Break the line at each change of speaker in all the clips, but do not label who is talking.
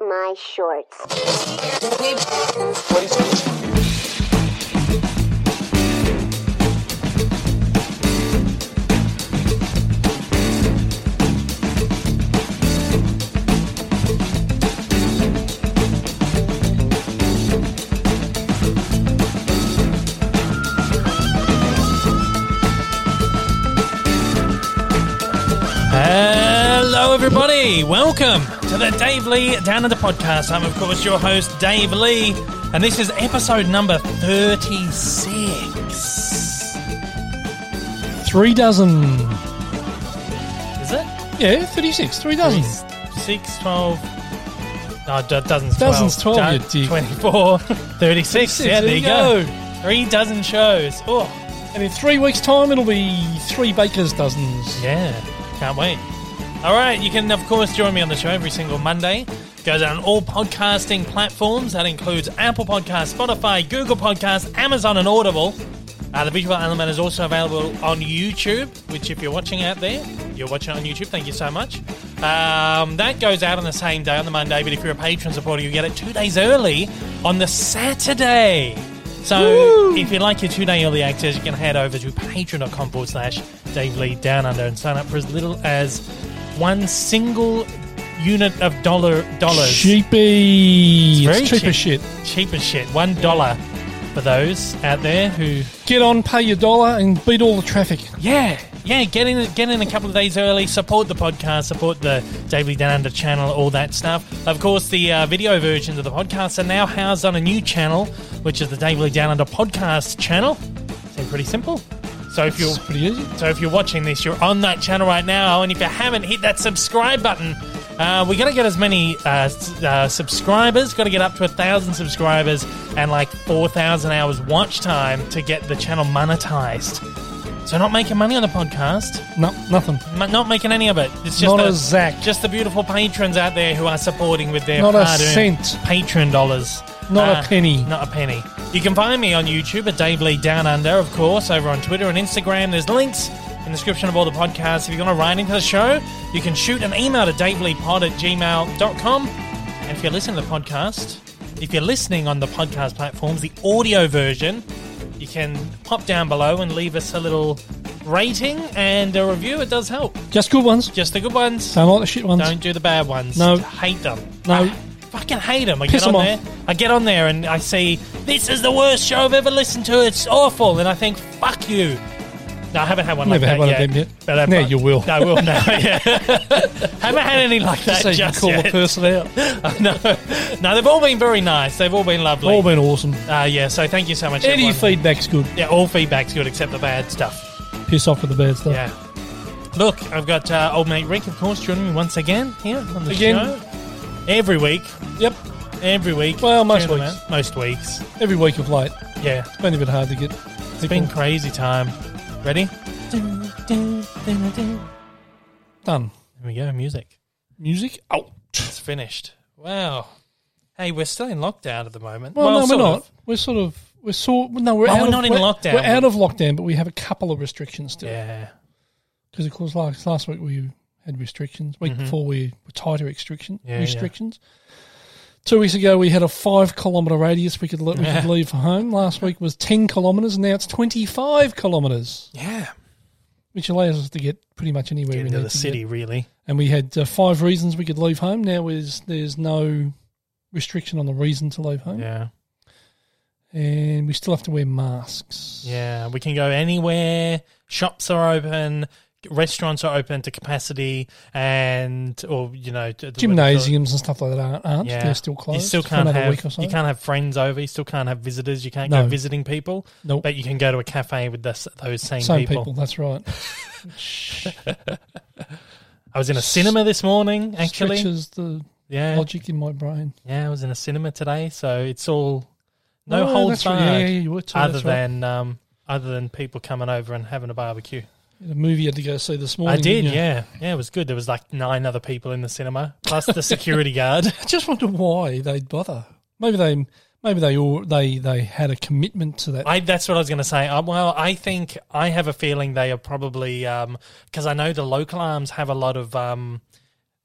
my shorts.
Hello, everybody. Welcome to the Dave Lee Down Under podcast. I'm, of course, your host, Dave Lee, and this is episode number 36.
Three dozen.
Is it?
Yeah, 36. Three dozen.
Six, twelve. No, do- dozens,
Dozens,
12.
12,
do-
you dick.
24, 36. yeah, there you go. Three dozen shows. Oh,
And in three weeks' time, it'll be three baker's dozens.
Yeah, can't wait. All right, you can, of course, join me on the show every single Monday. It goes out on all podcasting platforms. That includes Apple Podcasts, Spotify, Google Podcasts, Amazon, and Audible. Uh, the visual element is also available on YouTube, which, if you're watching out there, you're watching it on YouTube, thank you so much. Um, that goes out on the same day, on the Monday, but if you're a patron supporter, you get it two days early on the Saturday. So if you like your two day early access, you can head over to patreon.com forward slash Dave Lee Down Under and sign up for as little as one single unit of dollar dollars.
Cheapy.
very
It's, cheap, as shit.
Cheap as shit. One dollar for those out there who
Get on, pay your dollar, and beat all the traffic.
Yeah. Yeah, get in get in a couple of days early, support the podcast, support the Dave Lee Down Under channel, all that stuff. Of course, the uh, video versions of the podcast are now housed on a new channel, which is the Dave Lee Down Under podcast channel. Seems pretty simple. So if you're
It's pretty easy.
So if you're watching this, you're on that channel right now, and if you haven't hit that subscribe button, uh, we're gonna get as many uh, s- uh, subscribers. Got to get up to a thousand subscribers and like four thousand hours watch time to get the channel monetized. So not making money on the podcast,
No, nothing.
m- not making any of it. It's just
Not
the,
a zack.
Just the beautiful patrons out there who are supporting with their
Not a
hard-earned
cent.
patron dollars. Uh,
Not a penny.
Not a penny. You can find me on YouTube at Dave Lee Down Under, of course, over on Twitter and Instagram. There's links in the description of all the podcasts. If you want to write into the show, you can shoot an email to daveleepod at gmail.com. And if you're listening to the podcast, if you're listening on the podcast platforms, the audio version, you can pop down below and leave us a little rating and a review. It does help.
Just good ones.
Just the good ones.
Don't like the shit ones.
Don't do the bad ones.
No.
hate them.
No.
I fucking hate them. I
Piss
get on
'em off.
there. I get on there and I see this is the worst show I've ever listened to. It's awful, and I think fuck you. No, I haven't had one
Never
like
had
that
one of
yet.
them yet.
But I-
Now
but-
you will.
I will now. Yeah. haven't had any like that
Just so you can
just
call the
yet.
person out.
no, no, they've all been very nice. They've all been lovely.
All been awesome.
uh, yeah. So thank you so much.
Any
everyone.
feedback's good.
yeah, all feedback's good except the bad stuff.
Piss off with the bad stuff.
Yeah. Look, I've got uh, old mate Rick, of course, joining me once again here on the
Again.
show. Every week,
Yep.
every week.
Well, most
Turn them
weeks.
out. Most weeks.
Every week of late.
Yeah.
It's been a bit hard to get.
It's been crazy time. Ready?
done.
There we go. Music.
Music Oh. out.
It's finished. Wow. Hey, we're still in lockdown at the moment.
Well, no,
sort
we're not.
of.
We're sort of we're sort. No, we're
Well,
out
we're
of,
not in lockdown.
We're out of lockdown, but we have a couple of restrictions still.
Yeah.
Because of course, last last week we had restrictions. Week before we were tighter restriction
Mm-hmm. Yeah, yeah.
restrictions. Two weeks ago we had a five kilometre radius we could le- we
Yeah.
could leave for home. Last week was ten kilometres, now it's twenty five kilometres,
Yeah.
which allows us to get pretty much anywhere
Get
we
into
need
the
to
city,
Get.
really.
And we had uh, five reasons we could leave home. Now is there's no restriction on the reason to leave home,
Yeah.
and we still have to wear masks.
Yeah. We can go anywhere. Shops are open. Restaurants are open to capacity, and or you know, t-
gymnasiums and stuff like that aren't, aren't.
Yeah.
they're still closed
You still
for
can't
another
have
week or so.
you can't have friends over. You still can't have visitors. You can't go
No.
visiting people.
Nope.
But you can go to a cafe with this, those same,
same
people.
people. that's right
I was in a cinema this morning, actually.
stretches the
Yeah,
logic in my brain
yeah. I was in a cinema today, so it's all no
Oh,
holds
that's right.
barred.
yeah, yeah, you were too,
other
that's right.
than um, other than people coming over and having a barbecue.
the movie you had to go see this
I
morning
did.
didn't you?
Yeah, yeah. It was good. There was like nine other people in the cinema, plus the security guard.
I just wonder why they'd bother maybe they maybe they all they they had a commitment to that
I, that's what I was going to say. Um, well, I think I have a feeling they are probably because I know the local arms have a lot of um,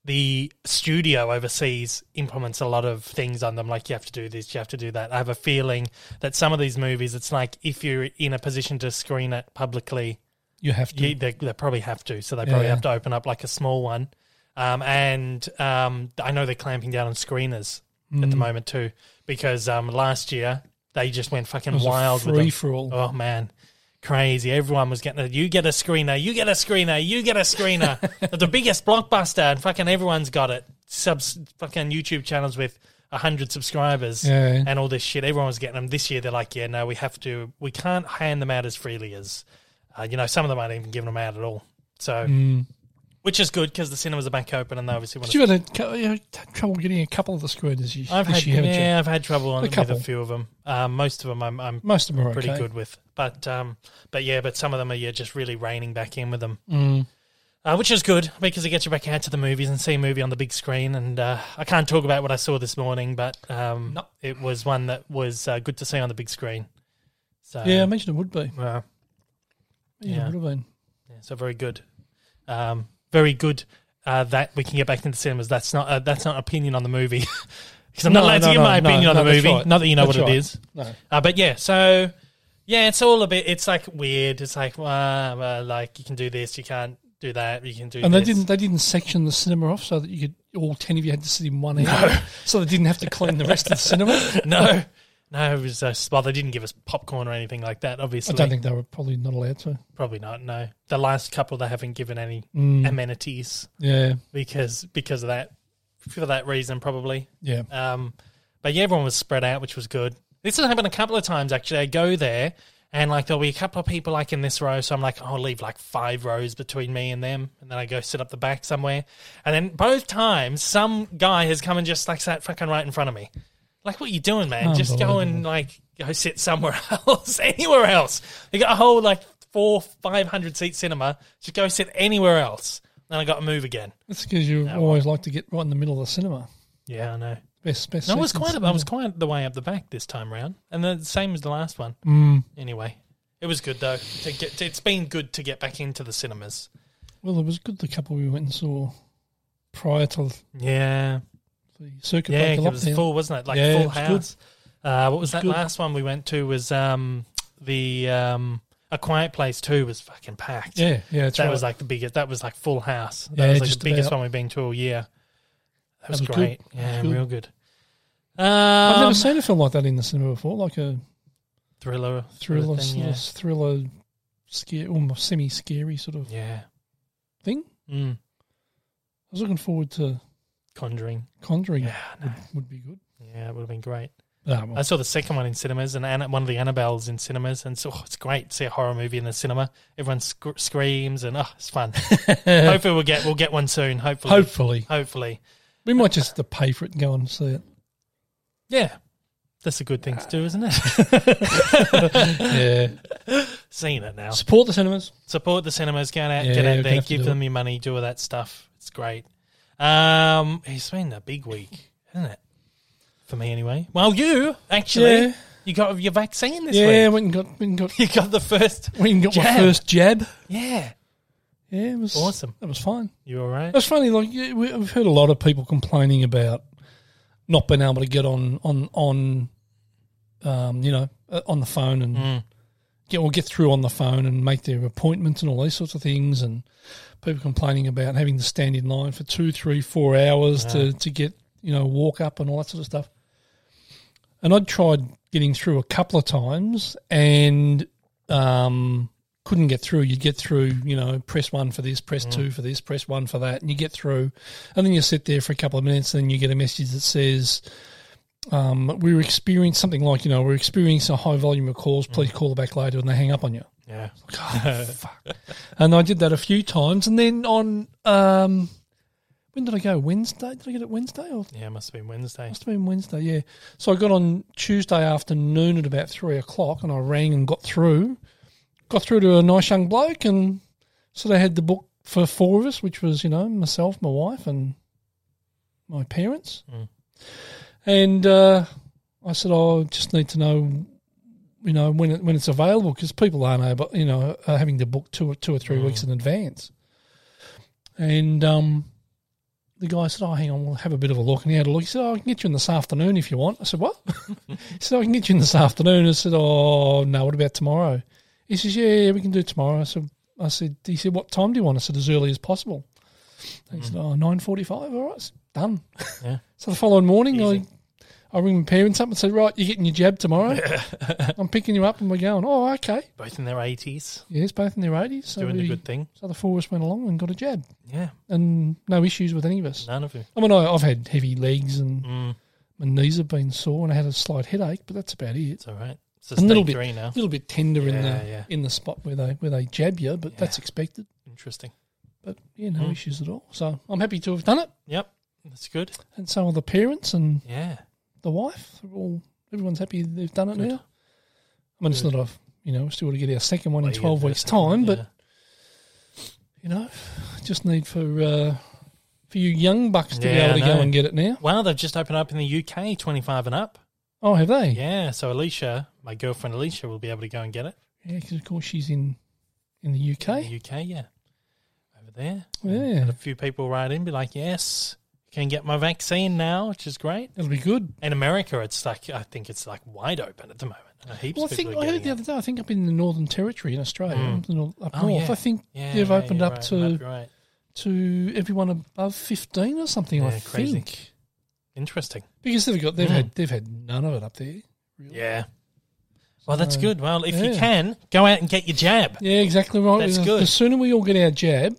the studio overseas implements a lot of things on them, like you have to do this, you have to do that. I have a feeling that some of these movies, it's like if you're in a position to screen it publicly,
You have to.
you, they, they probably have to. So they probably
Yeah.
have to open up like a small one. Um, and um, I know they're clamping down on screeners at
Hmm.
the moment too, because um, last year they just went fucking
was a
wild with them.
free-for-all.
Oh man. Crazy! Everyone was getting a you get a screener, you get a screener, you get a screener. They're the biggest blockbuster, and fucking everyone's got it. Subs, fucking YouTube channels with hundred subscribers
Yeah.
and all this shit. Everyone was getting them this year. They're like, yeah, no, we have to, we can't hand them out as freely as, uh, you know, some of them aren't even giving them out at all. So, which is good because the cinemas are back open and they obviously want
But
to.
you've had a, cou- Mm. you had trouble getting a couple of the squares this,
I've had,
this year, haven't you?
yeah, I've had trouble on
A
with a
couple.
few of them. Um, most of them, I'm, I'm
Most of them are
pretty
okay.
good with, but, um, but yeah, but some of them are yeah, just really reining back in with them.
Mm.
Uh, which is good because it gets you back out to the movies and see a movie on the big screen. And uh, I can't talk about what I saw this morning, but um, it was one that was uh, good to see on the big screen. So
Yeah, I mentioned it would be.
uh,
Yeah,
Yeah.
it would have been.
Yeah, so very good, um, very good uh, that we can get back into the cinemas. That's not uh, that's not an opinion on the movie because I'm not
No,
allowed
no,
to give
no,
my
no,
opinion on
no,
the
that's
movie.
right.
Not that you know
That's
what
right.
it is,
No.
uh, but yeah. So yeah, it's all a bit. It's like weird. It's like uh, uh, like you can do this, you can't do that, you can do.
And they
this.
didn't they didn't section the cinema off so that you could all ten of you had to sit in one area. So they didn't have to clean the rest of the cinema.
No, no, it was uh, well, they didn't give us popcorn or anything like that.
I
Obviously,
don't think they were probably not allowed to.
probably not. No, the last couple they haven't given any amenities
Mm. Yeah.
because because of that for that reason probably.
Yeah.
Um, but yeah, everyone was spread out, which was good. This has happened a couple of times actually. I go there and like there'll be a couple of people like in this row, so I'm like, I'll leave like five rows between me and them, and then I go sit up the back somewhere. And then both times, some guy has come and just like sat fucking right in front of me. Like, what are you doing, man? Just go and like go sit somewhere else, anywhere else. You got a whole like four, five hundred seat cinema. Just go sit anywhere else. Then I got to move again.
That's because you always like to get right in the middle of the cinema.
Yeah, I know.
Best best.
No, I was
sections.
quite. I was quite the way up the back this time round, and the same as the last one.
Mm.
Anyway, it was good though. To get, it's been good to get back into the cinemas.
Well it was good the couple we went and saw prior to
Yeah,
the circuit
yeah, 'cause
breaker
it was
lockdown.
full, wasn't it? Like
Yeah,
full
it was good.
house. Uh, what was that
good.
last one we went to? Was um the um a quiet place too was fucking packed.
Yeah, yeah, that's
that
right.
was like the biggest. That was like full house. That
Yeah,
was like
just
the biggest
about.
one we've been to all year. That was
was good.
great.
That
Yeah,
was good.
real good. Um,
I've never seen a film like that in the cinema before, like a
thriller,
thriller,
thing,
sort of thriller, scare, almost semi-scary sort of
yeah.
thing.
yeah. Mm.
I was looking forward to
Conjuring.
Conjuring.
Yeah, no.
Would, would be good.
Yeah, it would have been great.
Ah, well,
I saw the second one in cinemas and Anna, one of the Annabelles in cinemas, and so oh, it's great to see a horror movie in the cinema. Everyone sc- screams and oh, it's fun. hopefully we'll get we'll get one soon. Hopefully,
hopefully,
hopefully,
we might just have to pay for it and go and see it.
yeah. That's a good thing to do, isn't it?
Yeah,
Seeing it now.
support the cinemas.
Support the cinemas. Get out,
Yeah,
get
we're
out
gonna
there.
have to
Give
do
them your money. Do all that stuff. It's great. Um, it's been a big week, hasn't it? For me, anyway. Well, you actually,
Yeah.
you got your vaccine this
Yeah,
week.
went and got went and got
You got the first.
went and got my
Jab.
first jab.
Yeah.
Yeah, it was
Awesome.
That was fine.
You all right?
That's funny. Like yeah, we- we've heard a lot of people complaining about not being able to get on on on, um, you know, uh, on the phone and get or get through on the phone and make their appointments and all these sorts of things. And people complaining about having to stand in line for two, three, four hours to to get you know walk up and all that sort of stuff. And I'd tried getting through a couple of times and um, couldn't get through. You'd get through, you know, press one for this, press two for this, press one for that, and you get through. And then you sit there for a couple of minutes, and then you get a message that says, um, "We're experiencing something like, you know, we're experiencing a high volume of calls. Please call back later." And they hang up on you.
Yeah.
God, fuck. And I did that a few times, and then on um, when did I go? Wednesday? Did I get it Wednesday or
Yeah, it must have been Wednesday.
must have been Wednesday, yeah. So I got on Tuesday afternoon at about three o'clock, and I rang and got through. Got through to a nice young bloke, and so they had the book for four of us, which was you know myself, my wife, and my parents. And uh, I said, oh, I just need to know, you know, when it, when it's available because people aren't able, you know, are having to book two or two or three weeks in advance. And um, the guy said, "Oh, hang on, we'll have a bit of a look." And he had a look. He said, "Oh, I can get you in this afternoon if you want." I said, "What?" he said, "I can get you in this afternoon." I said, "Oh, no. What about tomorrow?" He says, "Yeah, yeah, we can do tomorrow." I said, "I said," he said, "What time do you want?" I said, "As early as possible." And He said, "Oh, nine forty-five. All right, it's done."
Yeah.
so the following morning,
Easy.
I, I ring my parents up and said, "Right, you're getting your jab tomorrow. I'm picking you up, and we're going." Oh, okay.
Both in their 80s,
Yes, both in their eighties. So
doing
we,
the good thing.
So the four of us went along and got a jab,
Yeah,
and no issues with any of us.
none of you.
I mean, I, I've had heavy legs and
Mm,
my knees have been sore, and I had a slight headache, but that's about it.
it's all right. It's a
A little
stage
bit.
three now.
A little bit tender in
Yeah,
the
yeah.
in the spot where they where they jab you, but
Yeah.
that's expected.
Interesting.
But yeah, no
Mm.
issues at all. So I'm happy to have done it,
Yep, that's good.
and so are the parents and
Yeah,
the wife. They're all everyone's happy they've done it
Good.
now. I mean, it's
Good.
not off. You know, we still got to get our second one
Well,
in
you
twelve
get
weeks'
that one,
time, but
yeah.
you know, just need for uh, for you young bucks to
Yeah,
be able
I
to
know.
go and get it now.
wow, they've just opened up in the UK, 25 and up.
Oh, have they?
Yeah, so Alicia, my girlfriend Alicia, will be able to go and get it.
Yeah, because of course she's in in the
In
UK.
the UK, yeah, over there.
Yeah,
Had a few people write in, be like, "Yes, you can get my vaccine now," which is great.
that'll be good.
In America, it's like I think it's like wide open at the moment. Uh, Heaps
Well, I
of
think
people are
I heard
getting
the
it.
other day. I think up in the Northern Territory in Australia,
Mm.
up the nor- up
Oh,
north.
yeah.
I think
Yeah,
they've
yeah,
opened
you're
up
right,
to-
you might be right.
to everyone above fifteen or something. I
Yeah, crazy.
think
Interesting.
because they've got they've
Mm.
had they've had none of it up there. Really.
Yeah. Well, that's
So,
good. Well, if you
yeah.
can, go out and get your jab.
Yeah, exactly right.
That's
the,
good.
the sooner we all get our jab,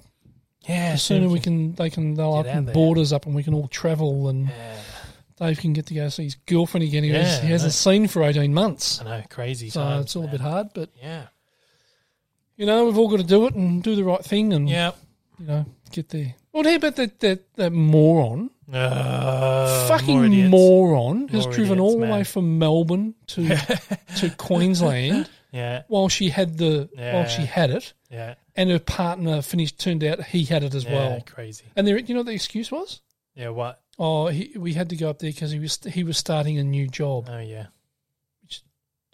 Yeah,
the
as
sooner
soon
we
as-
can they can they'll
Get out
open
there.
borders up and we can all travel and
Yeah,
Dave can get to go see his girlfriend again who he's-
Yeah, I
he hasn't seen for eighteen months.
I know. Crazy.
So
times,
it's all a
man.
bit hard, but
Yeah.
you know we've all got to do it and do the right thing and
Yeah.
you know get there. Well, how about that that, that moron?
Uh, more
fucking
idiots.
moron has
More
driven
idiots,
all the
man.
way from Melbourne to to Queensland
Yeah.
while she had the
Yeah.
while she had it,
Yeah.
and her partner finished turned out he had it as
yeah
well.
Crazy.
And there, you know what the excuse was?
Yeah. What?
Oh, he, we had to go up there because he was he was starting a new job.
Oh, yeah.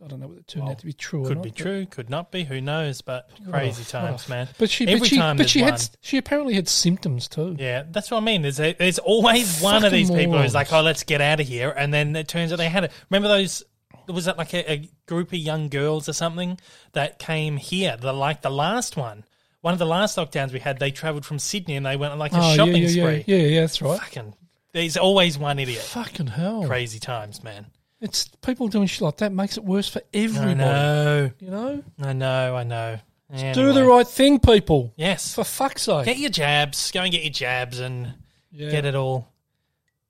I don't know whether it turned
Well,
out to be true. or
Could
not,
be
but-
true. Could not be. Who knows? But
a-
crazy
what a-
times, man.
But she,
Every
but she,
time
but
there's
she had
one.
she apparently had symptoms too.
Yeah, that's what I mean. There's, a, there's always one of
Fucking
these people who's
morons.
like, "Oh, let's get out of here," and then it turns out they had it. Remember those? Was that like a, a group of young girls or something that came here? The like the last one, one of the last lockdowns we had. They travelled from Sydney and they went on like a
Oh,
shopping
yeah, yeah,
spree.
yeah, yeah, yeah, that's right.
Fucking, there's always one idiot.
Fucking hell!
Crazy times, man.
It's people doing shit like that makes it worse for
I
everybody.
know,
You know,
I know, I know.
do the
Anyway.
right thing, people.
Yes,
For fuck's sake.
get your jabs. Go and get your jabs and.
yeah.
get it all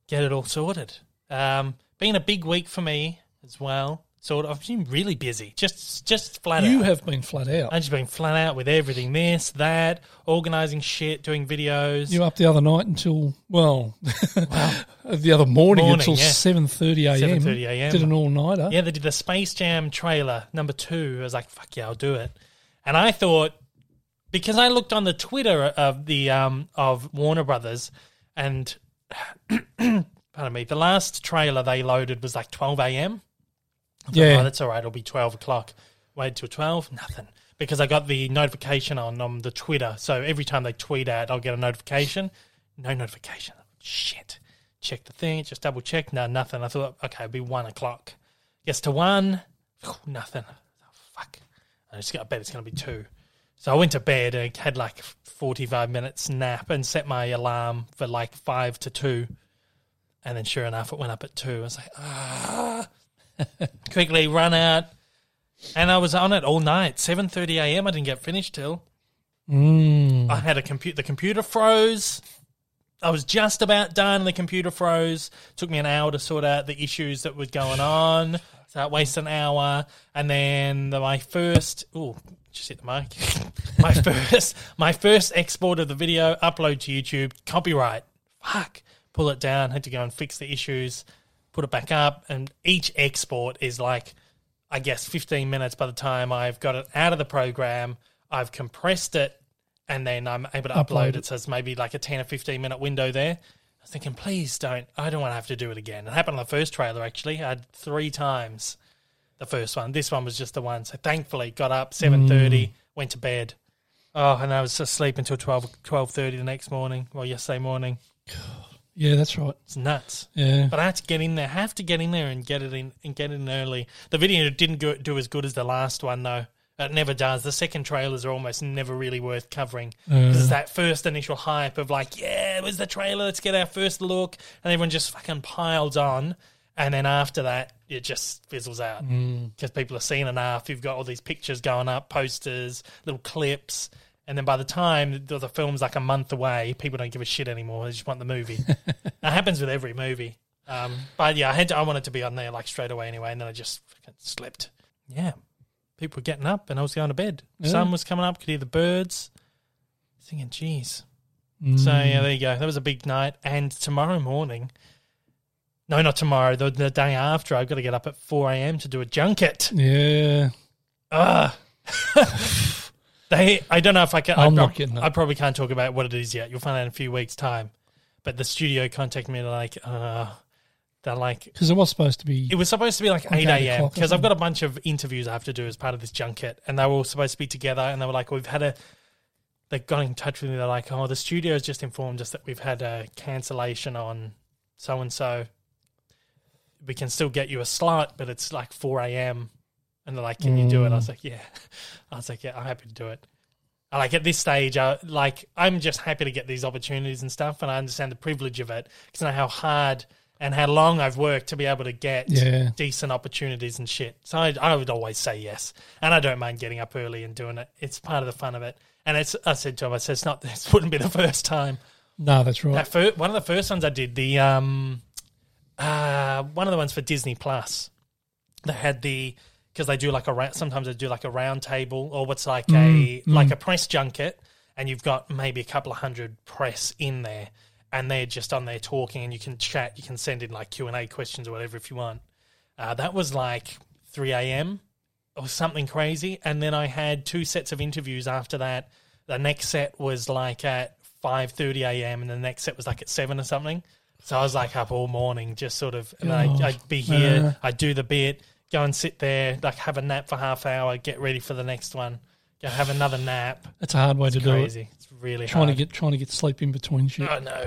get it all sorted. Um, been a big week for me as well. Sort of, I've been really busy. Just just flat
You
out.
have been flat out.
I've just been flat out with everything. This, that, organising shit, doing videos.
You were up the other night until well, the other morning,
Morning,
until
yeah.
seven thirty a.m.
7:30 a.m..
Did an all nighter.
yeah, they did the Space Jam trailer number two. I was like, fuck yeah, I'll do it. And I thought because I looked on the Twitter of the um, of Warner Brothers and pardon me, the last trailer they loaded was like twelve AM. I thought,
Yeah.
oh, that's all right. It'll be 12 o'clock. Wait till 12, nothing. Because I got the notification on, on the Twitter. So every time they tweet out, I'll get a notification. No notification. Shit. Check the thing, just double check. No, nothing. I thought, okay, it'll be 1 o'clock. Gets to 1, nothing. Oh, fuck. I just got, I bet it's going to be 2. So I went to bed and had like 45 minutes nap and set my alarm for like 5 to 2. And then sure enough, it went up at 2. I was like, ah quickly run out, and I was on it all night. Seven thirty a.m. I didn't get finished till
Mm.
I had a computer. The computer froze. I was just about done. The computer froze. Took me an hour to sort out the issues that were going on. So I wasted an hour, and then the, my first oh, just hit the mic. my first, my first export of the video, upload to YouTube, copyright. Fuck, pull it down. Had to go and fix the issues, put it back up, and each export is like I guess 15 minutes by the time I've got it out of the program, I've compressed it, and then I'm able to upload,
Upload
it.
it.
So it's maybe like a 10 or 15 minute window there. I was thinking, please don't. I don't want to have to do it again. It happened on the first trailer, actually. I had three times the first one. This one was just the one. So thankfully, got up 7.30, went to bed. Oh, and I was asleep until 12, 12.30 the next morning, well, yesterday morning.
Yeah, that's right.
It's nuts.
Yeah.
But I had to get in there. Have to get in there and get it in and get in early. The video didn't go, do as good as the last one though. It never does. The second trailers are almost never really worth covering because it's that first initial hype of like, yeah, it was the trailer. Let's get our first look, and everyone just fucking piles on. And then after that, it just fizzles out because people have seen enough. You've got all these pictures going up, posters, little clips, and then by the time the, the film's like a month away, people don't give a shit anymore. They just want the movie. That happens with every movie. Um, but yeah, I had to, I wanted to be on there like straight away anyway, and then I just fucking slept. Yeah, people were getting up, and I was going to bed. Sun was coming up, could hear the birds. Thinking, geez. So yeah, there you go. That was a big night, and tomorrow morning. No, not tomorrow. The, the day after, I've got to get up at four a.m. to do a junket.
Yeah.
Ah. they, I don't know if I can. I
I'm not
prob-
getting up.
I probably can't talk about what it is yet. You'll find out in a few weeks' time. But the studio contacted me like, uh, they're like,
Because it was supposed to be.
it was supposed to be like
Like
8
eight
a.m.
o'clock or
because I've
something.
got a bunch of interviews I have to do as part of this junket, and they were all supposed to be together. And they were like, we've had a, they got in touch with me. They're like, oh, the studio's just informed us that we've had a cancellation on so and so. We can still get you a slot, but it's like 4 a.m. And they're like, can you do it? I was like, yeah. I was like, yeah, I'm happy to do it. And, Like at this stage, I, like I'm just happy to get these opportunities and stuff, and I understand the privilege of it because I know how hard and how long I've worked to be able to get
Yeah.
decent opportunities and shit. So I, I would always say yes, and I don't mind getting up early and doing it. It's part of the fun of it. And it's I said to him, I said, it's not this wouldn't be the first time.
No, that's right.
That fir- one of the first ones I did, the um, uh, one of the ones for Disney Plus, they had the because they do like a ra- sometimes they do like a round table or what's like a like a press junket, and you've got maybe a couple of hundred press in there, and they're just on there talking, and you can chat, you can send in like Q and A questions or whatever if you want. Uh, that was like three a.m or something crazy. And then I had two sets of interviews after that. The next set was like at five thirty a.m. and the next set was like at seven or something. So I was like up all morning, just sort of, and I,
God. Uh-huh.
I'd be here,
Yeah.
I'd do the bit, go and sit there, like have a nap for half hour, get ready for the next one, go have another nap.
That's a hard way to do it.
Crazy, it's really hard.
Trying
Mm.
to get trying to get sleep in between shit.
I know,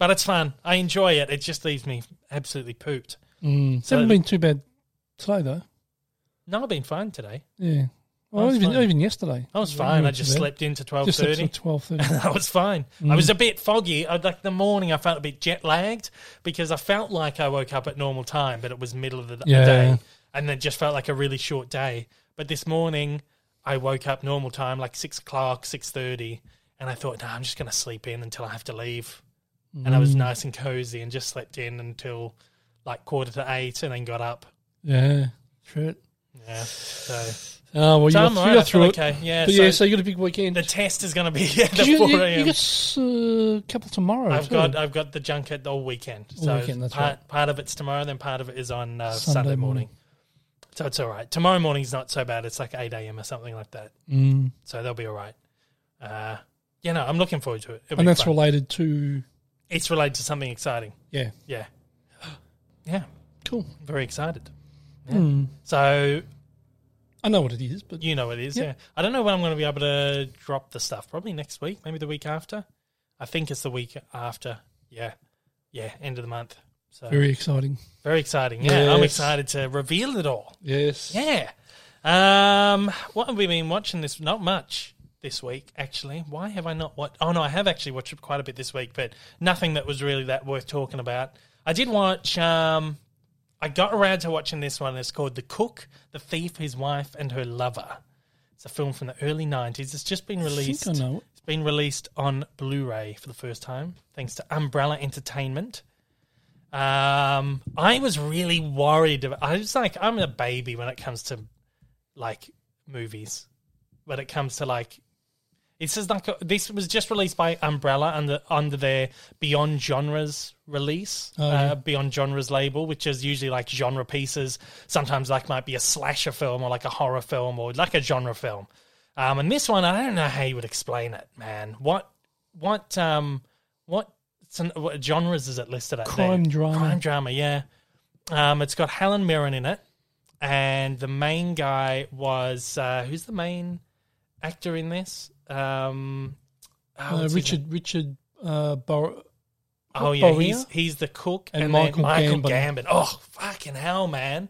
but it's fun. I enjoy it. It just leaves me absolutely pooped.
Mm. It's
So-
haven't been too bad today though.
No, I've been fine today.
Yeah. Well,
That's
even
fine.
even yesterday.
I was
It
fine.
wasn't
I just
too bad.
slept into twelve
Just
thirty.
slept Mm. twelve thirty.
I was fine. I was a bit foggy. I, like the morning, I felt a bit jet lagged because I felt like I woke up at normal time, but it was middle of the d-
Yeah.
day, and it just felt like a really short day. But this morning, I woke up normal time, like six o'clock, six thirty, and I thought, no, I'm just going to sleep in until I have to leave. And I was
Mm.
nice and cozy and just slept in until like quarter to eight, and then got up.
yeah. Shit.
Yeah, so,
Oh well, you
so
got,
I'm
you
alright. I
got
feel
through it.
okay. Yeah,
But
so
yeah, so you got a big weekend.
the test is going to be yeah, the
'Cause you,
four
you,
a.m.
you got uh, a couple tomorrow.
I've
too.
got uh, I've got the junket all weekend.
All
So
weekend, that's
part part of it's tomorrow, then part of it is on uh, Sunday,
Sunday
morning.
morning.
So it's all right. Tomorrow morning's not so bad. It's like eight a.m. or something like that.
Mm.
So they'll be all right. Uh, yeah, no, I'm looking forward to it. It'll be
and that's
fun.
related to
it's related to something exciting.
yeah.
Yeah, yeah,
Cool.
very excited.
Mm.
So
I know what it is, but
you know it is.
Yep.
Yeah, I don't know when I'm going to be able to drop the stuff. Probably next week, maybe the week after. I think it's the week after. Yeah, yeah, end of the month. So
very exciting.
Very exciting. Yeah, I'm
Yes.
excited to reveal it all.
Yes.
Yeah. Um, what have we been watching this? Not much this week, actually. Why have I not watched? Oh no, I have actually watched quite a bit this week, but nothing that was really that worth talking about. I did watch. Um, I got around to watching this one. It's called The Cook, The Thief, His Wife, and Her Lover. It's a film from the early '90s. It's just been
I
released.
think I know it.
It's been released on Blu-ray for the first time, thanks to Umbrella Entertainment. Um, I was really worried. About, I was like, I'm a baby when it comes to like movies. When it comes to like, it says like uh, this was just released by Umbrella under under their Beyond Genres release,
Oh,
uh,
yeah.
Beyond Genres label, which is usually like genre pieces. Sometimes like might be a slasher film or like a horror film or like a genre film. Um, and this one, I don't know how you would explain it, man. What what um what, some, what genres is it listed at?
Crime
there?
drama.
Crime drama, yeah. Um, it's got Helen Mirren in it, and the main guy was uh, who's the main actor in this? Um, oh,
Uh,
what's his name?
Richard Richard uh, Bor-
Oh yeah,
Borea?
he's he's the cook
And
and,
Michael
Michael, Michael
Gambon.
Gambon. Oh fucking hell, man!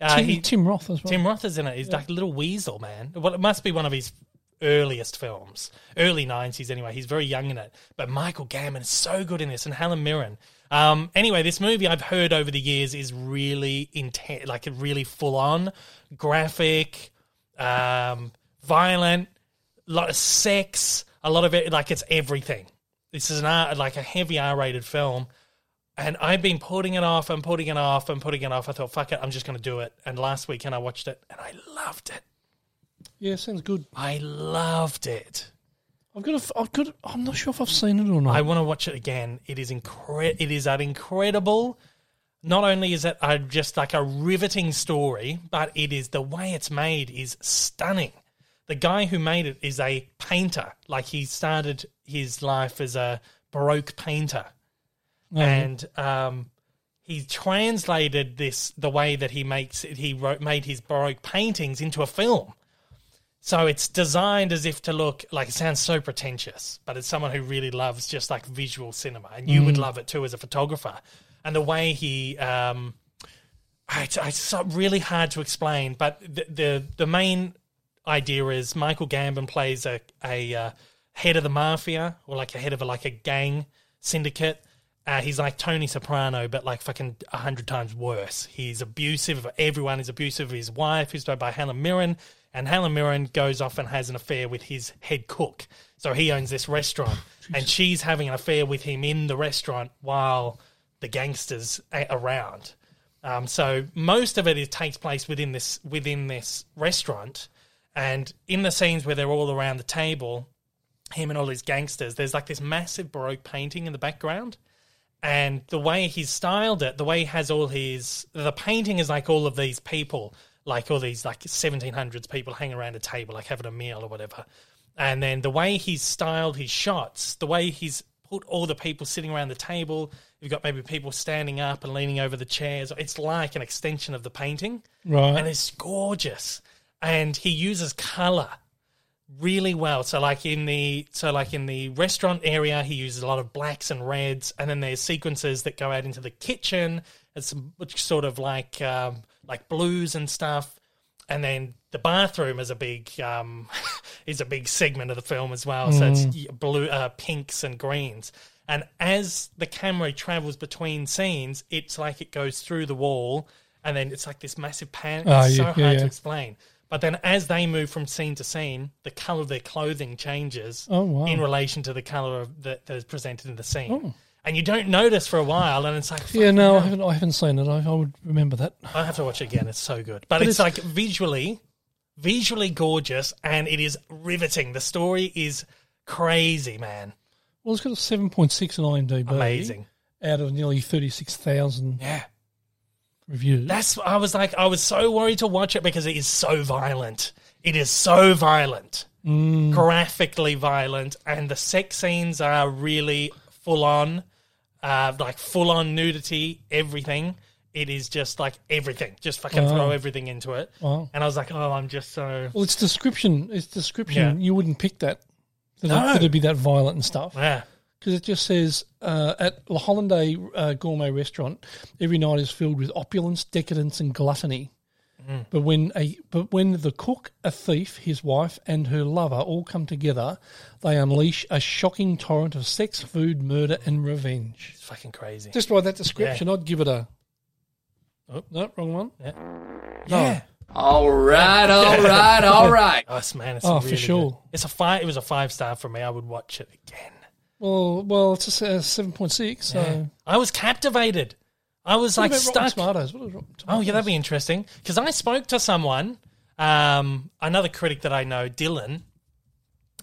Uh,
Tim,
he,
Tim Roth as well.
Tim Roth is in it. He's like a little weasel, man. Well, it must be one of his earliest films, early nineties anyway. He's very young in it, but Michael Gambon is so good in this, and Helen Mirren. Um, anyway, this movie I've heard over the years is really intense, like really full on, graphic, um, violent, a lot of sex, a lot of it. Like it's everything. This is an R, like a heavy R-rated film. And I've been putting it off and putting it off and putting it off. I thought, fuck it, I'm just going to do it. And last weekend I watched it and I loved it.
Yeah, sounds good.
I loved it.
I've got. A, f- I've got. a- I'm not sure if I've seen it or not.
I want to watch it again. It is incre- It is an incredible. Not only is it a, just like a riveting story, but it is the way it's made is stunning. The guy who made it is a painter. Like he started his life as a baroque painter,
No.
and um, he translated this the way that he makes it, he wrote made his baroque paintings into a film. So it's designed as if to look like it sounds so pretentious, but it's someone who really loves just like visual cinema, and you would love it too as a photographer. And the way he, um, I- it's, it's so- really hard to explain, but the the, the main idea is Michael Gambon plays a a uh, head of the mafia or like a head of a, like a gang syndicate. Uh, he's like Tony Soprano, but like fucking a hundred times worse. He's abusive of everyone. He's abusive of his wife, who's played by Helen Mirren, and Helen Mirren goes off and has an affair with his head cook. So he owns this restaurant, and she's having an affair with him in the restaurant while the gangsters a- around. Um, so most of it is, takes place within this within this restaurant, and in the scenes where they're all around the table, him and all his gangsters, there's like this massive baroque painting in the background, and the way he's styled it, the way he has all his the painting is like all of these people, like all these like 1700s people hanging around a table, like having a meal or whatever, and then the way he's styled his shots, the way he's put all the people sitting around the table, you've got maybe people standing up and leaning over the chairs. It's like an extension of the painting and
right.
it's gorgeous. And he uses color really well. So like in the so like in the restaurant area, he uses a lot of blacks and reds, and then there's sequences that go out into the kitchen. It's sort of like um, like blues and stuff. And then the bathroom is a big um, is a big segment of the film as well. So it's
Mm.
y- blue, uh, pinks and greens. And as the camera travels between scenes, it's like it goes through the wall, and then it's like this massive pan. It's
Ah,
so
yeah,
hard
yeah,
to
yeah.
explain. But then as they move from scene to scene, the color of their clothing changes
Oh, wow. Oh.
in relation to the color of that that is presented in the scene. And you don't notice for a while, and it's like,
Yeah. No, I haven't. I haven't seen it. I, I would remember that.
I have to watch it again. It's so good. But, it's,
it's-
like visually, visually gorgeous, and it is riveting. The story is crazy, man.
Well, it's got a seven point six on IMDb.
Amazing.
Out of nearly thirty six thousand
Yeah.
reviews.
That's I was like I was so worried to watch it because it is so violent. It is so violent.
Mm.
Graphically violent and the sex scenes are really full on uh like full on nudity, everything. It is just like everything. Just fucking
Oh.
throw everything into it.
Wow.
And I was like, "Oh, I'm just so
well, it's description. It's description.
Yeah.
You wouldn't pick that. That
No.
it, that it'd be that violent and stuff.
yeah.
because it just says uh, at La Hollandaise uh, gourmet restaurant, every night is filled with opulence, decadence, and gluttony.
Mm.
But when a but when the cook, a thief, his wife, and her lover all come together, they unleash a shocking torrent of sex, food, murder, and revenge.
It's fucking crazy."
Just by that description, I'd give it a. Oh, no, wrong one.
yeah.
All right, all right, all right.
Oh, it's- man, it's
Oh, for
really good.
sure.
It's a five it was a 5 star for me. I would watch it again.
Well, well, it's a se- a seven point six. So
I was captivated. I was like
what about Rotten
stuck.
Tomatoes? What is Rotten
Oh
Tomatoes?
yeah, that'd be interesting. Because I spoke to someone, um, another critic that I know, Dylan,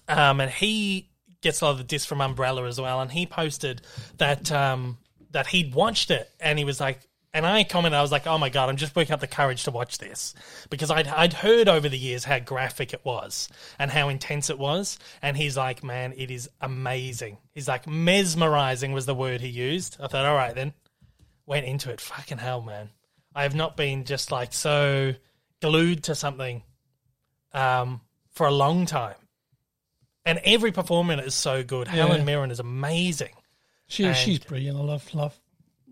um, and he gets a lot of the disc from Umbrella as well. And he posted that um, that he'd watched it, and he was like, and I commented, I was like, oh my god, I'm just working up the courage to watch this because I'd I'd heard over the years how graphic it was and how intense it was, and he's like, man, it is amazing. He's like, mesmerizing was the word he used. I thought, all right then went into it. Fucking hell, man. I have not been just like so glued to something um, for a long time. And every performer in it is so good. Helen Mirren is amazing.
She,
And-
she's brilliant. I love love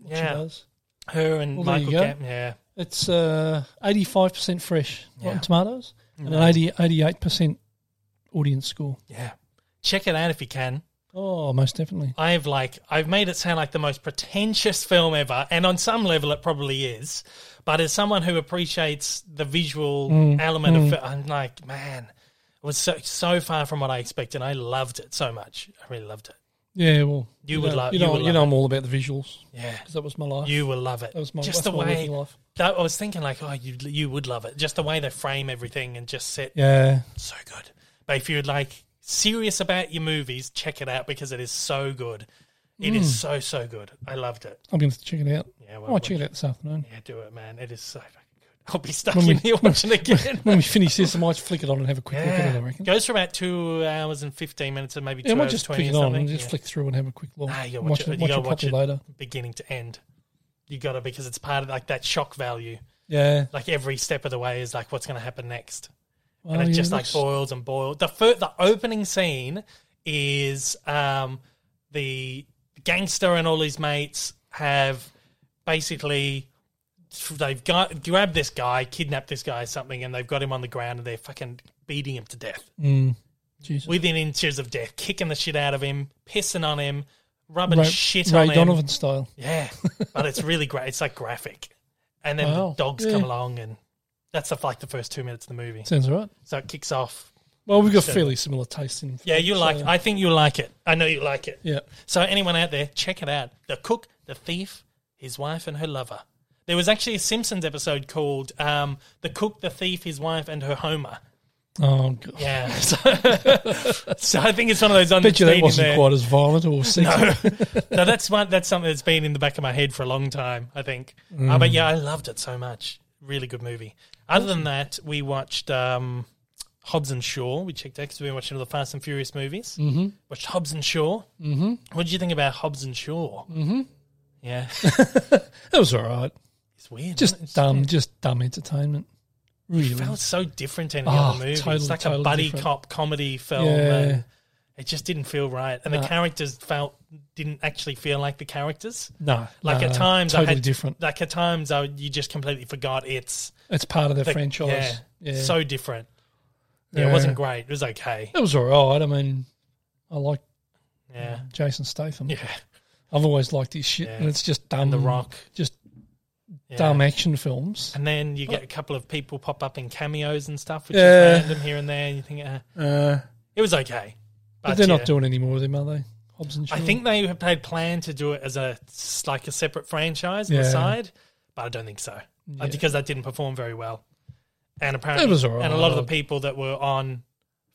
what
Yeah.
she does.
Her and
Well, there you
Michael
go.
Gap. Yeah.
It's eighty five percent fresh
Yeah.
Rotten Tomatoes and an 88 percent audience score.
Yeah. Check it out if you can.
Oh, most definitely.
I've like I've made it sound like the most pretentious film ever, and on some level it probably is. But as someone who appreciates the visual
Mm,
element of it, I'm like, man, it was so so far from what I expected. I loved it so much. I really loved it.
Yeah, well,
You would
know,
love-
You
you
know,
would
you
love
know,
it.
I'm all about the visuals
Yeah,
because that was my life.
you will love it.
that was my
just the
that's my
way.
working life.
That, I was thinking like, oh, you you would love it. Just the way they frame everything and just set
Yeah,
so good. But if you're like serious about your movies, check it out because it is so good. It is
Mm.
so so good. I loved it.
I'm going to check it out.
Yeah,
I might check it out this afternoon.
Yeah, do it, man. It is so fucking good. I'll be stuck
When
in
we-
here watching again.
When we finish this, I might flick it on and have a quick look at it. I
yeah.
reckon.
Goes for about two hours and fifteen minutes, and maybe two
yeah, I might
hours
just
twenty
flick
or
it on
something.
and just
Yeah.
flick through and have a quick look.
Nah, you gotta watch, it. You
Ah, watch
gotta
a
watch
couple
it
later.
beginning to end. You gotta because it's part of like that shock value.
Yeah,
Like every step of the way is like what's gonna happen next.
Well,
and it
Oh, yeah,
just like
looks-
boils and boils. The fir- the opening scene is um, the gangster and all his mates have basically they've got grabbed this guy, kidnapped this guy, or something, and they've got him on the ground and they're fucking beating him to death
Mm, Jesus.
within inches of death, kicking the shit out of him, pissing on him, rubbing
Ray,
shit
Ray
on him.
Donovan style.
Yeah, but it's really great. It's like graphic, and then
Wow.
the dogs
Yeah.
come along and. That's the, like the first two minutes of the movie.
Sounds all right.
So it kicks off
Well, we've got
So-
fairly similar tastes in.
Yeah, you
so-
like. I think you like it. I know you like it.
yeah.
So anyone out there, check it out. The cook, the thief, his wife, and her lover. There was actually a Simpsons episode called um, "The Cook, the Thief, His Wife, and Her Homer."
Oh god.
Yeah. So, so I think it's one of those.
Bet you that wasn't
there.
quite as violent or sexy.
No, that's one. That's something that's been in the back of my head for a long time. I think. Uh,
Mm.
but yeah, I loved it so much. Really good movie. Other than that, we watched um, Hobbs and Shaw. We checked out because we watched all the Fast and Furious movies. Mm-hmm. Watched Hobbs and Shaw. Mm-hmm. What did you think about Hobbs and Shaw? Mm-hmm. Yeah,
It was all right.
it's weird. isn't it?
Just dumb, just dumb entertainment. Really.
It felt so different to any
Oh,
other movie.
totally,
it's like a
totally
buddy
different.
cop comedy film.
Yeah. Uh,
And it just didn't feel right, and the
No.
characters felt didn't actually feel like the characters.
no,
Like
no,
at
no,
times, I
Uh, totally
had,
different.
Like at times, I, you just completely forgot it's
It's part of the
the-
franchise. Yeah,
so different. Yeah, it
Yeah.
wasn't great. It was okay.
it was all right. I mean, I like
Yeah,
Jason Statham.
yeah.
I've always liked his shit,
Yeah.
and it's just dumb.
And The Rock,
just
yeah.
dumb action films.
And then you get a couple of people pop up in cameos and stuff, which
Yeah.
is random here and there. And you think uh,
Uh,
it was okay,
but, they're
yeah.
not doing any more of them, are they? Hobbs and Shaw.
I think they had planned to do it as a s- like a separate franchise on the
Yeah.
side, but I don't think so Uh,
Yeah.
because that didn't perform very well. And apparently,
It was all
and a lot of the
right.
people that were on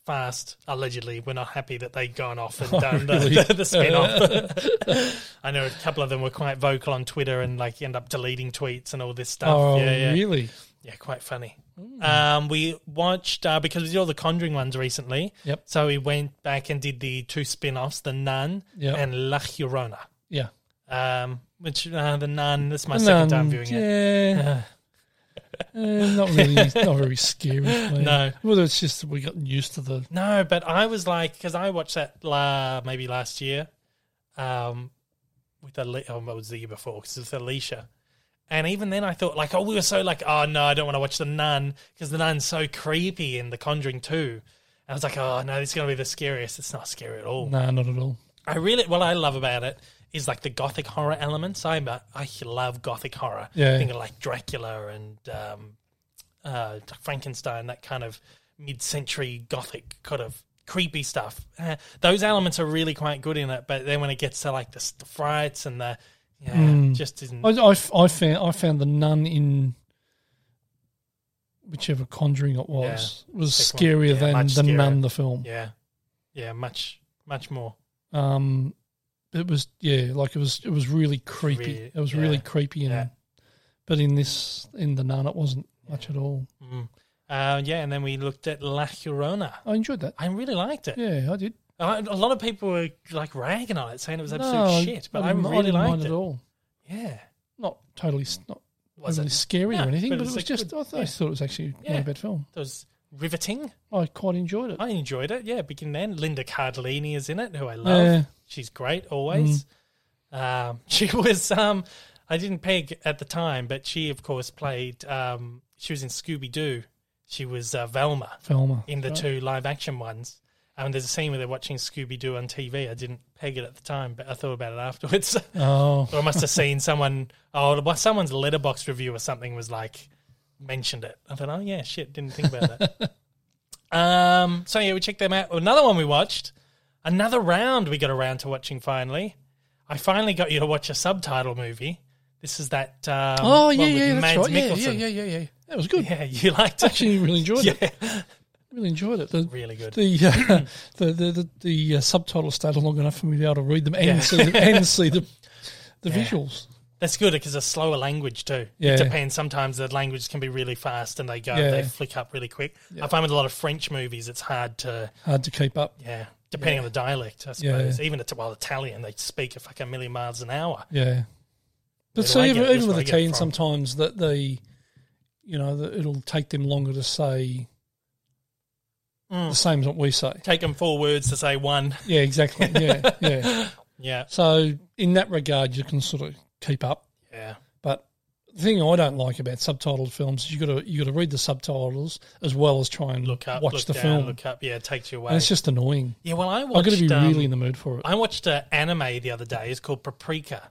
Fast allegedly were not happy that they'd gone off and done
Oh, really?
the, the, the spin off. I know a couple of them were quite vocal on Twitter and like end up deleting tweets and all this stuff.
Oh,
yeah, yeah.
really? Hmm.
Yeah, quite funny. Um, we watched uh, because we did all the Conjuring ones recently.
Yep.
So we went back and did the two spin-offs, The Nun
Yep.
and La Llorona.
Yeah. um,
Um, which uh, The Nun, this is my second time viewing it.
yeah. Uh, not really, not very scary.
No.
well, it's just that we got used to the.
No, but I was like, because I watched that la, maybe last year, um, with Ale- oh, it was the year before because it's Alicia, and even then I thought like, oh, we were so like, oh no, I don't want to watch the Nun because the Nun's so creepy in The Conjuring Two. I was like, oh no, this is gonna be the scariest. It's not scary at all.
Nah, not at all.
I really what I love about it is like the gothic horror elements. I'm a, I love gothic horror.
Yeah.
think of like Dracula and um, uh, Frankenstein, that kind of mid-century gothic kind of creepy stuff. Uh, those elements are really quite good in it, but then when it gets to like the, s- the frights and the yeah,
Hmm.
just isn't.
I, I, I found I found the nun in whichever Conjuring it was was
Second one.
scarier
Yeah,
than
much
the
scarier.
nun the film.
yeah, yeah, much much more.
Um, it was yeah, like it was it was really creepy.
Really-
it was
yeah.
really creepy, and
Yeah.
but in this in the nun it wasn't much at all.
Mm. Uh, yeah, and then we looked at La Llorona.
I enjoyed that.
I really liked it.
Yeah, I did.
Uh, A lot of people were like ragging on it, saying it was absolute
No,
shit, but I,
didn't-
really
didn't mind
liked it.
at all.
Yeah,
Not totally s- not
Was
overly
it?
scary
No,
or anything,
but it
but, it
was
was,
a
just
good-
I, thought,
yeah.
I thought it was actually
Yeah.
not a bad film.
it was riveting.
I quite enjoyed it.
I enjoyed it. Yeah, beginning and end. Linda Cardellini is in it, who I love.
Yeah.
She's great always. Um, she was um, I didn't peg at the time, but she of course played. Um, she was in Scooby Doo. She was uh, Velma
Velma.
in the two live action ones. And there's a scene where they're watching Scooby Doo on TV. I didn't peg it at the time, but I thought about it afterwards.
Oh,
or I must have seen someone, oh, well, someone's letterbox review or something was like mentioned it. I thought, oh yeah, shit, didn't think about that. um, so yeah, we checked them out. Another one we watched, another round we got around to watching. Finally, I finally got you to watch a subtitle movie. This is that. Um,
oh
one
yeah,
with
yeah, that's
Mads
right. Yeah, yeah,
Mikkelsen.
yeah, yeah, yeah. That was good.
Yeah, you liked it.
Actually, really enjoyed it.
yeah,
Really enjoyed it. The,
really good.
the, uh, the the the, the uh, subtitles stayed long enough for me to be able to read them and
Yeah.
see the, and see the the visuals.
That's good because it's slower language too.
Yeah.
It depends. Sometimes the language can be really fast and they go,
Yeah.
they flick up really quick. I find with a lot of French movies, it's hard to,
Hard to keep up.
yeah, depending on the dialect, I
Yeah.
suppose. Even Even well, Italian, they speak a fucking million miles an hour.
Yeah,
Where
but
do
so
I
even,
get it?
even
Where
with
do I get it
Italian,
from?
sometimes that they, you know, that it'll take them longer to say
Mm.
the same as what we say.
Take them four words to say one.
Yeah, exactly. Yeah, yeah.
Yeah,
So in that regard, you can sort of keep up.
yeah,
But the thing I don't like about subtitled films is you got to you got to read the subtitles as well as try and
look up,
watch
look
the
down,
film.
look up. Yeah, it takes you away.
and it's just annoying.
yeah, well, I watched.
I've got to be
um,
really in the mood for it.
I watched an anime the other day. It's called Paprika,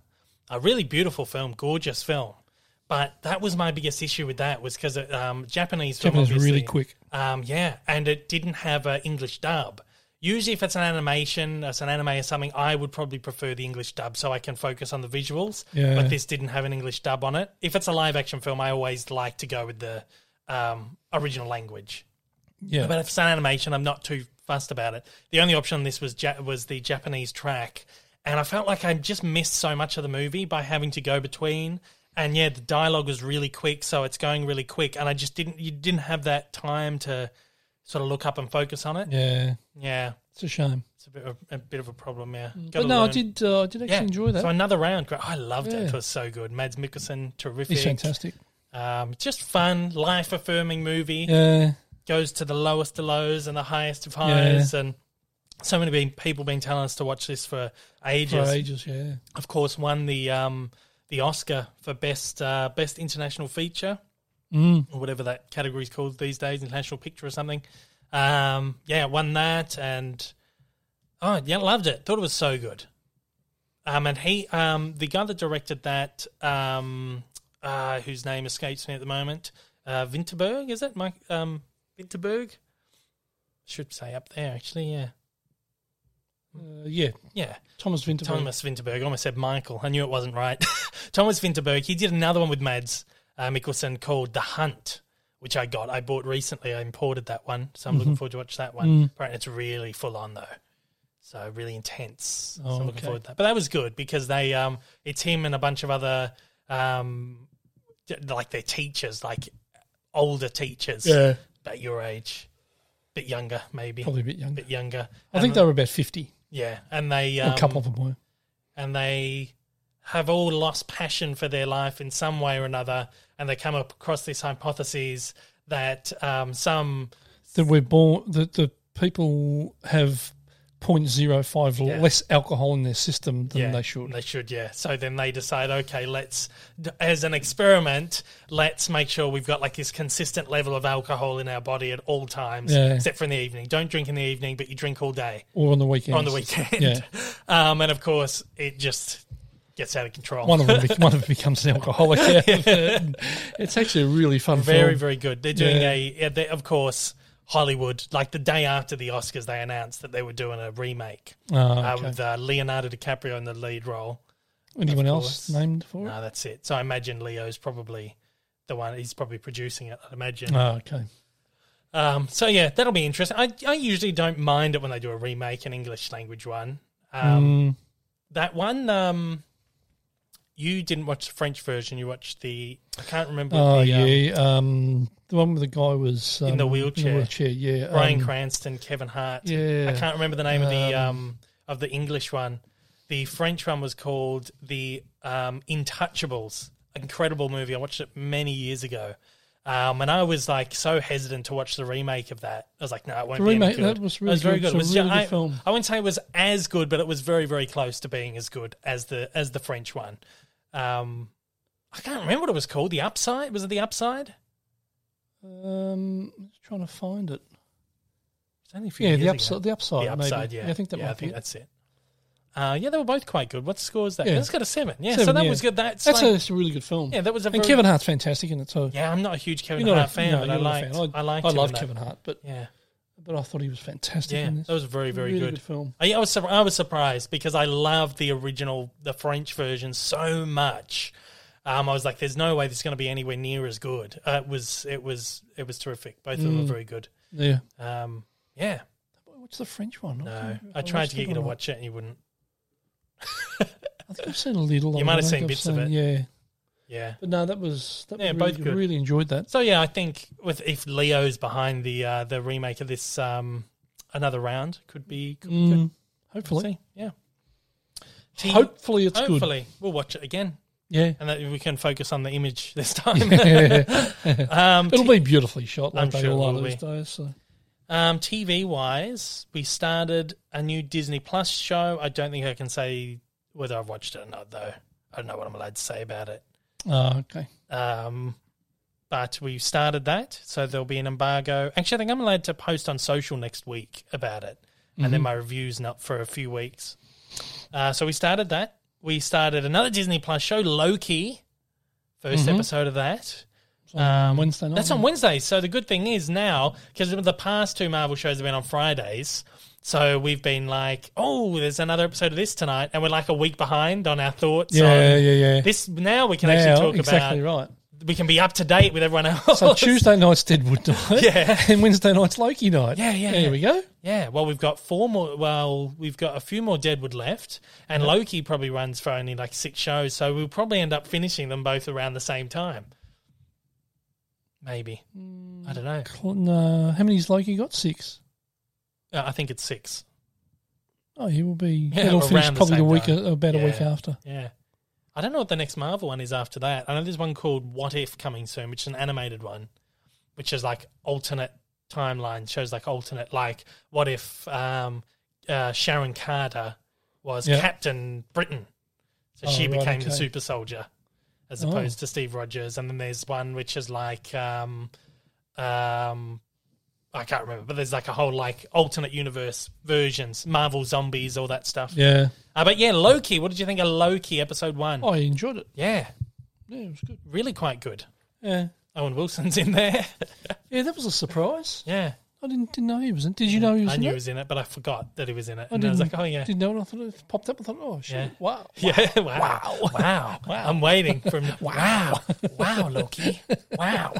a really beautiful film, gorgeous film. But that was my biggest issue with that was because um, Japanese film
Japanese
obviously-
really quick.
Um, yeah, and it didn't have an English dub. Usually, if it's an animation, it's an anime or something, I would probably prefer the English dub so I can focus on the visuals.
Yeah.
But this didn't have an English dub on it. If it's a live action film, I always like to go with the um, original language.
Yeah,
But if it's an animation, I'm not too fussed about it. The only option on this was ja- was the Japanese track, and I felt like I just missed so much of the movie by having to go between. And yeah, the dialogue was really quick, so it's going really quick, and I just didn't you didn't have that time to sort of look up and focus on it. Yeah,
yeah, it's a shame.
it's a bit of a bit of a problem. Yeah,
But
Gotta
no, I
learn.
did. Uh, I did actually
Yeah.
enjoy that.
So another round, great. I loved it.
Yeah.
It was so good. Mads Mikkelsen, terrific.
it's fantastic.
Um, just fun, life affirming movie
Yeah,
goes to the lowest of lows and the highest of highs and so many been, people been telling us to watch this for
for
ages.
ages. Yeah,
Of course, won the um, the Oscar for best uh, best international feature
mm.
or whatever that category's called these days, international picture or something. Um, yeah, won that and oh yeah, loved it. Thought it was so good. Um, and he, um, the guy that directed that, um, uh, whose name escapes me at the moment, uh, Vinterberg, is it Mike? Um, Vinterberg should say up there actually. Yeah,
Uh, yeah.
yeah.
Thomas Vinterberg.
Thomas Vinterberg. I almost said Michael. I knew it wasn't right. Thomas Vinterberg. He did another one with Mads uh, Mikkelsen called The Hunt, which I got. I bought recently. I imported that one, so I'm
Mm-hmm.
looking forward to watch that one.
Mm.
Apparently, it's really full on though, so really intense. so
Oh,
I'm looking
okay.
forward to that. But that was good because they, um, it's him and a bunch of other, um, d- like their teachers, like older teachers,
Yeah,
about your age, bit younger maybe,
probably a bit younger.
bit younger.
I think they were about fifty.
yeah, and they um,
a couple of them were.
and they have all lost passion for their life in some way or another, and they come up across this hypothesis that um, some
That we're born. That the people have 0.05
Yeah.
less alcohol in their system than
yeah,
they should.
They should, yeah. So then they decide, okay, let's, d- as an experiment, let's make sure we've got like this consistent level of alcohol in our body at all times,
Yeah.
except for in the evening. Don't drink in the evening, but you drink all day
or on the weekends.
on the weekend.
Yeah.
Um, and of course, it just gets out of control.
One of them, be- one of them becomes an alcoholic. Yeah. it's actually a really fun
Very,
film.
very good. They're doing
Yeah.
a, yeah, they, of course, Hollywood. Like the day after the Oscars, they announced that they were doing a remake
Oh,
uh,
okay.
with uh, Leonardo DiCaprio in the lead role.
Anyone
of
else
course.
named for it?
No, that's it. So I imagine Leo's probably the one. He's probably producing it. I'd imagine.
Oh, okay.
Um, so yeah, that'll be interesting. I, I usually don't mind it when they do a remake, an English language one. Um,
Um,
That one. Um, you didn't watch the French version. You watched the. I can't remember.
oh,
the, um,
yeah. Um, the one where the guy was um,
the wheelchair.
wheelchair, yeah.
Brian
um,
Cranston, Kevin Hart.
Yeah.
I can't remember the name of the um of the English one. The French one was called the um, Intouchables. Incredible movie. I watched it many years ago. Um, and I was like so hesitant to watch the remake of that. I was like, no, it won't
The
be any
remake-
good.
that was really
it was very
good.
good.
It's
It
a
was
really
ju-
good
I,
film.
I wouldn't say it was as good, but it was very, very close to being as good as the as the French one. Um, I can't remember what it was called. The Upside was it? The Upside?
Um, just trying to find it.
It's only a few
Yeah,
years
the
ago.
upside. The upside.
The Upside,
Oh, maybe.
yeah.
I think that
yeah,
might
I think
be. it.
that's it. Uh, yeah, they were both quite good. What score is that?
Yeah.
That's got a seven. Yeah, so
Seven,
that
yeah.
was good. That's,
That's, a,
like,
that's a really good film.
yeah, that was a
and
very-
Kevin Hart's fantastic in it. So
yeah. I'm not a huge Kevin
You're not
Hart
a-
fan,
no,
but
you're
I
not a
liked
fan.
I, liked
I
him in
love
that.
Kevin Hart, but
Yeah,
but I thought he was fantastic
yeah,
in this.
that was very very
really
good.
film.
I, I was sur- I was surprised because I loved the original, the French version so much. Um, I was like, "There's no way this is going to be anywhere near as good." Uh, it was it was it was terrific. Both of
Mm.
them were very good.
Yeah.
Um, yeah,
What's Oh, the French one? can't
no,
remember if
I tried
watched
to get
it
you to
or not.
watch it, and you wouldn't.
I think I've seen a little. of
might
it.
have
I
seen
think I've
bits of
seen-
it.
Yeah,
Yeah.
but no, that was that
Yeah,
was really,
both
good.
good.
really enjoyed that.
So yeah, I think with if Leo's behind the uh, the remake of this, um, another round could be could be good.
Mm,
We'll
hopefully,
see. Yeah. Team-
hopefully it's good.
hopefully we'll watch it again,
Yeah,
and that we can focus on the image this time. um,
it'll be beautifully shot like
I'm
they
sure it
all are
will
these
be.
days. So
Um, TV wise, we started a new Disney Plus show. I don't think I can say whether I've watched it or not, though. I don't know what I'm allowed to say about it.
oh, okay,
Um, but we started that, so there'll be an embargo. Actually, I think I'm allowed to post on social next week about it, and
Mm-hmm.
then my review's not for a few weeks. Uh, so we started that. We started another Disney Plus show, Loki. 1st episode of that.
Mm-hmm.
Um,
It's on Wednesday night.
That's on Wednesday. So the good thing is now, because the past two Marvel shows have been on Fridays. So we've been like, oh, there's another episode of this tonight, and we're like a week behind on our thoughts.
Yeah,
on
yeah, yeah.
This now we can
Now,
actually talk
exactly
about.
right.
We can be up to date with everyone else.
So Tuesday night's Deadwood night,
Yeah.
and Wednesday night's Loki night.
Yeah, yeah,
There
yeah.
we go.
Yeah, well, we've got four more. Well, we've got a few more Deadwood left, and Loki probably runs for only like six shows, so we'll probably end up finishing them both around the same time. Maybe
Hmm.
I don't know.
Cl- No, uh, how many's Loki got? Six.
Uh, I think it's six.
Oh, he will be.
Yeah,
it'll
around
finish
the
probably the
same
week,
time.
about a week
Yeah.
after.
Yeah, I don't know what the next Marvel one is after that. I know there's one called What If coming soon, which is an animated one, which is like alternate timeline shows, like alternate like what if um, uh, Sharon Carter was
Yeah.
Captain Britain, so
Oh,
she
right,
became the
okay. Oh.
super soldier as opposed to Steve Rogers, and then there's one which is like. Um, um, I can't remember, but there's like a whole like alternate universe versions, Marvel zombies, all that stuff.
Yeah,
Uh, but yeah, Loki. What did you think of Loki episode one?
I enjoyed it.
Yeah,
Yeah, it was good.
really quite good.
Yeah,
Owen Wilson's in there.
yeah, that was a surprise.
yeah,
I didn't didn't know he was in. Did you know he was
I
Oh, in?
knew
it?
he was in it, but I forgot that he was in it.
I
and I was like, oh yeah,
didn't know. And I thought it popped up. I thought, oh shit,
Yeah.
wow.
yeah, wow, wow, wow. I'm waiting for him. to- wow, wow, Loki, wow.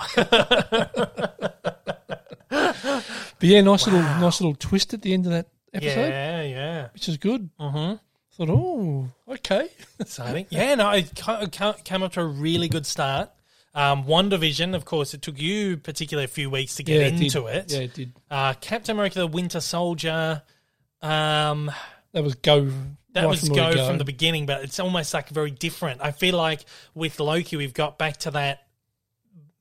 But yeah, nice little nice little twist at the end of that episode,
yeah, yeah.
which is good.
Mm-hmm.
Thought, oh, okay.
exciting. Yeah, no, it ca- ca- came up to a really good start. Um, WandaVision, of course, it took you particularly a few weeks to get into
did.
it.
Yeah, it did.
Uh, Captain America: The Winter Soldier. Um,
That was go.
that
right
was
from the
go
word
from the beginning, but it's almost like very different. I feel like with Loki, we've got back to that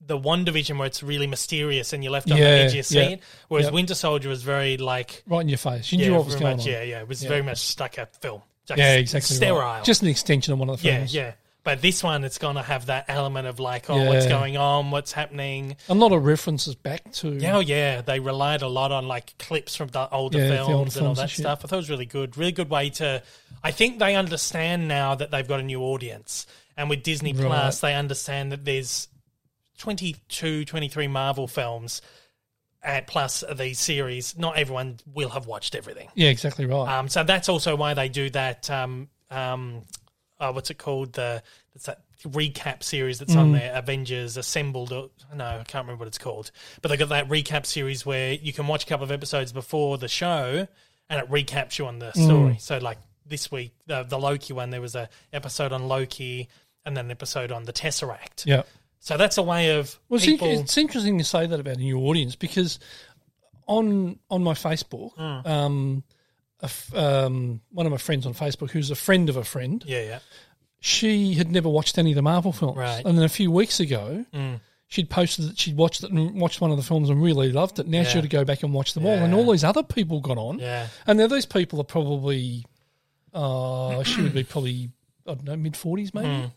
the one division where it's really mysterious and you're left on
Yeah,
the edge of your
yeah.
seat. Whereas
Yep.
Winter Soldier was very like
right in your face. You
yeah,
knew what was
very
going
much,
on.
yeah, yeah, it was
Yeah.
very much like a film, like
Yeah,
s-
exactly. right.
sterile,
Just an extension of one of the
yeah,
films.
yeah. But this one, it's going to have that element of like, oh, what's
Yeah.
going on? What's happening?
A lot of references back to.
Yeah, oh, yeah. They relied a lot on like clips from the older
Yeah, the
films
older
and all
films and
that
shit.
stuff. I thought it was really good. Really good way to. I think they understand now that they've got a new audience. And with Disney Plus, they understand that there's 22, 23 Marvel films at plus these series. Not everyone will have watched everything.
Yeah, exactly right.
Um, so that's also why they do that. Um, um, uh, what's it called? The it's that recap series that's
Mm.
on there. Avengers Assembled. Or, no, I can't remember what it's called. But they got that recap series where you can watch a couple of episodes before the show, and it recaps you on the
Mm.
story. So like this week, the, the Loki one, there was a episode on Loki, and then an episode on the Tesseract.
yeah.
So that's a way of
Well, it's, in-
people.
it's interesting you say that about a new audience because on on my Facebook,
Hmm.
um, a f- um, one of my friends on Facebook, who's a friend of a friend,
yeah, yeah.
she had never watched any of the Marvel films,
Right. Hmm.
and then a few weeks ago, she'd posted that she'd watched it and watched one of the films and really loved it. Now she
Yeah.
had to go back and watch them all, and
Yeah.
all these other people got on.
Yeah.
And now these people are probably, uh, she would be probably I don't know mid forties maybe.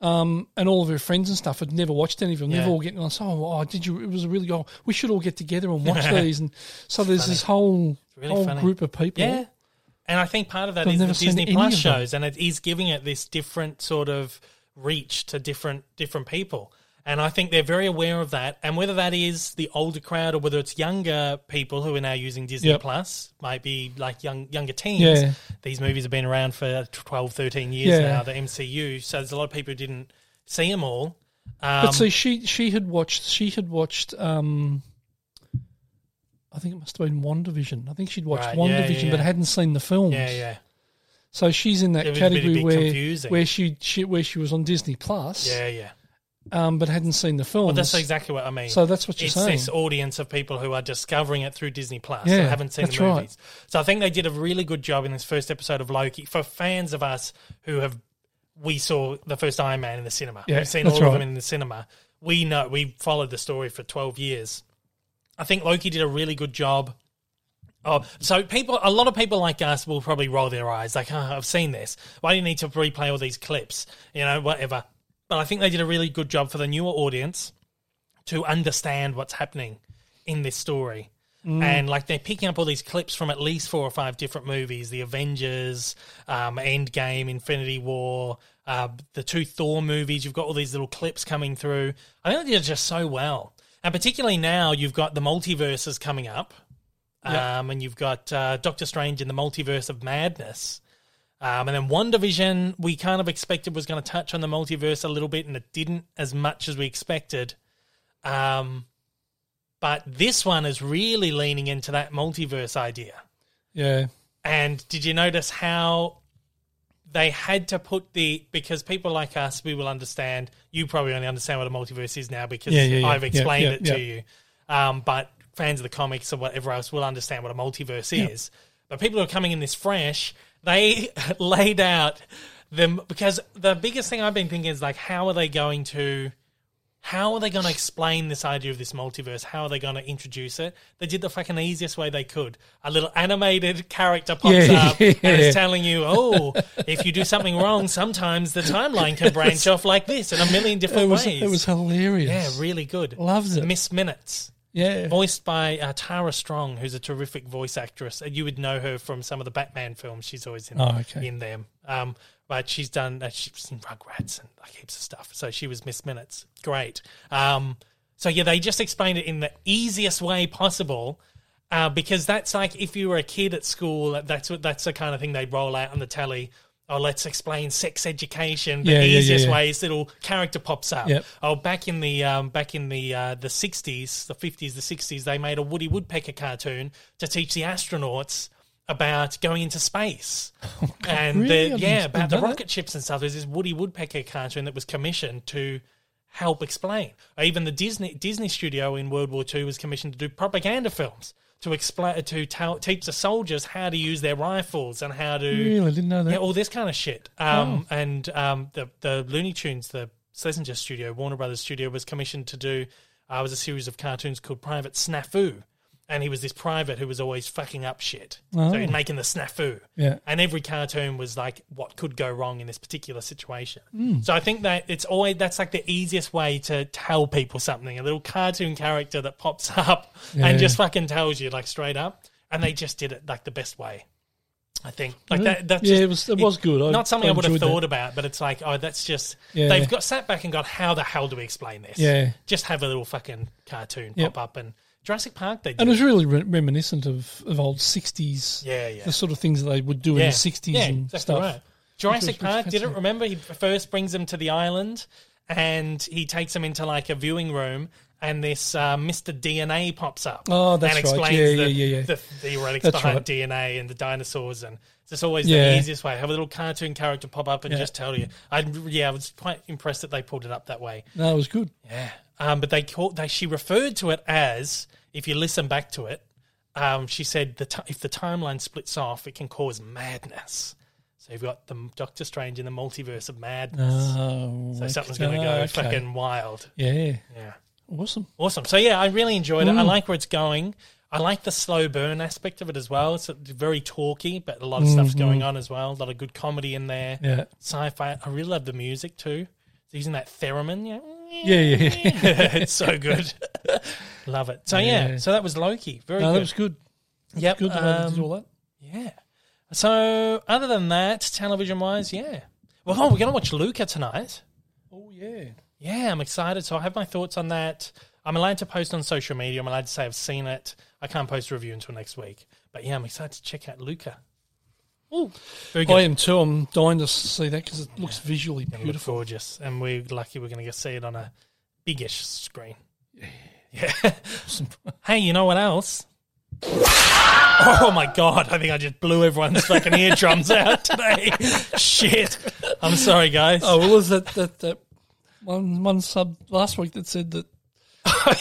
Um, and all of her friends and stuff had never watched any of them.
Hmm. Yeah.
They've all getting on. So, oh, oh, did you? It was a really good. oh, We should all get together and watch these. And so there's this whole
really
whole
funny.
group of people.
Yeah. And I think part of that
I've
is the
never seen
Disney
any
Plus
of them.
shows, and it is giving it this different sort of reach to different different people. And I think they're very aware of that. And whether that is the older crowd or whether it's younger people who are now using Disney
Yep.
Plus, might be like young younger teens.
Yeah.
These movies have been around for 12, 13 years
Yeah.
now, the MCU. So there's a lot of people who didn't see them all. Um,
But see, she she had watched she had watched. um I think it must have been WandaVision. I think she'd watched
Right, yeah, yeah,
WandaVision, but
yeah.
hadn't seen the films.
yeah, yeah.
So she's in that
It was a bit- a
category
bit
where
confusing.
where she, she where she was on Disney Plus,
Yeah, yeah.
um, but hadn't seen the films.
Well, that's exactly what I mean.
So that's what you're
it's
saying.
this audience of people who are discovering it through Disney Plus.
Yeah,
that haven't seen the
that's
movies.
right.
So I think they did a really good job in this first episode of Loki for fans of us who have we saw the first Iron Man in the cinema.
Yeah,
We've seen all
that's
of them
right.
in the cinema. We know we followed the story for twelve years. I think Loki did a really good job. Oh, so people, a lot of people like us will probably roll their eyes, like, "Oh, I've seen this. Why do you need to replay all these clips? You know, whatever." But I think they did a really good job for the newer audience to understand what's happening in this story. And like they're picking up all these clips from at least four or five different movies: the Avengers, um, Endgame, Infinity War, uh, the two Thor movies. You've got all these little clips coming through. I think they did just so well, and particularly now you've got the multiverses coming up, um, and you've got uh, Doctor Strange in the Multiverse of Madness. Um, and then One Division, we kind of expected was going to touch on the multiverse a little bit, and it didn't as much as we expected. Um, but this one is really leaning into that multiverse idea.
yeah,
And did you notice how they had to put the because people like us, we will understand. You probably only understand what a multiverse is now because
Yeah, yeah, yeah.
I've
Yeah,
explained
yeah,
it
yeah.
to you. Um, but fans of the comics or whatever else will understand what a multiverse is. But people who are coming in this fresh, they laid out them because the biggest thing I've been thinking is like, how are they going to? How are they going to explain this idea of this multiverse? How are they going to introduce it? They did the fucking easiest way they could. A little animated character pops
Yeah,
up and
yeah.
is telling you, oh, if you do something wrong, sometimes the timeline can branch off like this in a million different
it was
ways.
it was
yeah,
hilarious.
really good.
Loves it.
Miss Minutes,
Yeah,
voiced by uh, Tara Strong, who's a terrific voice actress. And You would know her from some of the Batman films. She's always in,
Oh, okay.
in them. Um, but she's done, uh, she's in Rugrats and like heaps of stuff. So she was Miss Minutes. Great. Um, so yeah, they just explained it in the easiest way possible. Uh, because that's like if you were a kid at school, that- that's what that's the kind of thing they roll out on the telly. Oh, let's explain sex education the
Yeah, yeah, yeah,
easiest
yeah.
way his little character pops up.
Yep.
Oh, back in the um, back in the uh, the sixties, the fifties, the sixties, they made a Woody Woodpecker cartoon to teach the astronauts about going into space. and
Oh, really? I
the,
didn't-
yeah,
I
about
didn't
the
know that.
rocket ships and stuff. There's this Woody Woodpecker cartoon that was commissioned to help explain. Or even the Disney Disney studio in World War II was commissioned to do propaganda films to explain to tell, teach the soldiers how to use their rifles and how to
really didn't know that.
yeah, all this kind of shit. Um, And um, the the Looney Tunes, the Schlesinger Studio, Warner Brothers Studio, was commissioned to do. Uh, was a series of cartoons called Private Snafu, and he was this private who was always fucking up shit. So he'd making the snafu.
Yeah.
And every cartoon was like what could go wrong in this particular situation. So I think that it's always that's like the easiest way to tell people something. A little cartoon character that pops up and just fucking tells you like straight up. And they just did it like the best way. I think like that. That's
Yeah,
just-
it was- it was good. I-
not something I,
I
would have
enjoyed
thought about, but it's like, oh, that's just
Yeah.
they've got sat back and got how the hell do we explain this?
Yeah.
just have a little fucking cartoon
Yep.
pop up and Jurassic Park. They did.
And it was really re- reminiscent of, of old sixties.
Yeah, yeah.
The sort of things that they would do in the sixties
Yeah,
and
exactly
stuff.
Right. Jurassic
Which was- which
Park
was
did it.
fascinating.
Remember, he first brings them to the island, and he takes them into like a viewing room, and this uh, Mr. DNA pops up.
Oh, that's
and
right.
explains
Yeah,
the,
yeah, yeah, yeah.
the theoretics
That's
behind
right.
DNA and the dinosaurs, and it's always the
Yeah.
easiest way. Have a little cartoon character pop up and
Yeah.
just tell you. I yeah, I was quite impressed that they pulled it up that way.
No, it was good.
Yeah. Um, but they called they she referred to it as if you listen back to it, um, she said the ti if the timeline splits off, it can cause madness. So you've got the Doctor Strange in the Multiverse of Madness.
Oh,
so something's going to go
okay.
fucking wild.
Yeah,
Yeah.
awesome.
Awesome. So yeah, I really enjoyed
Mm.
it. I like where it's going. I like the slow burn aspect of it as well. It's uh, very talky, but a lot of stuff's going on as well. A lot of good comedy in there.
Mm-hmm. Yeah,
Sci-fi. I really love the music too. It's using that theremin. Yeah.
yeah, yeah. yeah.
it's so good. love it. So yeah.
Yeah.
So that was Loki. Very
no,
good.
that was good.
yep.
Good that I did
um,
all that.
yeah. So other than that, television wise, yeah. Well, oh, we're gonna watch Luca tonight.
Oh yeah.
Yeah, I'm excited. So I have my thoughts on that. I'm allowed to post on social media. I'm allowed to say I've seen it. I can't post a review until next week. But yeah, I'm excited to check out Luca. Oh, very
I
good.
am too. I'm dying to see that because it looks visually
It looked
beautiful.
gorgeous, and we're lucky we're going to get see it on a biggish screen. Yeah. hey, you know what else? Oh my god! I think I just blew everyone's fucking eardrums out today. Shit! I'm sorry, guys.
Oh, well, was that that that one one sub last week that said that? I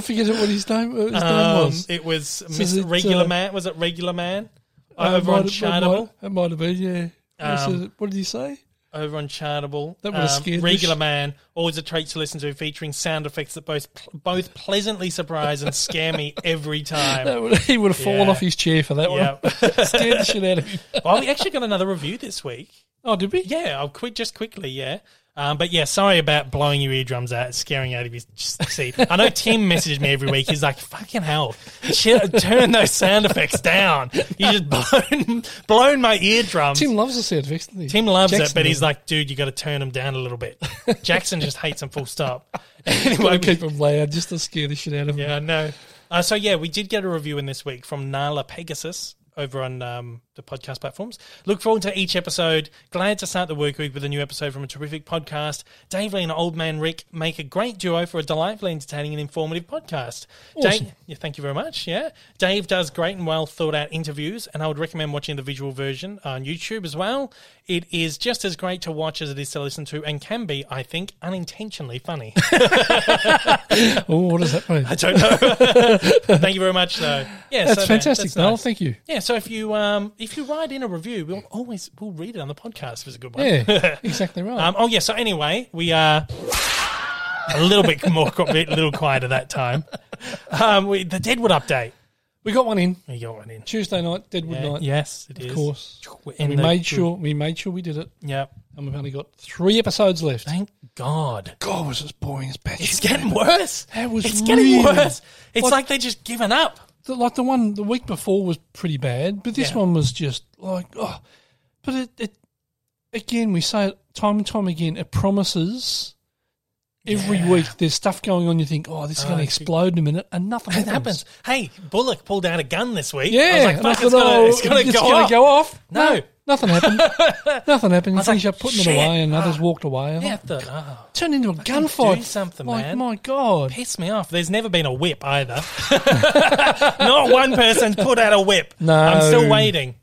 forget what his name what his name
Um,
was.
it was
is
Miss
it,
Regular
uh,
Man. Was it Regular Man?
Uh,
Over on
might have- might-
Chartable.
It might have been. Yeah. What
Um,
said- what did he say?
Over on Chartable. Um,
That would've scared the
Regular
sh-
Man. Always a treat to listen to, featuring sound effects that both both pleasantly surprise and scare me every time.
That would, he would have fallen
Yeah.
off his chair for that
Yeah.
one. Scared the shit out of him.
well, we actually got another review this week.
Oh, did we?
Yeah, I'll quit just quickly. Yeah. Um, but yeah, sorry about blowing your eardrums out, scaring you out of your seat. I know Tim messaged me every week. He's like, "Fucking hell, chill, turn those sound effects down. You just blown blown my eardrums."
Tim loves the sound effects, doesn't he?
Tim loves it,
Jackson
but he's
does.
like, dude, you got to turn him down a little bit. Jackson just hates him full stop. anyway,
Gotta keep him loud just to scare the shit out of him.
yeah, I know. Uh, so yeah, we did get a review in this week from Nala Pegasus over on um, the podcast platforms. Look forward to each episode. Glad to start the work week with a new episode from a terrific podcast. Dave Lee and Old Man Rick make a great duo for a delightfully entertaining and informative podcast.
Awesome.
Dave, yeah, thank you very much. Yeah, Dave does great and well thought out interviews, and I would recommend watching the visual version on YouTube as well. It is just as great to watch as it is to listen to, and can be, I think, unintentionally funny.
Oh, what does that mean?
I don't know. thank you very much, though. Yeah,
That's
so there,
fantastic,
that's
Noel.
nice.
Thank you.
Yeah, so if you um if you write in a review, we'll always we'll read it on the podcast if it's a good one.
Yeah, exactly right.
Um. Oh yeah. So anyway, we are a little bit more a little quieter that time. Um. We, the Deadwood update.
we got one in
We got one in.
Tuesday night, Deadwood
Yeah,
night.
yes, it is.
of course.
We're
And
in
we
the-
made sure we made sure we did it,
Yeah.
and we've only got three episodes left.
Thank God.
God, was as boring as batshit.
It's getting worse.
That was
It's getting
really-
worse. It's
What-
like they just given up.
The- like the one the week before was pretty bad, but this
Yeah.
one was just like, oh. But it, it again, we say it time and time again. It promises every week. There's stuff going on. You think, oh, this is going to
it's-
explode in a minute, and nothing
It happens. Hey, Bullock pulled out a gun this week.
Yeah,
I was like,
and I
fuck, it's
thought,
gonna,
oh,
it's gonna
it's
go
gonna
off.
go off.
No.
nothing happened. nothing happened. You
was like,
finish up putting
shit. Ah.
it away, and others walked away.
Yeah, I
Yeah.
thought, oh,
Turned into a gunfight.
do something,
like,
man.
My God.
piss me off. There's never been a whip either. Not one person's put out a whip.
No.
I'm still waiting.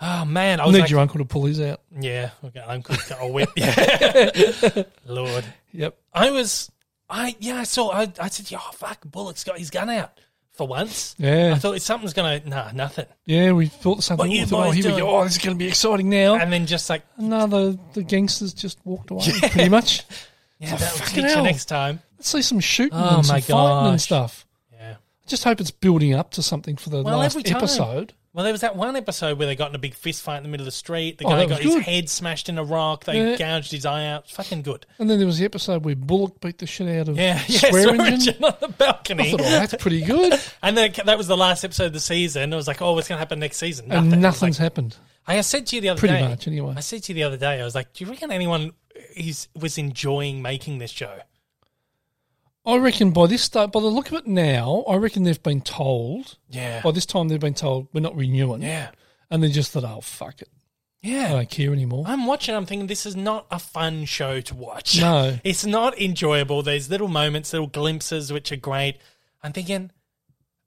Oh man, I was
Need
like,
your uncle to pull his out.
yeah, okay, I'm good. Got a whip. Yeah, Lord,
Yep.
I was, I yeah, I saw. I, I said, oh fuck, Bullock's got his gun out for once.
Yeah.
I thought something's gonna nah nothing,
Yeah, we thought the same
What
thing.
you
We thought, oh,
boys
here we
doing?
go. Oh, this is going to be exciting now.
and then just like
No, the, the gangsters just walked away pretty much.
yeah, that'll
fucking
teach you
hell.
next time.
Let's see some shooting
Oh,
and some
my
fighting and
gosh.
stuff.
Yeah.
I just hope it's building up to something for the
Well,
last
every time.
episode.
Well, there was that one episode where they got in a big fist fight in the middle of the street. The
Oh,
guy
that
got
was
his
good.
head smashed in a rock. They
Yeah.
gouged his eye out. Fucking good.
And then there was the episode where Bullock beat the shit out of
Yeah, yeah.
Swearingen.
Swearingen on the
I
balcony.
thought, oh, that's pretty good.
And then that was the last episode of the season. I was like, oh, what's going to happen next season? Nothing.
and
It was
nothing's
like-
happened.
I said to you the other
Pretty
day.
much, anyway.
I said to you the other day. I was like, do you reckon anyone is was enjoying making this show?
I reckon by this sta- by the look of it now, I reckon they've been told.
Yeah.
By this time, they've been told we're not renewing.
Yeah.
And they just thought, oh fuck it,
Yeah.
I don't care anymore.
I'm watching. I'm thinking this is not a fun show to watch.
No.
it's not enjoyable. There's little moments, little glimpses which are great. I'm thinking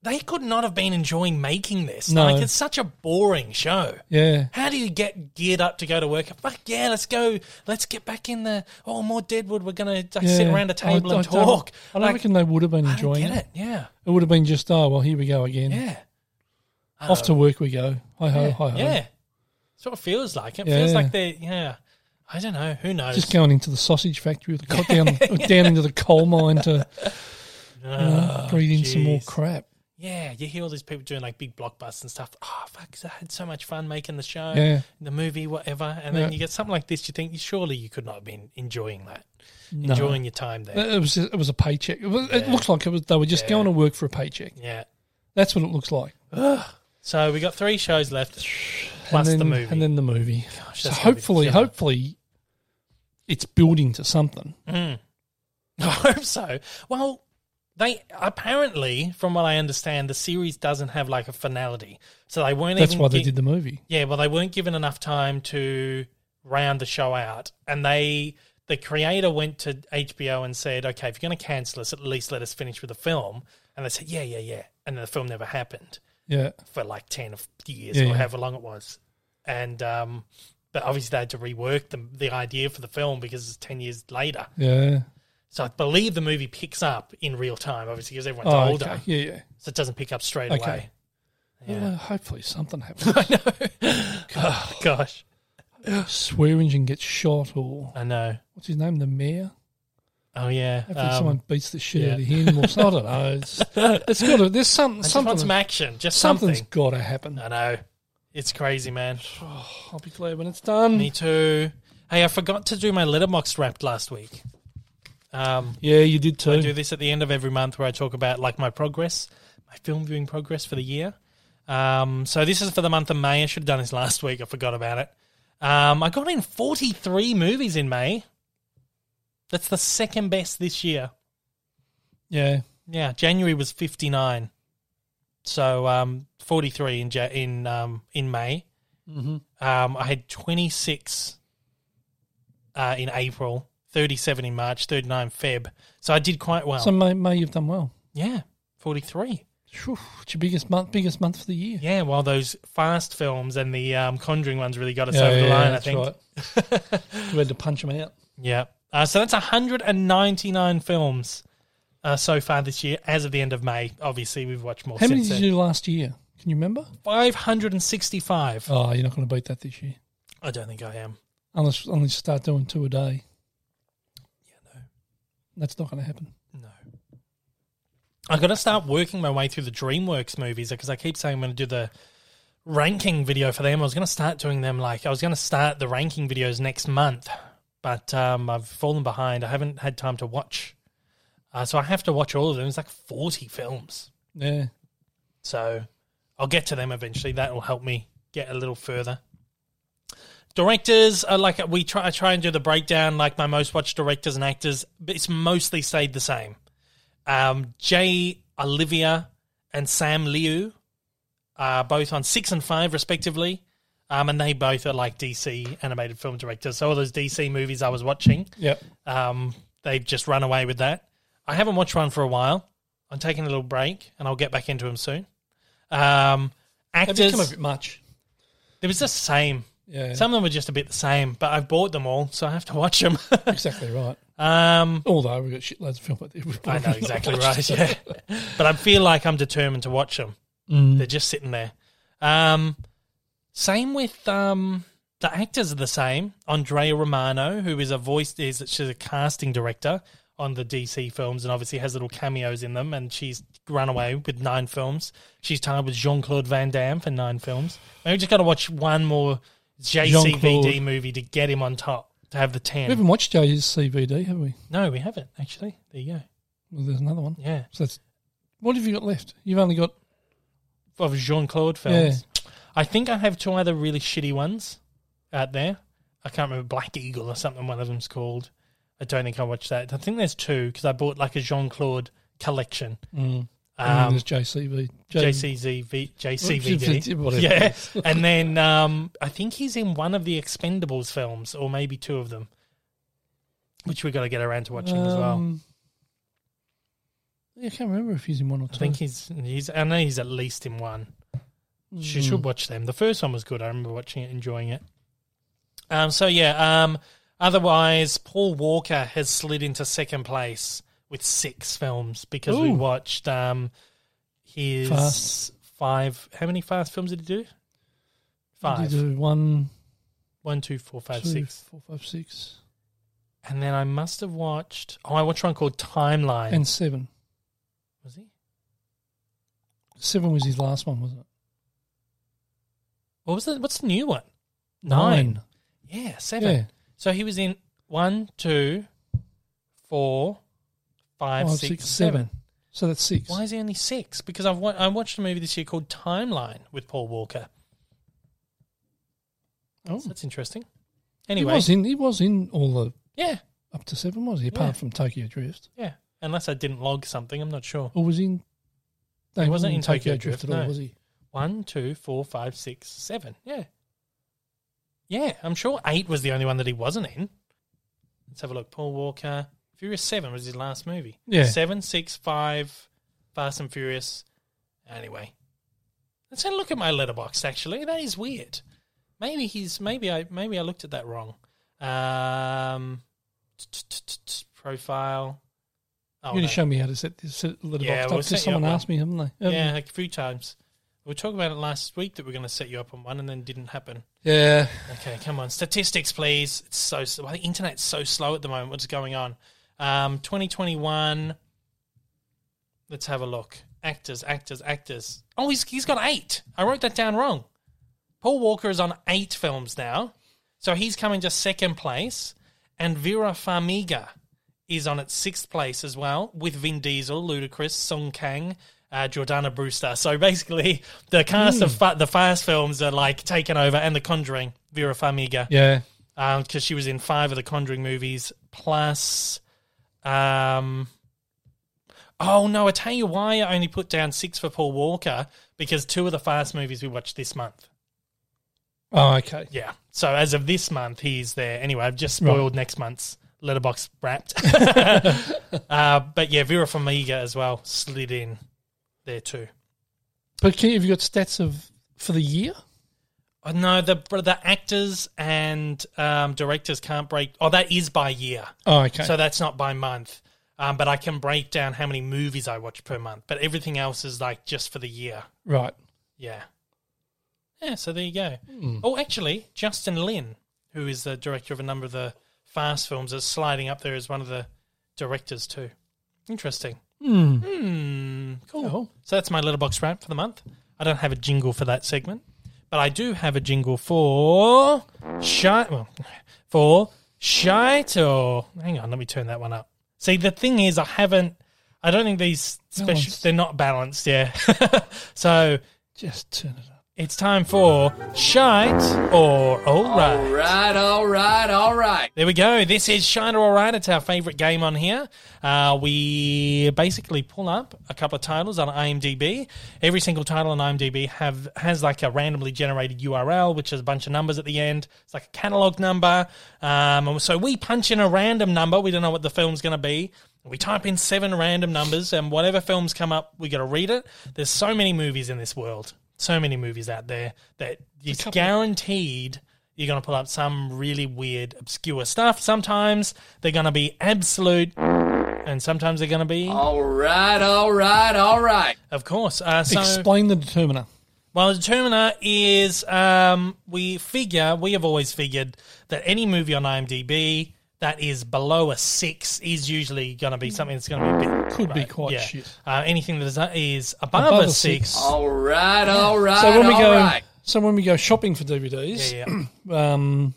they could not have been enjoying making this.
No.
Like it's such a boring show.
yeah.
How do you get geared up to go to work? Fuck yeah, let's go. Let's get back in the oh more Deadwood. We're gonna like, sit
yeah.
around a table
I-
and
I don't-
talk.
I don't
Like,
reckon they would have been
I don't
enjoying
get
it.
it. Yeah,
It would have been just, oh well, here we go again.
yeah.
Off to work we go. Hi ho, hi ho.
Yeah. Sort of feels like it.
Yeah.
Feels like they, yeah. I don't know. Who knows?
Just going into the sausage factory, or the co- down, down into the coal mine to
Ah,
breathe in some more
jeez.
crap.
Yeah, you hear all these people doing like big blockbusters and stuff. Oh, fuck, 'cause I had so much fun making the show,
Yeah.
the movie, whatever. And
Yeah.
then you get something like this, you think, surely you could not have been enjoying that, enjoying your time there.
It was it was a paycheck. It, was, it
Yeah.
looked like it was they were just
Yeah.
going to work for a paycheck.
yeah.
That's what it looks like.
So we got three shows left, plus
and then,
the movie.
and then the movie. so
that's gonna be
hopefully,
killer.
hopefully, it's building to something.
I hope so. Well, they apparently, from what I understand, the series doesn't have like a finality, so they weren't.
That's
even
why they
gi-
did the movie.
Yeah, well, they weren't given enough time to round the show out, and they the creator went to HBO and said, "Okay, if you're going to cancel us, at least let us finish with the film." And they said, "Yeah, yeah, yeah," and the film never happened
Yeah,
for like 10 of years
Yeah,
or
yeah.
however long it was. And, um, but obviously they had to rework the, the idea for the film because it's 10 years later.
yeah.
So I believe the movie picks up in real time, obviously, because everyone's
Oh,
older.
okay. Yeah, yeah.
So it doesn't pick up straight
Okay.
away.
Well, uh, hopefully, something happens.
Gosh,
Swearingen gets shot, or
I know.
what's his name, the mayor.
Oh, yeah.
Hopefully,
Um,
someone beats the shit
yeah.
out of him. Or something. I don't know. It's, it's got to. There's something.
I just
Something.
want some action, just
something's
something.
got to happen.
I know. It's crazy, man.
I'll be glad when it's done.
Me too. Hey, I forgot to do my letterbox wrapped last week. Um,
Yeah, you did too.
I do this at the end of every month where I talk about like my progress, my film viewing progress for the year. Um, so this is for the month of May. I should have done this last week. I forgot about it. Um, I got in 43 movies in May. That's the second best this year.
Yeah,
Yeah, January was 59. So um, 43 in ja- in um, in May.
Mm-hmm.
Um, I had 26 uh, in April, 37 in March, 39 Feb. So I did quite well.
so May, May you've done well.
Yeah, 43.
Phew, it's your biggest month, biggest month for the year.
Yeah, well, those fast films and the um, Conjuring ones really got us
Yeah,
over the
yeah,
line, I
that's
think.
right. we had to punch him out.
Yeah. Uh, so that's 199 films uh, so far this year, as of the end of May. Obviously, we've watched more
How many
since
did
then.
you do last year? Can you remember?
565.
Oh, you're not going to beat that this year,
I don't think I am.
unless unless you start doing two a day. Yeah, no, that's not going to happen.
No. i got to start working my way through the DreamWorks movies because I keep saying I'm going to do the ranking video for them. I was going to start doing them like I was going to start the ranking videos next month, but um, I've fallen behind. I haven't had time to watch. Uh, so I have to watch all of them. It's like 40 films.
Yeah,
So I'll get to them eventually. That will help me get a little further. Directors are like we try. I try and do the breakdown, like my most watched directors and actors, but it's mostly stayed the same. Um, Jay Olivia and Sam Liu are both on six and five respectively, um, and they both are like DC animated film directors. So all those DC movies I was watching,
yep.
um, they've just run away with that. I haven't watched one for a while. I'm taking a little break, and I'll get back into them soon. Um,
They've
actors,
become a bit much.
it was just the same.
Yeah,
Some of them were just a bit the same, but I've bought them all, so I have to watch them.
exactly right.
um,
Although we have got shitloads of film, but we've
I know
probably not
exactly
watched
right.
them.
Yeah, but I feel like I'm determined to watch them.
Mm.
They're just sitting there. Um, same with um, the actors are the same. Andrea Romano, who is a voice, is she's a casting director on the DC films, and obviously has little cameos in them. And she's run away with nine films. She's tied with Jean Claude Van Damme for nine films. Maybe we just got to watch one more JCVD
Jean-Claude.
movie to get him on top to have the ten.
We haven't watched Jay's CVD, have we?
no, we haven't actually. There you go.
Well, there's another one.
Yeah.
So that's what have you got left? You've only got
of Jean Claude films. I think I have two other really shitty ones out there. I can't remember Black Eagle or something. One of them's called. I don't think I watched that. I think there's two because I bought like a Jean Claude collection.
Mm. and then
Um,
there's JCV,
JCZV,
Whatever
JCVD.
it
yeah. And then um, I think he's in one of the Expendables films or maybe two of them, which we got to get around to watching as well.
Um, yeah, I can't remember if he's in one or two.
I think he's, he's, I know he's at least in one.
Mm.
She should watch them. The first one was good. I remember watching it, enjoying it. Um, so yeah. Um, otherwise, Paul Walker has slid into second place with six films because we
Ooh.
watched um, his
Fast.
Fast. five. How many fast films did he do? Five.
You do one,
One, two, four, five,
two,
six.
four, five, six,
And then I must have watched. Oh, I watched one called Timeline.
and seven.
was he?
Seven was his last one, wasn't it?
What was the, What's the new one? Nine. Yeah, seven.
Yeah.
So he was in one, two, four, five,
Five,
six, seven.
So that's six.
Why is he only six? Because I've wa- I watched a movie this year called Timeline with Paul Walker.
Oh.
So that's interesting.
He
Anyway,
was in. He was in all the
yeah,
up to seven, was he? Apart
Yeah.
from Tokyo Drift,
yeah. Unless I didn't log something, I'm not sure.
or was he in? No,
He wasn't in Tokyo Drift,
at all,
no.
was he?
One, two, four, five, six, seven. Yeah. Yeah, I'm sure eight was the only one that he wasn't in. Let's have a look. Paul Walker. Furious Seven was his last movie.
Yeah.
Seven, six, five, Fast and Furious. Anyway. Let's have a look at my letterbox actually. That is weird. Maybe he's maybe I maybe I looked at that wrong. Um profile. Oh,
You're going
no.
to show me how to set this set letterbox
Yeah,
up
we'll
'cause
set you
someone
up
asked me, haven't they? Haven't
Yeah, like a few times. We were talking about it last week that we are going to set you up on one, and then didn't happen.
they? Yeah.
Okay, come on, statistics, please. It's so s- well, the internet's so slow at the moment. What's going on? Um, twenty twenty one. Let's have a look. Actors, actors, actors. Oh, he's he's got eight. I wrote that down wrong. Paul Walker is on eight films now, so he's coming to second place, and Vera Farmiga is on its sixth place as well, with Vin Diesel, Ludacris, Song Kang, uh, Jordana Brewster. So basically, the cast of fa- the Fast films are like taken over, and The Conjuring, Vera Farmiga,
Yeah.
because Um, she was in five of The Conjuring movies, plus. Um, Oh no! I tell you why I only put down six for Paul Walker because two of the Fast movies we watched this month.
Oh, okay.
Yeah. So as of this month, he's there. Anyway, I've just spoiled next month's letterbox wrapped. uh, but yeah, Vera Farmiga as well slid in there too.
But can, have you got stats of for the year?
Oh, no, the the actors and um, directors can't break. Oh, that is by year,
Oh, okay.
so that's not by month. Um, but I can break down how many movies I watch per month. But everything else is like just for the year.
right.
Yeah. Yeah, so there you go. Oh, actually, Justin Lin, who is the director of a number of the Fast films, is sliding up there as one of the directors too. Interesting. Hmm. Cool.
Cool.
So that's my letterbox wrap for the month. I don't have a jingle for that segment, but I do have a jingle for shite. Well, for shite or hang on, let me turn that one up. See, the thing is, I haven't. I don't think these special.
Balanced.
They're not balanced. Yeah. so
Just turn it up.
it's time for Shite or Alright.
All right, all right, all right.
There we go. This is Shine or Alright. It's our favourite game on here. Uh, we basically pull up a couple of titles on IMDb. Every single title on IMDb have has like a randomly generated URL, which is a bunch of numbers at the end. It's like a catalogue number. Um, and so we punch in a random number. We don't know what the film's going to be. We type in seven random numbers, and whatever films come up, we got to read it. There's so many movies in this world, so many movies out there that it's guaranteed you're going to pull up some really weird, obscure stuff. Sometimes they're going to be absolute, and sometimes they're going to be,
All right, all right, all right.
of course. Uh, so,
Explain the determiner.
well, the determiner is um, we figure, we have always figured that any movie on IMDb that is below a six is usually going to be something that's going to be a bit.
Could be quite
Yeah.
shit.
Uh, anything that is, is above,
Above
a
a
six. Oh,
six.
All right, all right,
So when we go,
all right.
so when we go shopping for DVDs,
Yeah, yeah.
um,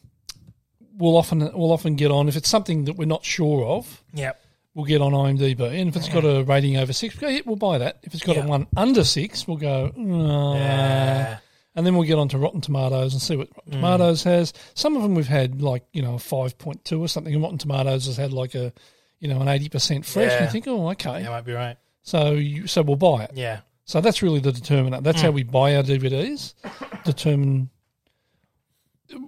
we'll often we'll often get on if it's something that we're not sure of.
yep.
We'll get on IMDb, and if it's got a rating over six, we go, yeah, we'll buy that. If it's got
Yeah.
a one under six, we'll go, "Nah."
Uh,
and then we'll get on to Rotten Tomatoes and see what
Mm.
Rotten Tomatoes has. Some of them we've had like you know a five point two or something, and Rotten Tomatoes has had like a you know an eighty percent fresh. And
Yeah.
you think, oh, okay,
yeah, might be right.
so you, so we'll buy it.
Yeah. Mm.
So that's really the determinant. That's how we buy our DVDs. Determine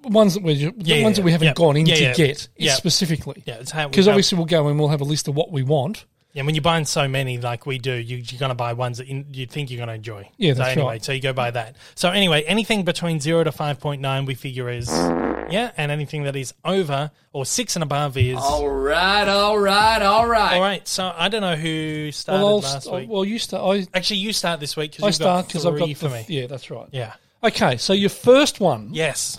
ones that we the
Yeah,
ones that we haven't
yeah.
gone in
Yeah,
to
yeah.
get
Yeah.
specifically.
Yeah, it's how
Because
how-
obviously we'll go and we'll have a list of what we want.
Yeah, when you're buying so many like we do, you, you're going to buy ones that you, you think you're going to enjoy.
Yeah,
so
that's
anyway,
right.
So you go buy that. So anyway, anything between zero to five point nine, we figure is Yeah, and anything that is over or six and above is.
All right, all right, all right.
All right, so I don't know who started
Well, I'll
last
st-
week.
well, you start.
Actually, you start this week
I,
because
I
you've
start
got
because
three
I've got
for
the-
me.
Yeah, that's right.
Yeah.
Okay, so your first one.
Yes.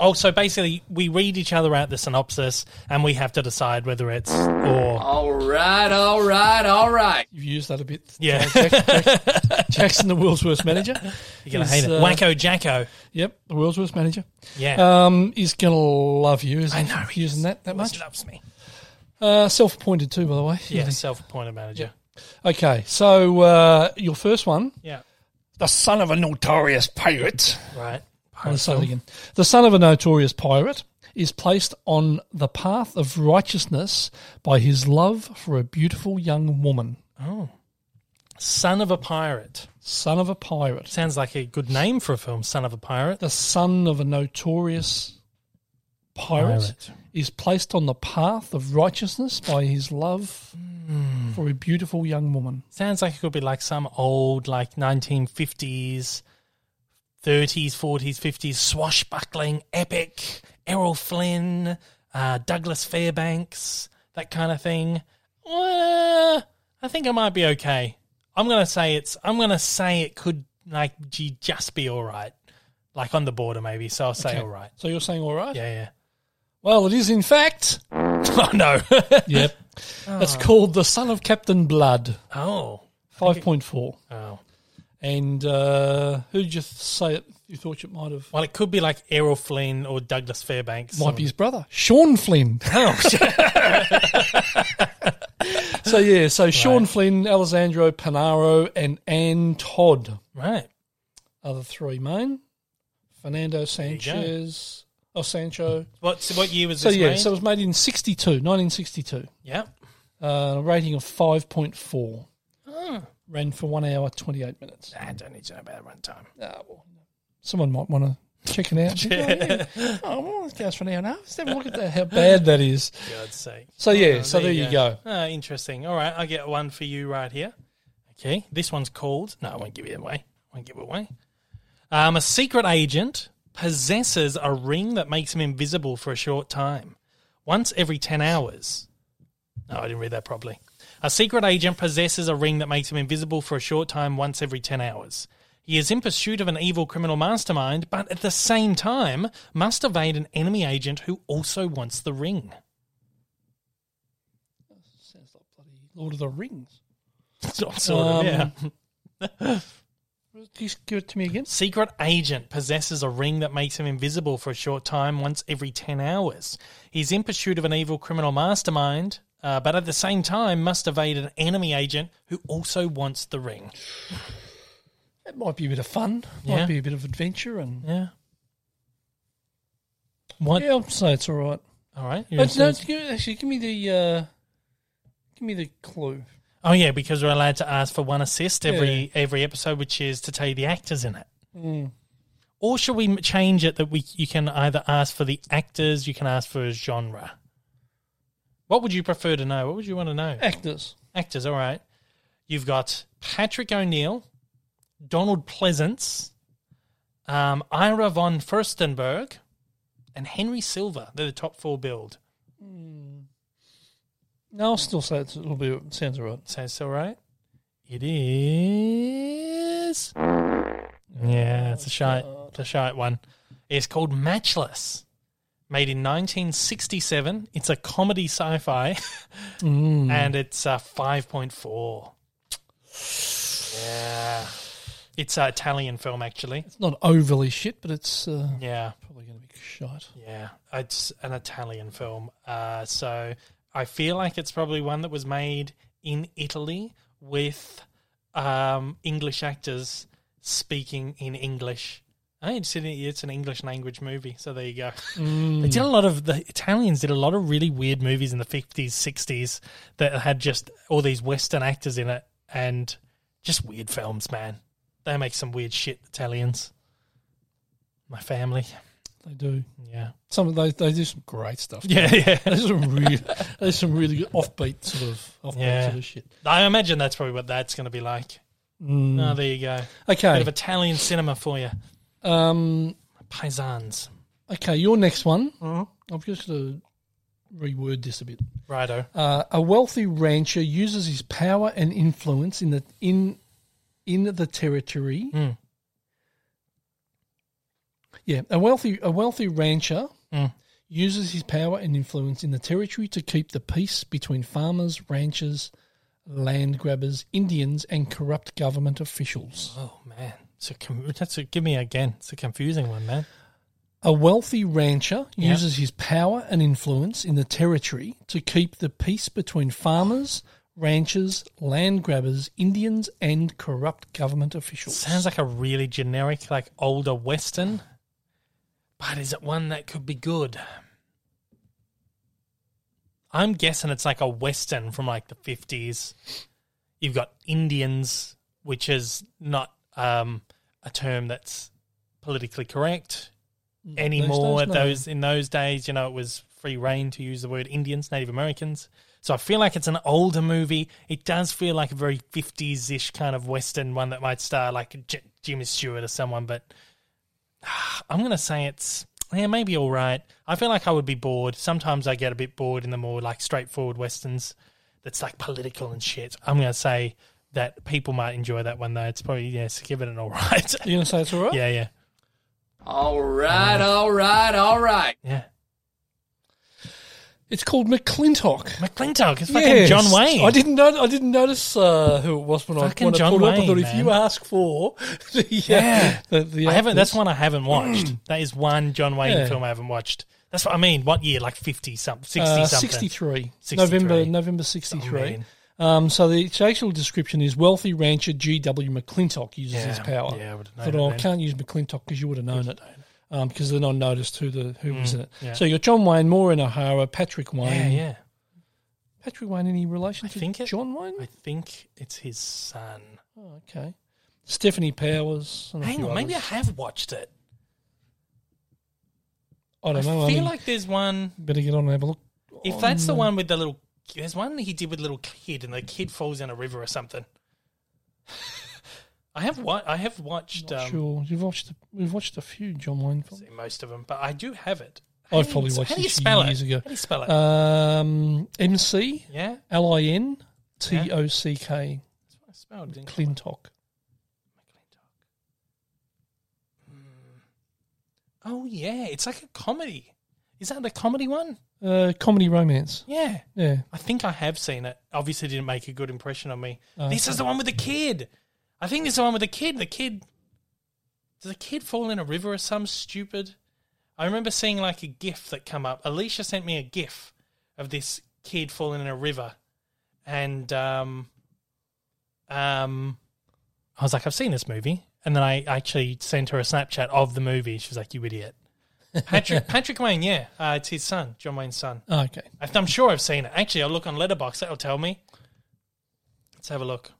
Oh, so basically, we read each other out the synopsis, and we have to decide whether it's or
All right, all right, all right.
You've used that a bit.
yeah.
Jackson, the world's worst manager.
You're gonna hate
is,
it,
uh,
Wacko Jacko.
Yep, the world's worst manager.
Yeah,
Um, he's gonna love you. Isn't
I know
He using that that
Always
much.
loves me.
Uh, self-appointed too, by the way.
Yeah, self-appointed manager.
Okay, so uh, your first one,
Yeah,
the son of a notorious pirate.
right.
I'll say it again. The son of a notorious pirate is placed on the path of righteousness by his love for a beautiful young woman.
Son of a pirate
Son of a pirate.
sounds like a good name for a film. Son of a pirate.
The son of a notorious pirate,
Pirate.
is placed on the path of righteousness by his love for a beautiful young woman.
Sounds like it could be like some old, like 1950s, 30s, 40s, 50s swashbuckling epic. Errol Flynn, uh, Douglas Fairbanks, that kind of thing. Uh, I think I might be okay. I'm gonna say it's. I'm gonna say it could like gee, just be all right, like on the border maybe. So I'll say
Okay.
all right.
So you're saying all right?
Yeah, yeah.
Well, it is in fact.
Oh no.
Yep. It's called The Son of Captain Blood,
oh.
5.4.
Oh.
And uh, who did you th- say it? You thought you might have.
Well, it could be like Errol Flynn or Douglas Fairbanks.
Might be his brother, Sean Flynn. so yeah, so Sean Flynn, Alessandro Panaro, and Ann Todd
Right.
are the three main. Fernando
go.
Sanchez, oh Sancho.
What so what year was
So
this?
yeah,
made?
so it was made in 62, 1962.
yeah.
Uh, a rating of five point four. Ran for one hour twenty eight minutes.
I Ah. don't need to know about it one time.
Ah, well, someone might want to check it out. yeah. Oh, yeah. oh, well, it goes for an hour and a half. Let's have a look at that, how bad that is.
For God's sake.
So yeah,
Oh, Uh,
so there, you go.
Ah, interesting. All right, I get one for you right here. Okay, this one's called. No, I won't give it away. I won't give it away. Um, a secret agent possesses a ring that makes him invisible for a short time, once every ten hours. No, I didn't read that properly. A secret agent possesses a ring that makes him invisible for a short time once every 10 hours. He is in pursuit of an evil criminal mastermind, but at the same time must evade an enemy agent who also wants the ring.
Sounds like bloody Lord of the Rings.
Sort of,
Um,
yeah.
Just give it to me again.
Secret agent possesses a ring that makes him invisible for a short time once every 10 hours. He's in pursuit of an evil criminal mastermind, uh, but at the same time must evade an enemy agent who also wants the ring.
It might be a bit of fun.
Yeah.
Might be a bit of adventure, and
Yeah. What?
yeah, I'll say it's all right.
All right. you're
But
in-
no, it's good. actually, give me the uh, give me the clue.
Oh yeah, because we're allowed to ask for one assist every every episode, which is to tell you the actors in it. Or should we m- change it that we you can either ask for the actors, you can ask for a genre. What would you prefer to know? What would you want to know?
Eh. Actors.
Actors, all right. You've got Patrick O'Neill, Donald Pleasance, um, Ira von Furstenberg, and Henry Silver. They're the top four build.
No, I'll still say it's a little bit. Sounds all right.
So it's all right. It is. Yeah, it's a shite. It's a shite one. It's called Matchless. Made in 1967. It's a comedy sci fi and it's uh, 5.4. Yeah. It's an Italian film, actually.
It's not overly shit, but it's uh,
Yeah.
probably going to be shite.
Yeah, it's an Italian film. Uh, so I feel like it's probably one that was made in Italy with um, English actors speaking in English. I it's, an, it's an English language movie, so there you go. They did a lot of the Italians did a lot of really weird movies in the fifties, sixties that had just all these Western actors in it, and just weird films. Man, they make some weird shit. Italians, my family,
They do.
yeah.
Some they they do some great stuff.
Yeah, yeah.
There's some really, there's some really good offbeat sort of offbeat
Yeah.
sort of shit.
I imagine that's probably what that's going to be like. Oh, there you go. Bit
Okay,
of Italian cinema for you.
um,
Paisans.
Okay, your next one. I've just got to reword this a bit.
Righto.
Uh, a wealthy rancher uses his power and influence in the in in the territory. Yeah, a wealthy a wealthy rancher uses his power and influence in the territory to keep the peace between farmers, ranchers, land grabbers, Indians, and corrupt government officials.
Oh man, it's a com- that's a, give me again. It's a confusing one, man.
A wealthy rancher
Yeah.
uses his power and influence in the territory to keep the peace between farmers, ranchers, land grabbers, Indians, and corrupt government officials.
Sounds like a really generic, like older western. But is it one that could be good? I'm guessing it's like a western from like the fifties. You've got Indians, which is not um, a term that's politically correct anymore.
Mm, days, no.
those in those days, you know, it was free reign to use the word Indians, Native Americans. So I feel like it's an older movie. It does feel like a very fifties ish kind of western one that might star like J- Jimmy Stewart or someone. But I'm gonna say it's yeah, maybe all right. I feel like I would be bored. Sometimes I get a bit bored in the more like straightforward westerns that's like political and shit. I'm gonna say that people might enjoy that one though. It's probably yes, give it an all right.
You gonna say it's all right?
yeah, yeah.
All right, all right, all right.
Yeah.
It's called McClintock.
McClintock is fucking
Yes.
John Wayne.
I didn't know. I didn't notice uh, who it was when
Fucking
I when
John
I pulled up. I
Wayne,
thought if
man.
you ask for, the, uh,
Yeah.
the, the
I haven't. That's
actors-
one I haven't watched. that is one John Wayne
Yeah.
film I haven't watched. That's what I mean. What year? Like fifty something, sixty
Uh,
something.
63.
63.
November November
Oh,
63.
man.
um, so the its actual description is wealthy rancher G.W. McClintock uses
Yeah.
his power.
Yeah, I would've known
Thought,
it
oh, I
then.
can't use McClintock because you would have known it. Because then I noticed who the who was in it.
Mm, yeah.
So you got John Wayne, Maureen O'Hara, Patrick Wayne.
Yeah, yeah.
Patrick Wayne, any relation
I
to
think it-
John Wayne?
I think it's his son.
Oh, okay. Stephanie Powers. and a
Hang
few
on, maybe I
others.
have watched it.
I
I,
don't know.
feel
um,
like there's one.
better get on and have a look. Oh,
If that's the one with the little, there's one he did with little kid, and the kid falls in a river or something. I have what I have watched
Not
um,
sure. You've watched a, we've watched a few John Wayne films.
most of them, but I do have it.
I've
do you-
probably watched
How do you
this
spell
years
it?
ago. Uh,
How do you spell it?
Um, MC
yeah,
L I N T O C K
that's what I spelled. didn't I?
Clintock.
McClintock. Hmm. Oh yeah, it's like a comedy. Is that the comedy one?
Uh, comedy romance.
Yeah,
Yeah.
I think I have seen it. Obviously, didn't make a good impression on me. this is the one with the kid. I think this is the one with the kid. The kid. Does the kid fall in a river or some stupid? I remember seeing like a GIF that come up. Alicia sent me a GIF of this kid falling in a river, and um, um, I was like, I've seen this movie, and then I actually sent her a Snapchat of the movie. She was like, "You idiot." Patrick Patrick Wayne, yeah, uh, it's his son, John Wayne's son.
Oh, okay.
I- I'm sure I've seen it. Actually, I'll look on Letterbox. That'll tell me. Let's have a look.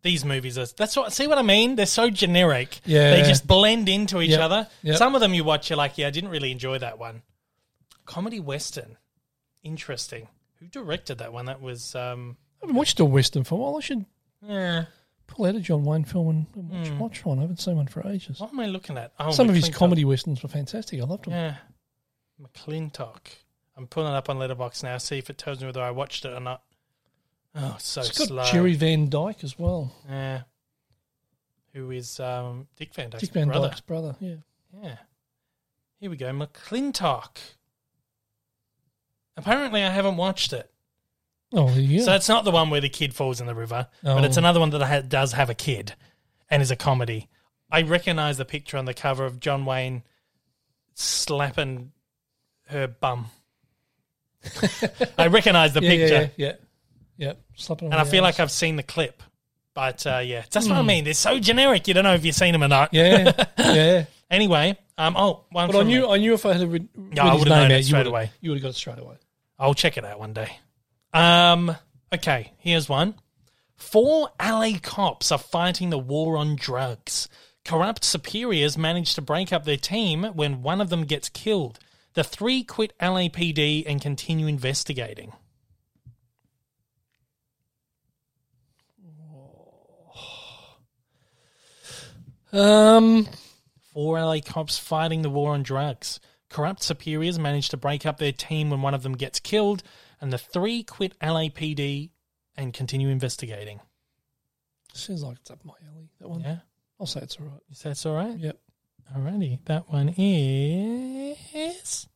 These movies are. That's what. See what I mean? They're so generic.
Yeah.
They just blend into each
Yep.
other.
Yep.
Some of them you watch, you're like, yeah, I didn't really enjoy that one. Comedy western. Interesting. Who directed that one? That was. um
I haven't watched a western for a while. I should
eh,
pull out a John Wayne film and and watch, watch one. I haven't seen one for ages.
What am I looking at? Hmm. Oh,
Some of his
McClintock.
comedy westerns were fantastic. I loved them.
Yeah. McClintock. I'm pulling it up on Letterbox now. See if it tells me whether I watched it or not. Oh, so
it's got
slow.
Jerry Van Dyke as well.
Yeah. Uh, Who is um, Dick Van Dyke's
Dick Van
brother.
Dyke's brother. Yeah.
Yeah. Here we go. McClintock. Apparently, I haven't watched it.
Oh, there you go.
So it's not the one where the kid falls in the river, but it's
Oh.
another one that ha- does have a kid and is a comedy. I recognize the picture on the cover of John Wayne slapping her bum. I recognize the
yeah,
picture.
yeah, yeah, yeah. Yeah. Hmm. Slapping
And I feel like I've seen the clip. But uh, yeah, that's what I mean. They're so generic. You don't know if you've seen them or not.
Yeah, yeah.
Anyway, um, oh, one
But I
from
knew,
me.
I knew if I had a read, read
I
his
would've
name
known
out,
it
you
straight
would've-
away.
You would have got it straight away.
I'll check it out one day. Um, okay, here's one. Four LA cops are fighting the war on drugs. Corrupt superiors manage to break up their team when one of them gets killed. The three quit LAPD and continue investigating.
Um,
Um, Four LA cops fighting the war on drugs. Corrupt superiors manage to break up their team when one of them gets killed, and the three quit LAPD and continue investigating.
Sounds like it's up my alley. That one.
Yeah,
I'll say it's all right.
is that all right?
Yep.
Alrighty, that one is.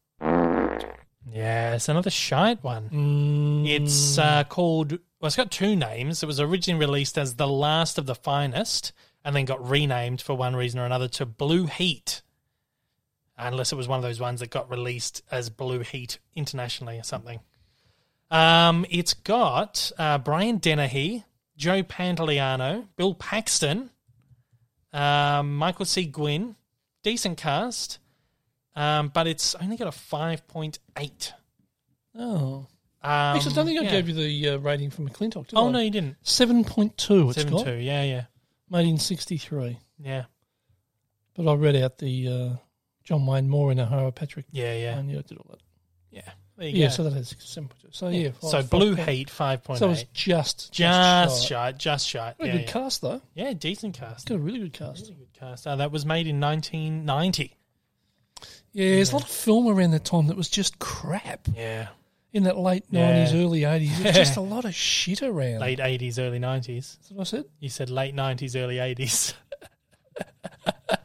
Yes, another shite one.
Hmm.
It's uh, called. Well, it's got two names. It was originally released as The Last of the Finest, and then got renamed for one reason or another to Blue Heat. Unless it was one of those ones that got released as Blue Heat internationally or something. Um, it's got uh, Brian Dennehy, Joe Pantoliano, Bill Paxton, um, Michael C. Gwynn, decent cast, um, but it's only got a five point eight.
Oh.
Um,
Actually, I don't think I
yeah.
gave you the uh, rating from McClintock, did I?
Oh no, you didn't.
7.2 it's
Seven
got.
two. Yeah, yeah,
Made in 63.
yeah,
But I read out the uh, John Wayne Moore and O'Hara Patrick.
yeah, yeah,
And yeah, I did all that.
yeah. There you
Yeah,
go.
so that has 7.2. So, yeah.
so
five-
blue
five-
heat five point eight.
So it was just.
just
shy.
shot, just shot.
Got a
Yeah,
good
yeah.
cast, though.
yeah, decent cast.
Got a really good cast.
Really good cast. Uh, that was made in nineteen ninety.
Yeah, there's a lot of film around that time that was just crap.
Yeah,
In that late
Yeah.
90s, early 80s. There's just a lot of shit around.
late eighties, early nineties.
That's what I said.
You said late nineties, early eighties.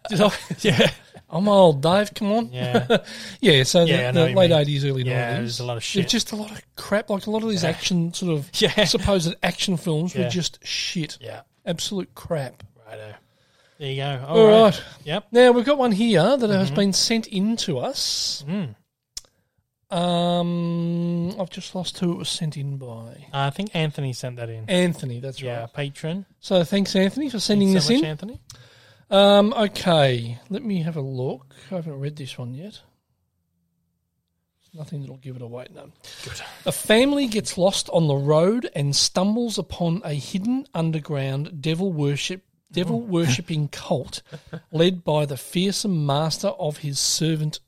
Did I?
yeah,
I'm old, Dave. Come on.
yeah.
Yeah, so
Yeah, I know
the,
what
the
you
late
mean.
eighties, early nineties.
Yeah, there's a lot of shit.
Just a lot of crap. Like a lot of these action sort of
Yeah.
supposed action films
Yeah.
were just shit.
Yeah.
Absolute crap.
Righto. There you go.
All right.
Yep.
Now we've got one here that has
Mm-hmm.
been sent in to us.
Mm.
Um, I've just lost who it was sent in by.
Uh, I think Anthony sent that in.
Anthony, that's
Yeah,
right.
patron.
So thanks, Anthony, for sending
Thanks
this
so much,
in.
Anthony.
Um, okay, let me have a look. I haven't read this one yet. Nothing that'll give it away. No. A family gets lost on the road and stumbles upon a hidden underground devil worship, devil
Mm.
worshipping cult, led by the fearsome master of his servant.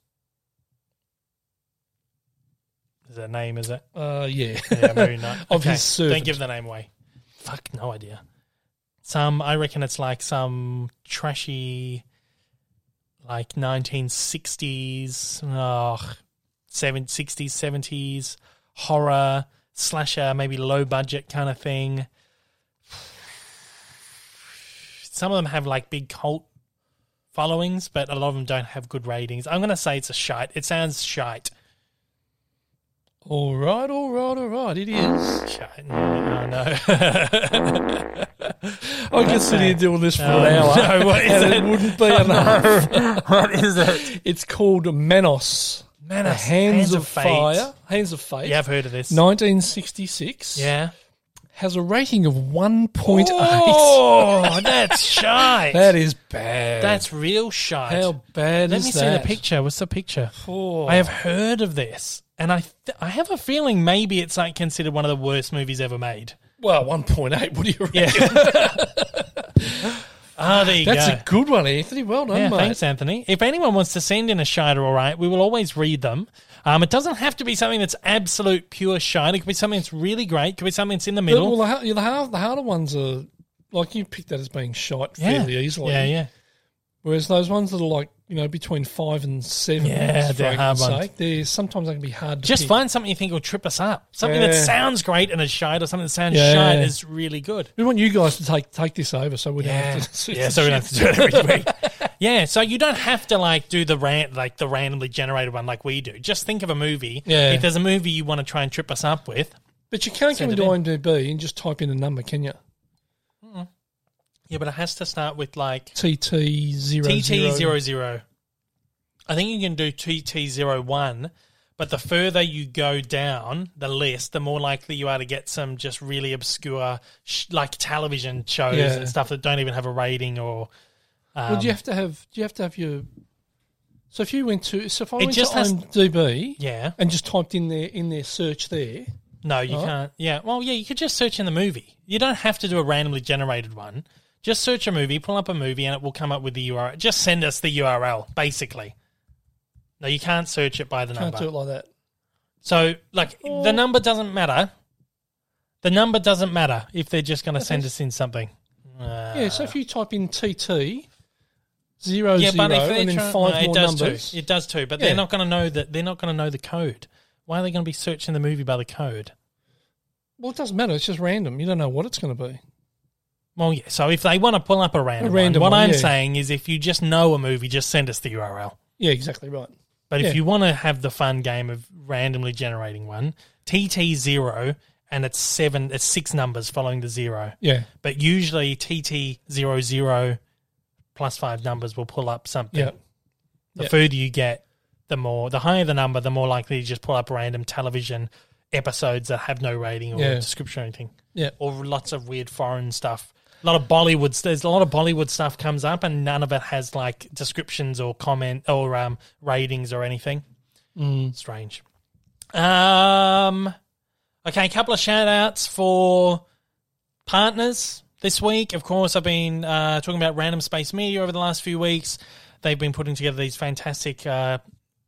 Is that name? Is it?
Uh, yeah.
Yeah, maybe not.
Of
Okay,
his servant.
Don't give the name away. Fuck, no idea. Some, I reckon it's like some trashy, like 1960s, oh, seven- 60s, 70s horror slasher, maybe low budget kind of thing. Some of them have like big cult followings, but a lot of them don't have good ratings. I'm going to say it's a shite. It sounds shite.
all right, all right, all right. It is.
Shite. No, no, no.
I could sit here doing this for an
Oh,
hour.
no, what is
and
it?
it wouldn't be enough.
what is it?
It's called Manos.
Man,
The
it's
Hands, of,
Fate.
Fire. Hands of Fate.
Yeah, I've heard of this.
1966
Yeah.
has a rating of 1.8.
Oh, that's shy.
That is bad.
that's real shy.
how bad
Let
is
me see
that?
the picture. What's the picture?
Oh.
I have heard of this, and I th- I have a feeling maybe it's like considered one of the worst movies ever made.
Well, 1.8. What do you reckon?
Ah, there you
That's
go.
a good one, Anthony. Well done,
yeah,
mate.
thanks, Anthony. If anyone wants to send in a shite or all right, we will always read them. Um, it doesn't have to be something that's absolute pure shite. It could be something that's really great. It could be something that's in the
But,
middle.
well, the, ha- the, hard, the harder ones are like you picked that as being shot
yeah.
fairly easily.
Yeah, yeah.
Whereas those ones that are like you know between five and seven,
Yeah,
for
they're
argument's
hard ones.
sake, They're sometimes they can be hard. To
Just
pick.
find something you think will trip us up. Something that
Yeah.
sounds great and is shite, or something that sounds
Yeah.
shite is really good.
We want you guys to take take this over, so we don't
Yeah,
have to.
yeah. So we don't have to do it every week. yeah, so you don't have to like do the rant like the randomly generated one like we do. Just think of a movie.
Yeah.
If there's a movie you want to try and trip us up with,
But you can't go
Send it
into IMDb and just type in a number, can you?
yeah, but it has to start with like
TT zero
TT 00 I think you can do TT01, but the further you go down the list, the more likely you are to get some just really obscure, sh- like television shows
Yeah.
and stuff that don't even have a rating or. Um,
Well, do you have to have? Do you have to have your? So if you went to, so if I
It
went
just
to
has-
IMDb
yeah.
and just typed in their in their search there,
No, you
Huh?
can't. Yeah. Well, yeah, you could just search in the movie. You don't have to do a randomly generated one. Just search a movie, pull up a movie, and it will come up with the URL. Just send us the URL, basically. No, you can't search it by the
can't
number.
do it like that.
So, like, the number doesn't matter. The number doesn't matter if they're just going to send us in something.
yeah. So if you type in TT zero
Ah. yeah,
zero
but if they're
and then
trying-
five
no, it
more
does
numbers.
too. It does too, but
Yeah.
they're not going to know that. They're not going to know the code. Why are they going to be searching the movie by the code?
Well, it doesn't matter. It's just random. You don't know what it's going to be.
Well, yeah. So if they want to pull up a random,
A random
one, what
one,
I'm
yeah.
saying is, if you just know a movie, just send us the URL.
Yeah, exactly right.
But
Yeah.
if you want to have the fun game of randomly generating one, TT zero and it's seven, it's six numbers following the zero.
Yeah,
But usually TT zero zero plus five numbers will pull up something.
yeah,
The
Yeah.
further you get, the more the higher the number, the more likely you just pull up random television episodes that have no rating or
Yeah.
description or anything.
yeah.
Or lots of weird foreign stuff. A lot of Bollywood. There's a lot of Bollywood stuff comes up, and none of it has like descriptions or comment or um, ratings or anything.
Mm.
Strange. Um. Okay, a couple of shout outs for partners this week. Of course, I've been uh, talking about Random Space Media over the last few weeks. They've been putting together these fantastic uh,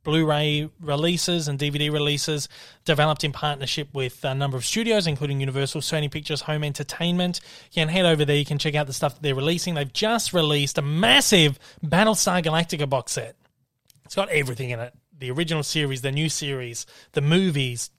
Blu ray releases and DVD releases developed in partnership with a number of studios, including Universal, Sony Pictures, Home Entertainment. You can head over there, you can check out the stuff that they're releasing. They've just released a massive Battlestar Galactica box set. It's got everything in it the original series, the new series, the movies,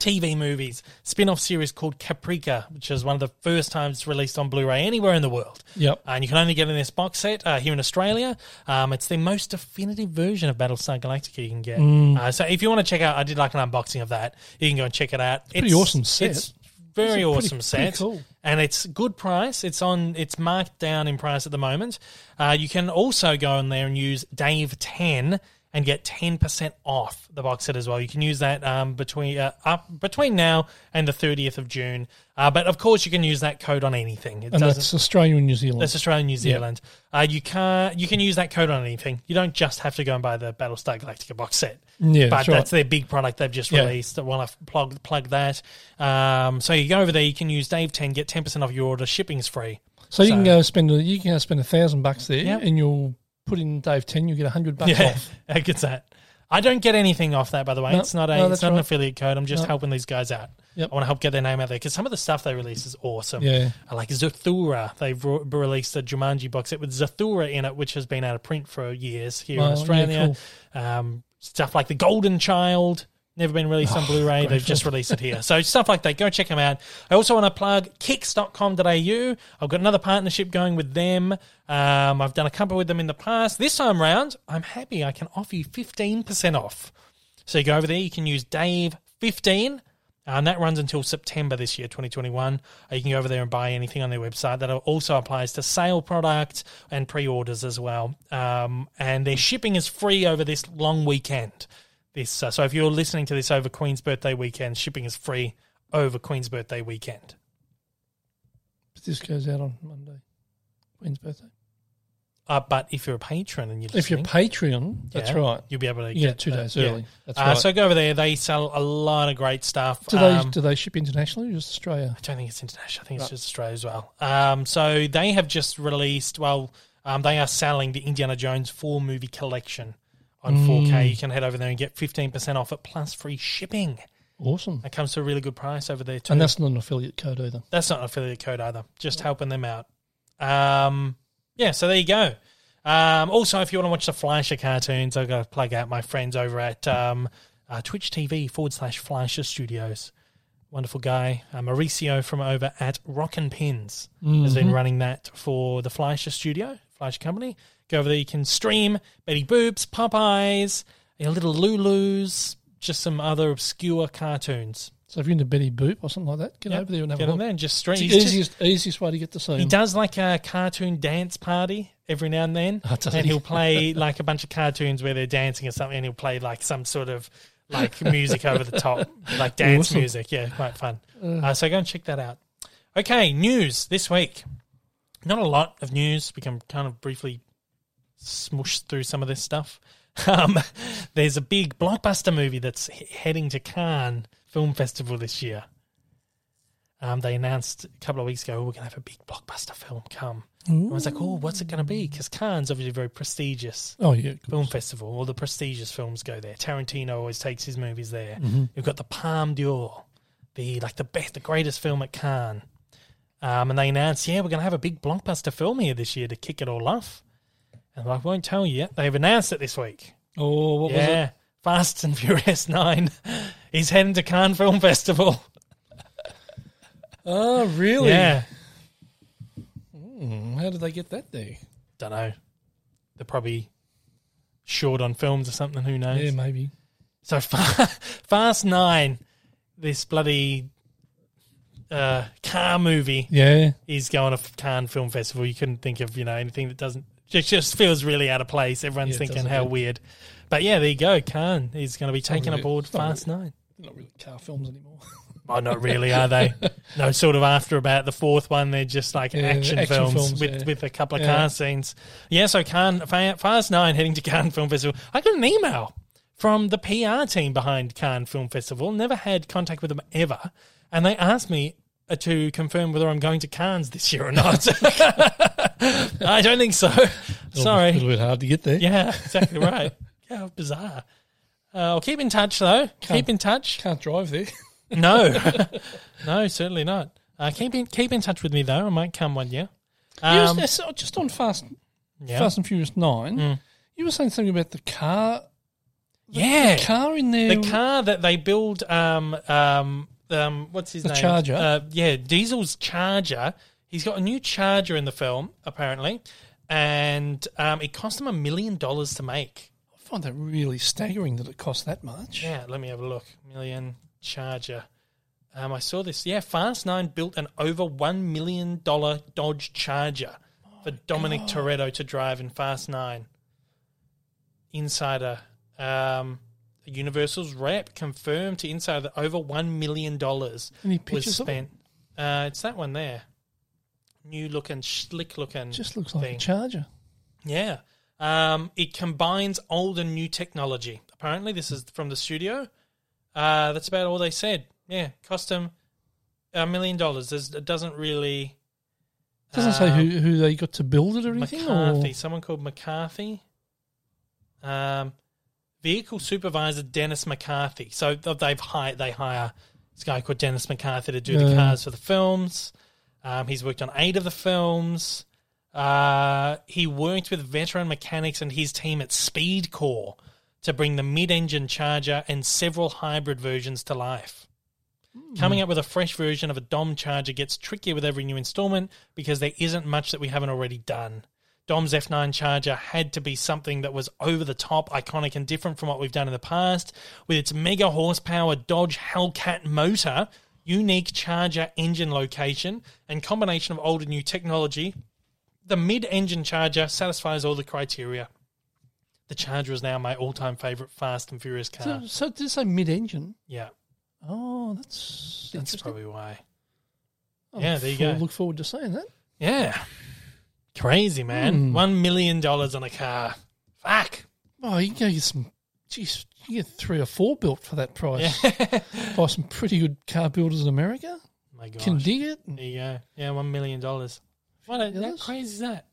TV movies, spin off series called Caprica, which is one of the first times released on Blu ray anywhere in the world.
Yep.
And you can only get it in this box set uh, here in Australia. Um, it's the most definitive version of Battlestar Galactica you can get.
Mm.
Uh, so if you want to check out, I did like an unboxing of that. You can go and check it out. It's
pretty awesome set.
It's very
It's a pretty-
awesome set
pretty cool.
and it's good price. It's on. It's marked down in price at the moment. Uh, you can also go in there and use Dave ten and get ten percent off the box set as well. You can use that um, between uh, up between now and the thirtieth of June. Uh, but of course, you can use that code on anything. It
And
doesn't.
that's Australia and New Zealand.
That's Australia and New Zealand. Uh, you can you can use that code on anything. You don't just have to go and buy the Battlestar Galactica box set.
Yeah,
but
that's
that's,
right.
their big product they've just
Yeah.
released. I want to plug plug that. Um, so you go over there, you can use Dave Ten, get ten percent off your order. Shipping's free.
so you can
so-
go spend a, you can go spend a thousand bucks there,
Yeah.
and you'll put in Dave ten, you'll get a hundred bucks
Yeah,
off.
that gets that. I don't get anything off that, by the way.
No,
it's not a,
no,
it's
that's
not an
right.
affiliate code. I'm just
No.
helping these guys out.
Yep.
I want to help get their name out there because some of the stuff they release is awesome.
Yeah.
I like Zathura. They've re- released a Jumanji box set with Zathura in it, which has been out of print for years here
Oh,
in
yeah,
Australia. um, stuff like the Golden Child. Never been released on Blu ray. They've
grateful.
just released it here. So, stuff like that. Go check them out. I also want to plug kicks.com.au. I've got another partnership going with them. Um, I've done a couple with them in the past. This time round, I'm happy I can offer you 15% off. So you go over there, you can use Dave 15. And that runs until September this year, 2021. Uh, You can go over there and buy anything on their website. That also applies to sale products and pre orders as well. Um, and their shipping is free over this long weekend. This uh, So if you're listening to this over Queen's birthday weekend, shipping is free over Queen's birthday weekend.
But this goes out on Monday, Queen's birthday.
Uh, but if you're a patron and you're listening,
If you're Patreon, that's
yeah,
right.
You'll be able to
You get
get
two
that,
days
yeah.
early. That's
uh,
right.
So go over there. They sell a lot of great stuff.
do they
Um,
do they ship internationally or just Australia?
I don't think it's international. I think it's just Australia as well. Um, so they have just released. Well, um, they are selling the Indiana Jones four movie collection on 4K. You can head over there and get fifteen percent off it plus free shipping.
Awesome.
That comes to a really good price over there too.
And that's not an affiliate code either.
That's not an affiliate code either. Just helping them out. Um, yeah, so there you go. Um, also, if you want to watch the Fleischer cartoons, I've got to plug out my friends over at um, uh, Twitch TV forward slash Fleischer Studios. Wonderful guy. Uh, Mauricio from over at Rockin' Pins has
Mm-hmm.
been running that for the Fleischer Studio, Fleischer Company. Go over there, you can stream Betty Boops, Popeyes, you know, Little Lulus, just some other obscure cartoons.
So if you're into Betty Boop or something like that, get
Yep.
over there and have
Get
a
on
look.
there and just stream.
It's
He's
the
just-
easiest easiest way to get to see
he
him.
does like a cartoon dance party every now and then,
Oh, does
and
he?
he'll play like a bunch of cartoons where they're dancing or something, and he'll play like some sort of like music over the top, like dance
Awesome.
music. Yeah, quite fun. Uh, so go and check that out. Okay, news this week. Not a lot of news. We can kind of briefly smush through some of this stuff. Um, there's a big blockbuster movie that's he- heading to Cannes Film Festival this year. Um, they announced a couple of weeks ago "Oh, we're going to have a big blockbuster film come. And I was like, oh, what's it going to be? Because Cannes obviously very prestigious
Oh yeah.
film festival. All the prestigious films go there. Tarantino always takes his movies there.
Mm-hmm.
You've got the Palme d'Or, the like the best, the greatest film at Cannes. Um, and they announced, yeah, we're going to have a big blockbuster film here this year to kick it all off. And I won't tell you yet. They've announced it this week.
Oh, what was it?
yeah, Fast and Furious Nine. He's heading to Cannes Film Festival.
Oh, really?
Yeah,
How did they get that there?
don't know. They're probably short on films or something. Who knows?
Yeah, maybe.
So fa- Fast Nine, this bloody uh, car movie,
Yeah.
is going to Cannes Film Festival. You couldn't think of you know anything that doesn't. It just feels really out of place. Everyone's
Yeah, it
thinking
doesn't
how
fit.
weird. But yeah, there you go. Cannes is going to be taking
really-
aboard
it's not
Fast Nine.
Not really car films anymore.
Oh, not really, are they? No, sort of after about the fourth one, they're just like
Yeah,
action,
action
films,
films,
with,
yeah.
with a couple of
Yeah.
car scenes. Yeah, so Cannes, Fa- Fast Nine heading to Cannes Film Festival. I got an email from the PR team behind Cannes Film Festival, never had contact with them ever, and they asked me uh, to confirm whether I'm going to Cannes this year or not. I don't think so.
A
Sorry.
little bit hard to get there.
Yeah, exactly right. Yeah, how bizarre. Uh, I'll keep in touch though. Keep in touch.
Can't drive there.
No, no, certainly not. Uh, keep in keep in touch with me though. I might come one year.
You was-
Um,
that's- oh, just on Fast
yeah, Mm.
Fast and Furious Nine, you were saying something about the car,
yeah.
car in there.
The car that they build, um, um, um, what's his
The
name?
Charger.
Uh, yeah, Diesel's Charger. He's got a new Charger in the film apparently, and um, it cost him a million dollars to make.
I find that really staggering that it costs that much.
Yeah, let me have a look. Million Charger. Um, I saw this. Yeah, Fast Nine built an over one million dollar Dodge Charger
Oh
for Dominic Toretto to drive in Fast Nine. Insider, um, Universal's rep confirmed to Insider that over one million dollars
Any
was
pictures of it?
spent. Uh, it's that one there. New looking, slick looking.
Just looks like
thing.
a charger.
Yeah. Um, it combines old and new technology. Apparently, this is from the studio. Uh, that's about all they said. Yeah, cost them a million dollars. There's- It doesn't really.
It doesn't say
um,
who, who they got to build it or anything.
McCarthy, someone called McCarthy. Um, vehicle supervisor Dennis McCarthy. So th- they've hired they hire this guy called Dennis McCarthy to do the
Yeah.
cars for the films. Um, he's worked on eight of the films. Uh, he worked with veteran mechanics and his team at Speedcore to bring the mid-engine Charger and several hybrid versions to life. Coming
Hmm.
up with a fresh version of a Dom Charger gets trickier with every new installment because there isn't much that we haven't already done. Dom's F9 Charger had to be something that was over the top, iconic, and different from what we've done in the past. With its mega horsepower Dodge Hellcat motor, unique Charger engine location, and combination of old and new technology, the mid engine Charger satisfies all the criteria. The Charger is now my all time favorite Fast and Furious
Or,
car.
so, so it did say mid-engine.
Yeah,
Oh, that's
that's
interesting.
probably why.
I'll
yeah, there you
for-
go.
Look forward to seeing that.
Yeah. Crazy, man.
Hmm.
One million dollars on a car. Fuck.
Oh, you can go get some. Geez, you get three or four built for that price. Buy some pretty good car builders in America.
My God.
Can dig it.
there you go. Yeah, one million dollars. What? A, how
Dollars?
crazy is that?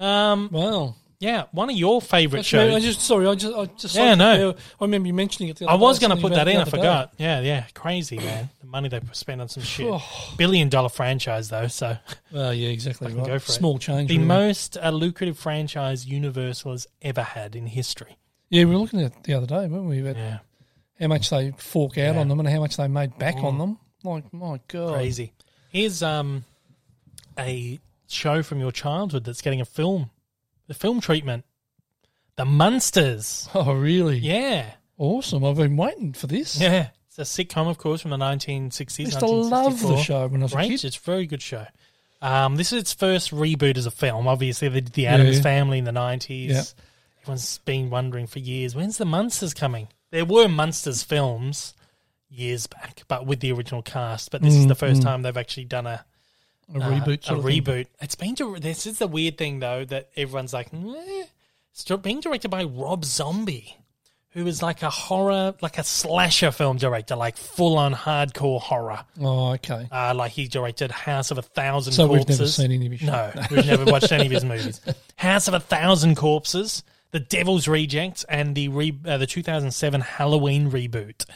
Um.
Wow.
Yeah. One of your favorite
That's right. I
shows.
just sorry. I just I just
Yeah,
like-
no.
I remember you mentioning it. The other
I was
day,
going to put
something
that in. I
about the other day.
forgot. Yeah. Yeah. Crazy, man. The money they spend on some shit.
Oh.
Billion dollar franchise though. So
Well, yeah, exactly.
can
Right.
go for it.
Small change.
the
really.
most uh, lucrative franchise Universal has ever had in history.
yeah, we were looking at it the other day, weren't we? About
Yeah.
how much they fork out
Yeah. Oh.
on them and how much they made back on them. Like, my God.
Crazy. Here's um a show from your childhood that's getting a film, the film treatment, The Munsters.
Oh, really?
Yeah,
Awesome. I've been waiting for this.
yeah. It's a sitcom, of course, from the 1960s.
I used to love the
1964.
show when I was
Great,
a kid.
it's a very good show. Um, this is its first reboot as a film. Obviously, they did The Adams
Yeah.
Family in the 90s.
Yeah.
Everyone's been wondering for years, when's The Munsters coming? There were Munsters films years back, but with the original cast. But
Mm,
this is the first time they've actually done a
A reboot.
Uh, a
Sort of thing.
reboot. It's been dir- this is the weird thing though that everyone's like, "Meh." it's dir- being directed by Rob Zombie, who is like a horror, like a slasher film director, like full on hardcore horror.
Oh, okay.
Uh, like he directed House of a Thousand
So we've
Corpses.
never seen any of his
No, we've never watched any of his movies. House of a Thousand Corpses, The Devil's Rejects, and the re- uh, the 2007 Halloween reboot.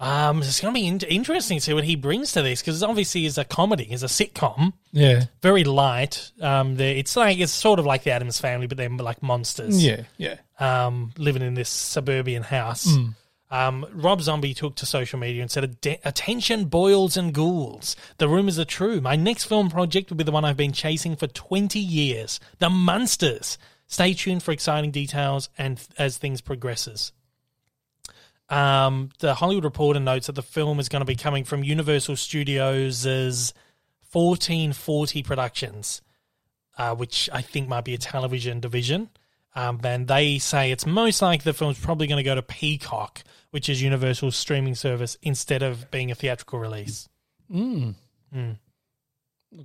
Um, it's going to be in- interesting to see what he brings to this because obviously it's a comedy, it's a sitcom,
Yeah.
very light. Um, they- it's like it's sort of like the Adams Family, but they're like monsters.
Yeah. Yeah.
um, living in this suburban house. Um, Rob Zombie took to social media and said, "Atten- Attention, boils and ghouls. The rumors are true. My next film project will be the one I've been chasing for 20 years The Munsters. Stay tuned for exciting details and th- as things progresses. Um, the Hollywood Reporter notes that the film is going to be coming from Universal Studios' 1440 Productions, uh, which I think might be a television division. Um, and they say it's most likely the film's probably going to go to Peacock, which is Universal's streaming service, instead of being a theatrical release.
Look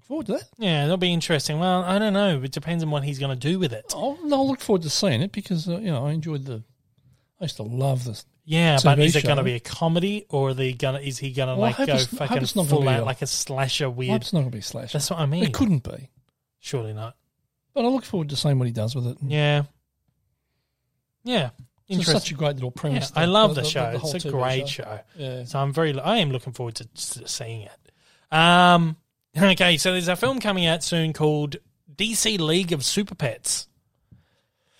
forward to that.
Yeah, that'll be interesting. Well, I don't know. It depends on what he's going to do with it.
I'll, I'll look forward to seeing it because uh, you know I enjoyed the. I used to love this.
Yeah,
It's a
but is
TV
it going to
show.
be a comedy or are they gonna, is he going to
Well, I
like
hope
go
it's- I hope
fucking
it's not gonna
full
be
out
a-
like a slasher
Well,
weird?
it's not going to be a slash.
That's what I mean.
It couldn't be,
Surely not.
but I look forward to seeing what he does with it.
Yeah. Yeah.
It's
Interesting.
such a great little
Yeah,
premise.
I love the,
the
show.
whole
it's a
TV
great show.
Yeah.
So I'm very, I am looking forward to s- seeing it. Um, okay, so there's a film coming out soon called DC League of Super Pets.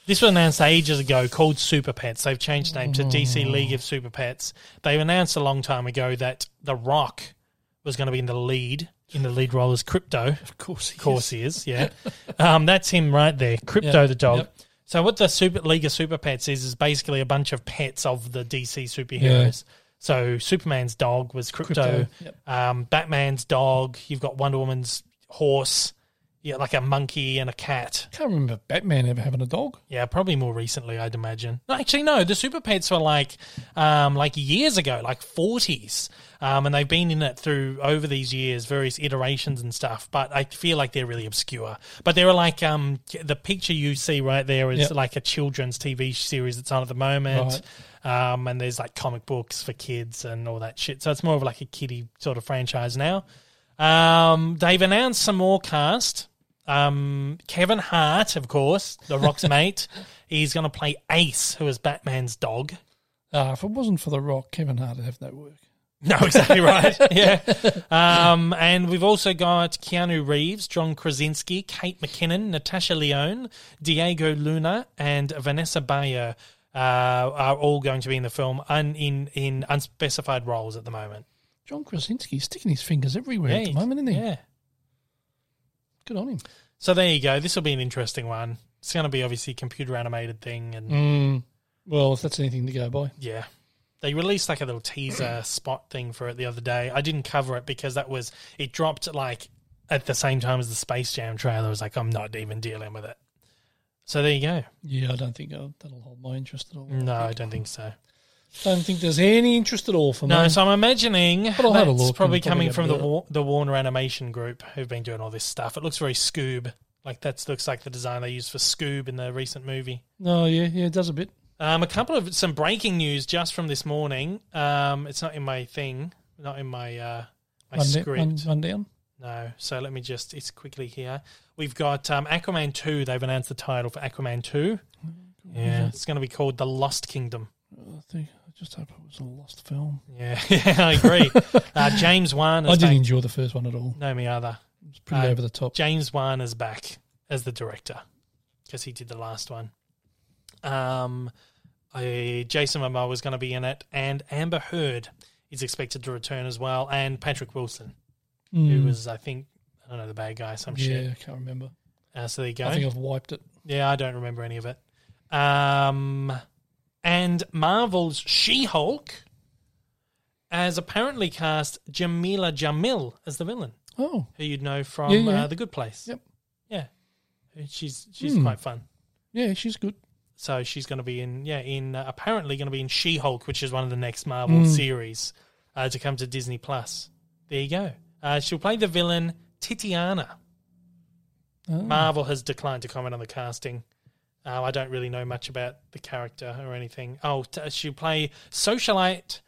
This was announced ages ago, called Super Pets. They've changed name to DC League of Super Pets. They announced a long time ago that The Rock was going to be in the lead in the lead role as Crypto.
Of course, he
Of course he is. Yeah, um, that's him right there. Crypto
Yeah,
the dog.
yep.
So what the Super League of Super Pets is is basically a bunch of pets of the DC superheroes. So Superman's dog was Crypto.
Crypto, yep.
Um, Batman's dog. You've got Wonder Woman's horse. Yeah, like a monkey and a cat.
I can't remember Batman ever having a dog.
Yeah, probably more recently, I'd imagine. No, Actually, no, the super pets were like, um, like years ago, like forties, um, and they've been in it through over these years, various iterations and stuff. But I feel like they're really obscure. But they were like, um, the picture you see right there is
Yep.
like a children's TV series that's on at the moment. Um, and there's like comic books for kids and all that shit. So it's more of like a kiddie sort of franchise now. Um, they've announced some more cast. Um, Kevin Hart, of course, The Rock's mate, he's going to play Ace, who is Batman's dog.
Uh, if it wasn't for The Rock, Kevin Hart would have no work.
No, exactly right. yeah. Um, and we've also got Keanu Reeves, John Krasinski, Kate McKinnon, Natasha Leone, Diego Luna, and Vanessa Bayer uh, are all going to be in the film un- in, in unspecified roles at the moment.
John Krasinski's sticking his fingers everywhere at the
Yeah,
moment, isn't he?
Yeah.
Good on him.
So there you go. This will be an interesting one. It's going to be obviously a computer animated thing,
Mm.
and
Well, if that's anything to go by.
yeah, they released like a little teaser spot thing for it the other day. I didn't cover it because that was it dropped like at the same time as the Space Jam trailer. I was like, I'm not even dealing with it. So there you go.
Yeah, I don't think uh that'll hold my interest at all.
No, I don't think so.
Don't think there's any interest at all for me.
No, so I'm imagining that's
I'll have a look
probably
and probably
coming
have a
from the
look.
Wa- the Warner Animation Group who've been doing all this stuff. It looks very Scoob. Like that looks like the design they used for Scoob in the recent movie.
No, yeah, yeah, it does a bit.
Um, a couple of some breaking news just from this morning. Um, it's not in my thing, not in my uh, my
Run, da-
script.
run, run down.
No, so let me just. It's quickly here. We've got um, Aquaman two. They've announced the title for Aquaman two.
Mm-hmm.
Yeah, it's going to be called The Lost Kingdom.
I think I just hope it was a lost film.
Yeah, yeah, I agree. uh, James Wan. Is
I didn't
back.
enjoy the first one at all.
No, me either.
It was pretty
Uh,
over the top.
James Wan is back as the director because he did the last one. Um, I, Jason Momoa was going to be in it, and Amber Heard is expected to return as well, and Patrick Wilson, who
Mm.
was I think I don't know the bad guy, some
yeah,
shit.
I can't remember.
Uh, so there you go.
I think I've wiped it.
yeah, I don't remember any of it. Um, and Marvel's She-Hulk has apparently cast Jamila Jamil as the villain
Oh,
who you'd know from
Yeah, yeah.
Uh, the Good Place.
Yep.
Yeah, she's she's
Hmm.
quite fun.
yeah, she's good.
So she's going to be in yeah in uh, apparently going to be in She Hulk, which is one of the next Marvel
Hmm.
series uh, to come to Disney Plus. There you go. Uh, she'll play the villain Titiana.
Oh.
Marvel has declined to comment on the casting. Uh, I don't really know much about the character or anything. Oh, t- she'll play socialite.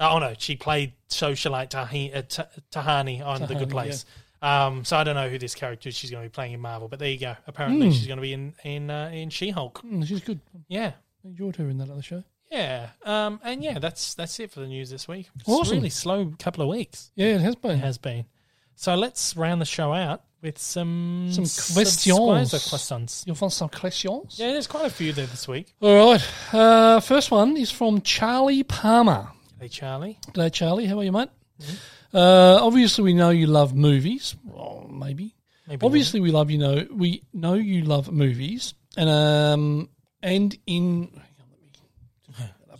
Oh no, she played socialite Tahi- uh, T- Tahani on The Good
Tahani,
Place. Um, so I don't know who this character is she's going to be playing in Marvel, but there you
Hmm.
go. Apparently she's going to be in in uh, in She Hulk.
Mm, she's good.
Yeah,
I enjoyed her in that other show.
Yeah. Um, and yeah, that's that's it for the news this week. It's
Awesome.
really slow couple of weeks
Yeah, it has been.
it has been. So let's round the show out with some
Some
s-
questions.
surprise questions.
You'll find some questions.
Yeah, there's quite a few there this week.
All right. Uh, first one is from Charlie Palmer.
Hey, Charlie.
G'day, Charlie. How are you, mate?
Mm-hmm.
Uh, obviously, we know you love movies. Well, maybe.
Maybe
Obviously, we love you know we know you love movies, and um and in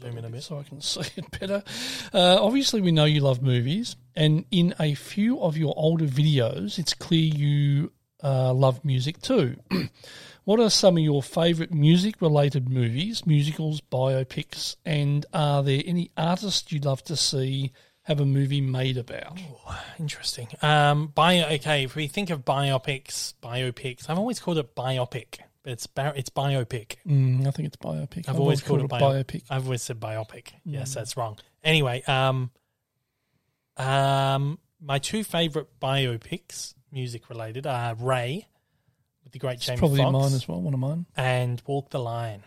zoom in a bit.
so I can see it better. Uh, obviously, we know you love movies, and in a few of your older videos, it's clear you uh, love music too. what are some of your favourite music related movies, musicals, biopics, and are there any artists you'd love to see have a movie made about?
Oh. Interesting. Um, bio. Okay, if we think of biopics, biopics. I've always called it biopic, but it's bi- it's biopic.
Mm, I think it's biopic.
I've, always called, it bio-
biopic. Mm.
I've always said biopic. Yes, that's wrong. Anyway, um, um, my two favorite biopics, music related, are Ray with the great Jamie
Probably
Foxx
mine as well. One of mine.
and Walk the Line,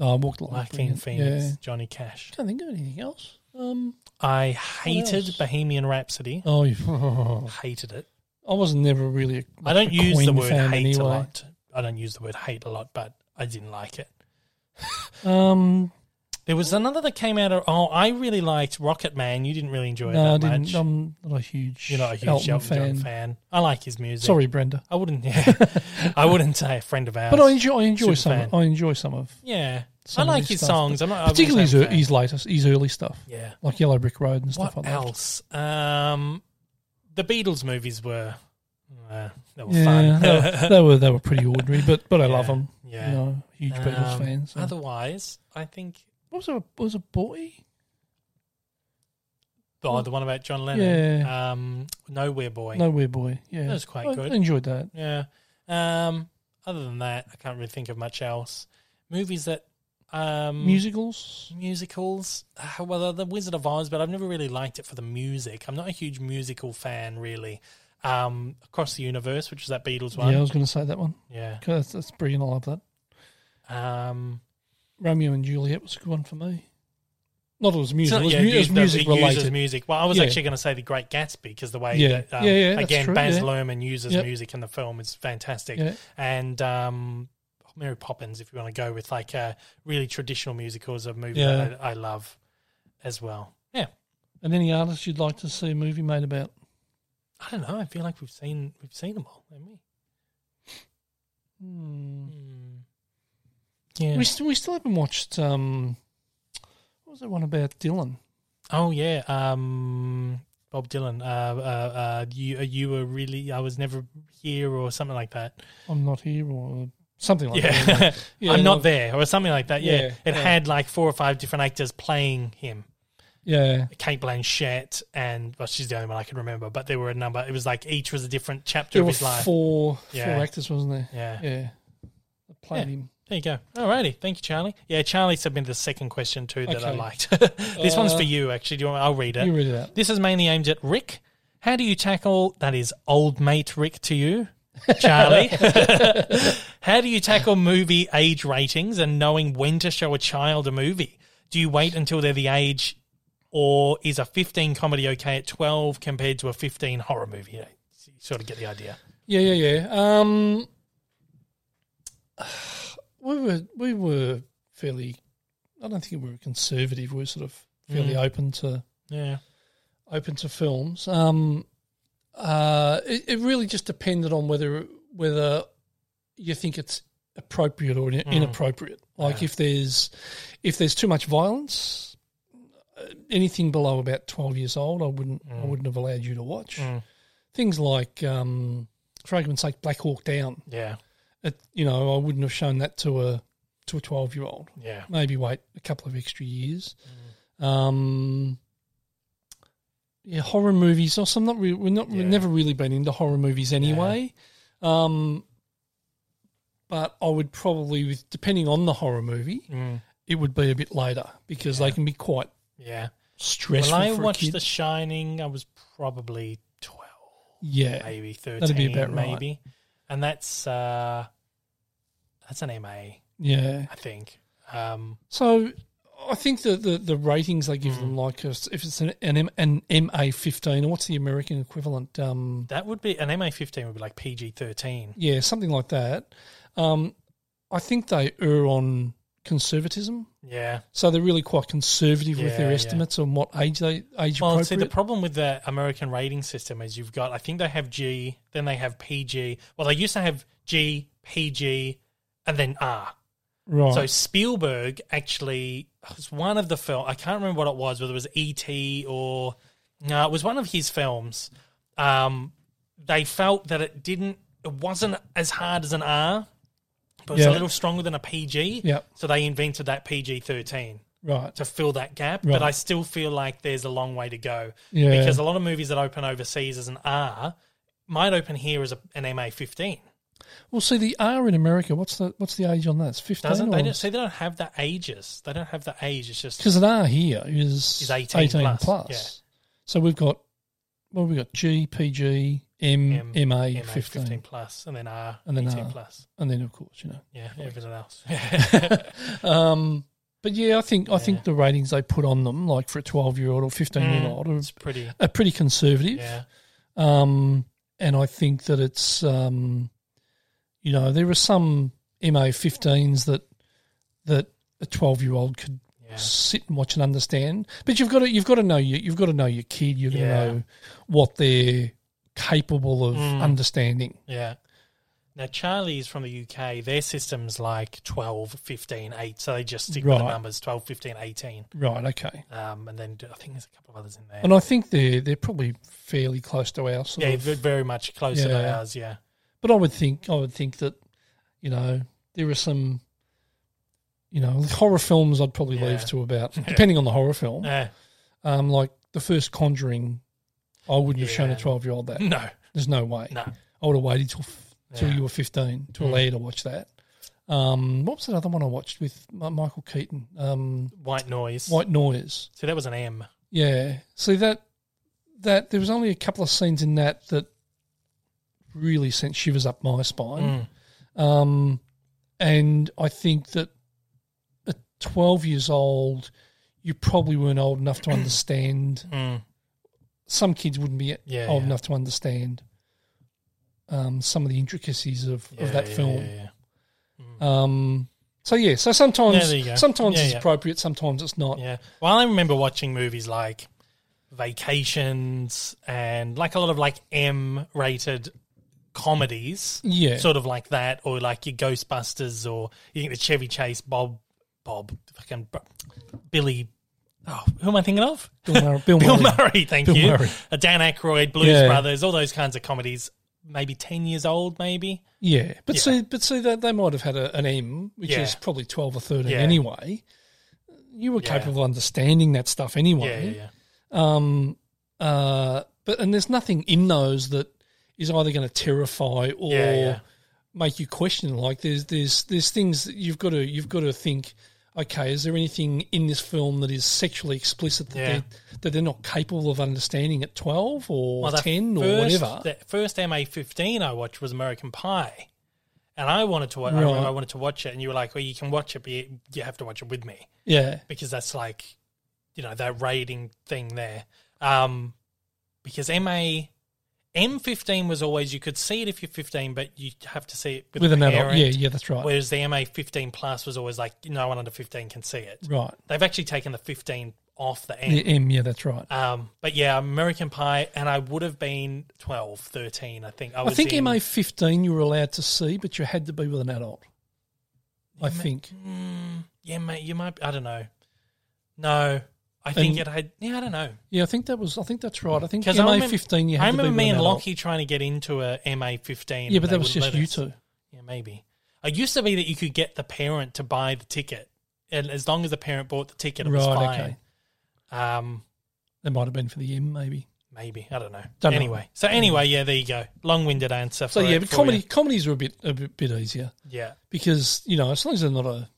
Oh, I walked the line.
Joaquin
Brilliant. Yeah.
Phoenix, Johnny Cash.
Can't think of anything else. Um,
I
else?
hated Bohemian Rhapsody.
oh, you-
Hated it.
I was never really. a-
I don't
a
use the
Queen
word
fan
hate a
anyway.
lot. I don't use the word hate a lot, but I didn't like it.
Um,
There was another that came out. Of, oh, I really liked Rocket Man. You didn't really enjoy it
no, I
that
didn't.
much.
I'm not a huge.
You're not a huge
Elton
Elton, John fan. I like his music.
Sorry, Brenda,
I wouldn't. Yeah, I wouldn't say a friend of ours.
but I enjoy. I enjoy
super
some.
fan.
I enjoy some of,
yeah,
some
I
of
like
his
his
stuff,
songs. I'm not I wouldn't
particularly his,
say I'm a
ear-
fan.
his latest, his early stuff,
yeah.
like Yellow Brick Road and stuff
What
like that.
else? Um, the Beatles movies were uh, they were
Yeah,
fun.
they, they were they were pretty ordinary, but but I love
Yeah,
them.
yeah.
you know, huge Beatles
Um,
fans. so.
Otherwise, I think
what was it? Was it Boy?
oh, the one about John Lennon.
Yeah.
Um, Nowhere Boy.
Nowhere Boy. Yeah,
That was quite
I,
good.
I enjoyed that.
Yeah. Um, other than that, I can't really think of much else. Movies that um,
Musicals.
musicals. Ah, Well, The Wizard of Oz, but I've never really liked it for the music. I'm not a huge musical fan, really. Um, Across the Universe, which is that Beatles
Yeah, I
one.
was going to say that one.
Yeah.
'Cause That's, that's brilliant. I love that.
Um,
Romeo and Juliet was a good one for me. Not as
it's
music.
not-
it was,
yeah,
mu- it was
used-
music
it uses
related.
music. Well, I was
Yeah.
actually going to say The Great Gatsby because the way
Yeah.
that, um,
Yeah, yeah, that's
again,
true,
Baz
yeah.
Luhrmann uses
Yep.
music in the film is fantastic.
Yeah.
And um, Mary Poppins, if you want to go with like uh, really traditional musicals, a movie
Yeah.
that I, I love as well. Yeah.
And any artist you'd like to see a movie made about?
I don't know. I feel like we've seen we've seen them all, haven't we?
Hmm.
Yeah.
We, st- we still haven't watched. Um, what was that one about Dylan?
oh yeah. Um, Bob Dylan. Uh, uh, uh, you, uh, you were really. I was never here, or something like that.
I'm not here, or something like that.
Yeah,
Yeah,
I'm
no.
not there, or something like that. Yeah,
Yeah,
it
yeah.
had like four or five different actors playing him.
Yeah,
Kate Blanchett, and well, she's the only one I can remember, but there were a number. It was like each was a different chapter
there
of
were
his life.
four
Yeah.
four actors, wasn't there?
Yeah.
Yeah, That played
Yeah.
him.
There you go. Alrighty. Thank you, Charlie. Yeah, Charlie submitted the second question too that I
Okay.
liked. this one's for you, actually. Do you want, I'll read it.
You read it out.
This is mainly aimed at Rick. How do you tackle that is old mate Rick to you, Charlie? How do you tackle movie age ratings and knowing when to show a child a movie? Do you wait until they're the age or is a 15 comedy okay at 12 compared to a 15 horror movie? You, know, you sort of get the idea.
Yeah, yeah, yeah. Um, we were we were fairly. I don't think we were conservative. We were sort of fairly open to
Yeah.
open to films. Um, uh, it, it really just depended on whether whether you think it's appropriate or in- inappropriate. Like if there's if there's too much violence, uh, anything below about twelve years old, I wouldn't I wouldn't have allowed you to watch. Things like, um, for argument's sake, Black Hawk Down.
Yeah.
It, you know, I wouldn't have shown that to a to a twelve year old
Yeah.
maybe wait a couple of extra years.
Mm.
Um, yeah, horror movies. Also, I'm not. Re- we're not.
Yeah.
We've never really been into horror movies anyway. Um, but I would probably, with depending on the horror movie,
Mm.
it would be a bit later because they can be quite
Yeah.
stressful.
When I
for a
watched
kid.
The Shining, I was probably 12.
yeah,
maybe 13
That'd be about right.
maybe and that's uh that's an ma
yeah.
i think um
So I think the, the, the ratings they give
Mm.
them, like if it's an an, M, an MA fifteen or what's the American equivalent? Um,
That would be an MA fifteen would be like PG thirteen.
yeah, something like that. Um, I think they err on conservatism,
Yeah.
so they're really quite conservative with
Yeah,
their
yeah.
estimates on what age they age
Well,
appropriate.
see, the problem with the American rating system is you've got, I think they have G, then they have PG. Well, they used to have G, PG, and then R.
right?
So Spielberg actually was one of the film. I can't remember what it was, whether it was E.T. or no, it was one of his films. Um, they felt that it didn't, it wasn't as hard as an R, but it was
Yeah.
a little stronger than a PG.
Yep.
So they invented that PG thirteen
right.
to fill that gap.
Right.
But I still feel like there's a long way to go
Yeah.
because a lot of movies that open overseas as an R might open here as a, an MA fifteen.
Well, see, the R in America, what's the what's the age on that? It's fifteen.
Doesn't
or-
they? Don't, see, they don't have the ages. They don't have the age. It's just
Because an R here is,
Is 18 plus,
So we've got, well, we've got G, PG, M,
M-
MA,
MA
15,
15 plus, and then R
And then
18
R.
plus.
And then, of course, you know.
Yeah, everything else.
Um, but yeah, I think I think the ratings they put on them, like for a 12 year old or 15 year old, are,
it's pretty.
are pretty conservative.
Mm. Yeah,
Um, and I think that it's, um, you know, there are some MA 15s that, that a 12 year old could
yeah,
sit and watch and understand. But you've got to you've got to know you you've got to know your kid. You've got
Yeah. Mm.
to know what they're capable of understanding.
yeah. Now, Charlie's from the UK. Their system's like 12, 15, 8. So they just stick with the
Right.
numbers 12, 15, 18.
Right. Okay.
Um, and then do, I think there's a couple of others in there.
And I think they're they're probably fairly close to our sort
yeah,
of.
ve- very much closer to
Yeah.
ours. Yeah.
But I would think I would think that you know there are some. You know, horror films I'd probably
Yeah.
leave to about, depending on the horror film.
Eh,
Um, like the first Conjuring, I wouldn't have shown a
Yeah.
12 year old that.
no,
There's no way.
no.
I would have waited till till
Yeah. Mm.
you were fifteen to allow you to watch that. Um, what was that other one I watched with Mi- Michael Keaton? Um,
White noise.
White Noise.
So that was an M.
Yeah. See that that there was only a couple of scenes in that that really sent shivers up my spine.
Mm.
Um, and I think that at twelve years old, you probably weren't old enough to understand.
Mm.
Some kids wouldn't be
Yeah,
old
yeah.
enough to understand um, some of the intricacies of,
Yeah,
of that
yeah,
film.
yeah, yeah.
Um, so yeah, so
Yeah,
sometimes
there you go.
sometimes
Yeah,
it's
yeah.
appropriate, sometimes it's not.
Yeah. Well, I remember watching movies like Vacations and like a lot of like M rated comedies.
Yeah.
Sort of like that, or like your Ghostbusters, or you think the Chevy Chase, Bob, Bob, fucking Br- Billy. Oh, who am I thinking of?
Bill Murray. Bill
Bill
Murray.
Murray, thank
Bill
you.
Murray.
Uh, Dan Aykroyd, Blues
Yeah.
Brothers, all those kinds of comedies. Maybe 10 years old, maybe.
Yeah, but
Yeah.
see, but see that they might have had a, an M, which
Yeah.
is probably twelve or thirteen
Yeah.
anyway. You were
Yeah.
capable of understanding that stuff anyway.
Yeah, yeah, yeah.
Um, uh, but and there's nothing in those that is either going to terrify or
Yeah, yeah.
make you question. Like there's there's there's things that you've got to you've got to think. Okay, is there anything in this film that is sexually explicit that
Yeah.
they're, that they're not capable of understanding at twelve or
Well, the
ten or
first-
whatever?
The first MA fifteen I watched was American Pie, and I wanted to. wa- I,
Right.
remember I wanted to watch it, and you were like, "Well, you can watch it, but you, you have to watch it with me
yeah,
because that's like, you know, that rating thing there." Um, because MA M fifteen was always you could see it if you're fifteen, but you have to see it with,
with
a
an adult.
parent,
Yeah, yeah, that's right.
Whereas the MA fifteen plus was always like no one under fifteen can see it.
right,
They've actually taken the fifteen off the M.
the M. Yeah, that's right.
Um, but yeah, American Pie, and I would have been 12, 13, I think. I,
I
was
think
in,
MA fifteen you were allowed to see, but you had to be with an adult. I think.
Yeah, mate, you might. I don't know. No, I think
And-
it had. Yeah, I don't know.
Yeah, I think that was. I think that's right. I think MA
Because I remember-
fifteen. You had
I
to be
remember
with
me
an
and
adult.
Lockie trying to get into a MA 15.
Yeah,
and
but
they
that was
wouldn't
just
let us.
you two.
Yeah, maybe. It used to be that you could get the parent to buy the ticket. And as long as the parent bought the ticket, it was
Right,
fine.
okay.
Um,
That might have been for the M, maybe.
maybe. I don't know.
Don't know.
anyway. So, anyway, yeah, there you go. Long winded answer.
So
for
yeah,
it
but
for
comedy
you.
comedies are a bit a bit, bit easier
Yeah.
because you know as long as they're not a,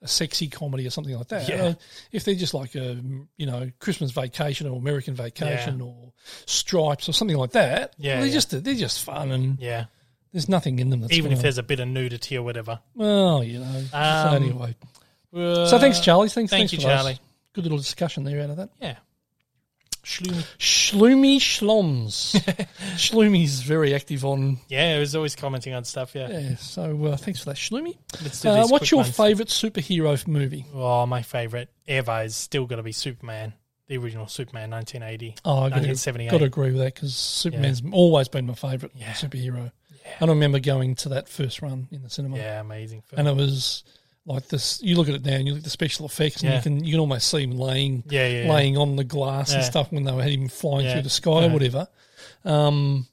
a sexy comedy or something like that.
Yeah.
uh, if they're just like a you know Christmas Vacation or American Vacation or Stripes or something like that.
Yeah,
they're
yeah.
just they're just fun and
Yeah.
there's nothing in them. That's
Even if
gonna-
there's a bit of nudity or whatever.
well, you know. so
Um,
anyway, So thanks, Charlie. Thanks,
thank
thanks
you,
for those.
Charlie.
Good little discussion there out of that.
Yeah. Shloomy.
Shloomy Schloms. Schloomy's very active on.
Yeah, he was always commenting on stuff. Yeah.
Yeah, so uh, thanks for that, Shloomy.
Let's do
Uh,
these
what's
quick
your
ones.
favourite superhero movie?
Oh, my favorite ever is still going to be Superman, the original Superman, 1980.
Oh, I got
1978.
to agree with that because Superman's always been my favourite
Yeah.
superhero. And I remember going to that first run in the cinema,
Yeah, amazing film.
and it was like this. You look at it now, and you look at the special effects, and
Yeah.
you can you can almost see him laying
yeah, yeah, yeah.
laying on the glass and
Yeah.
stuff when they were had him flying
Yeah.
through the sky or
Yeah.
whatever. Um,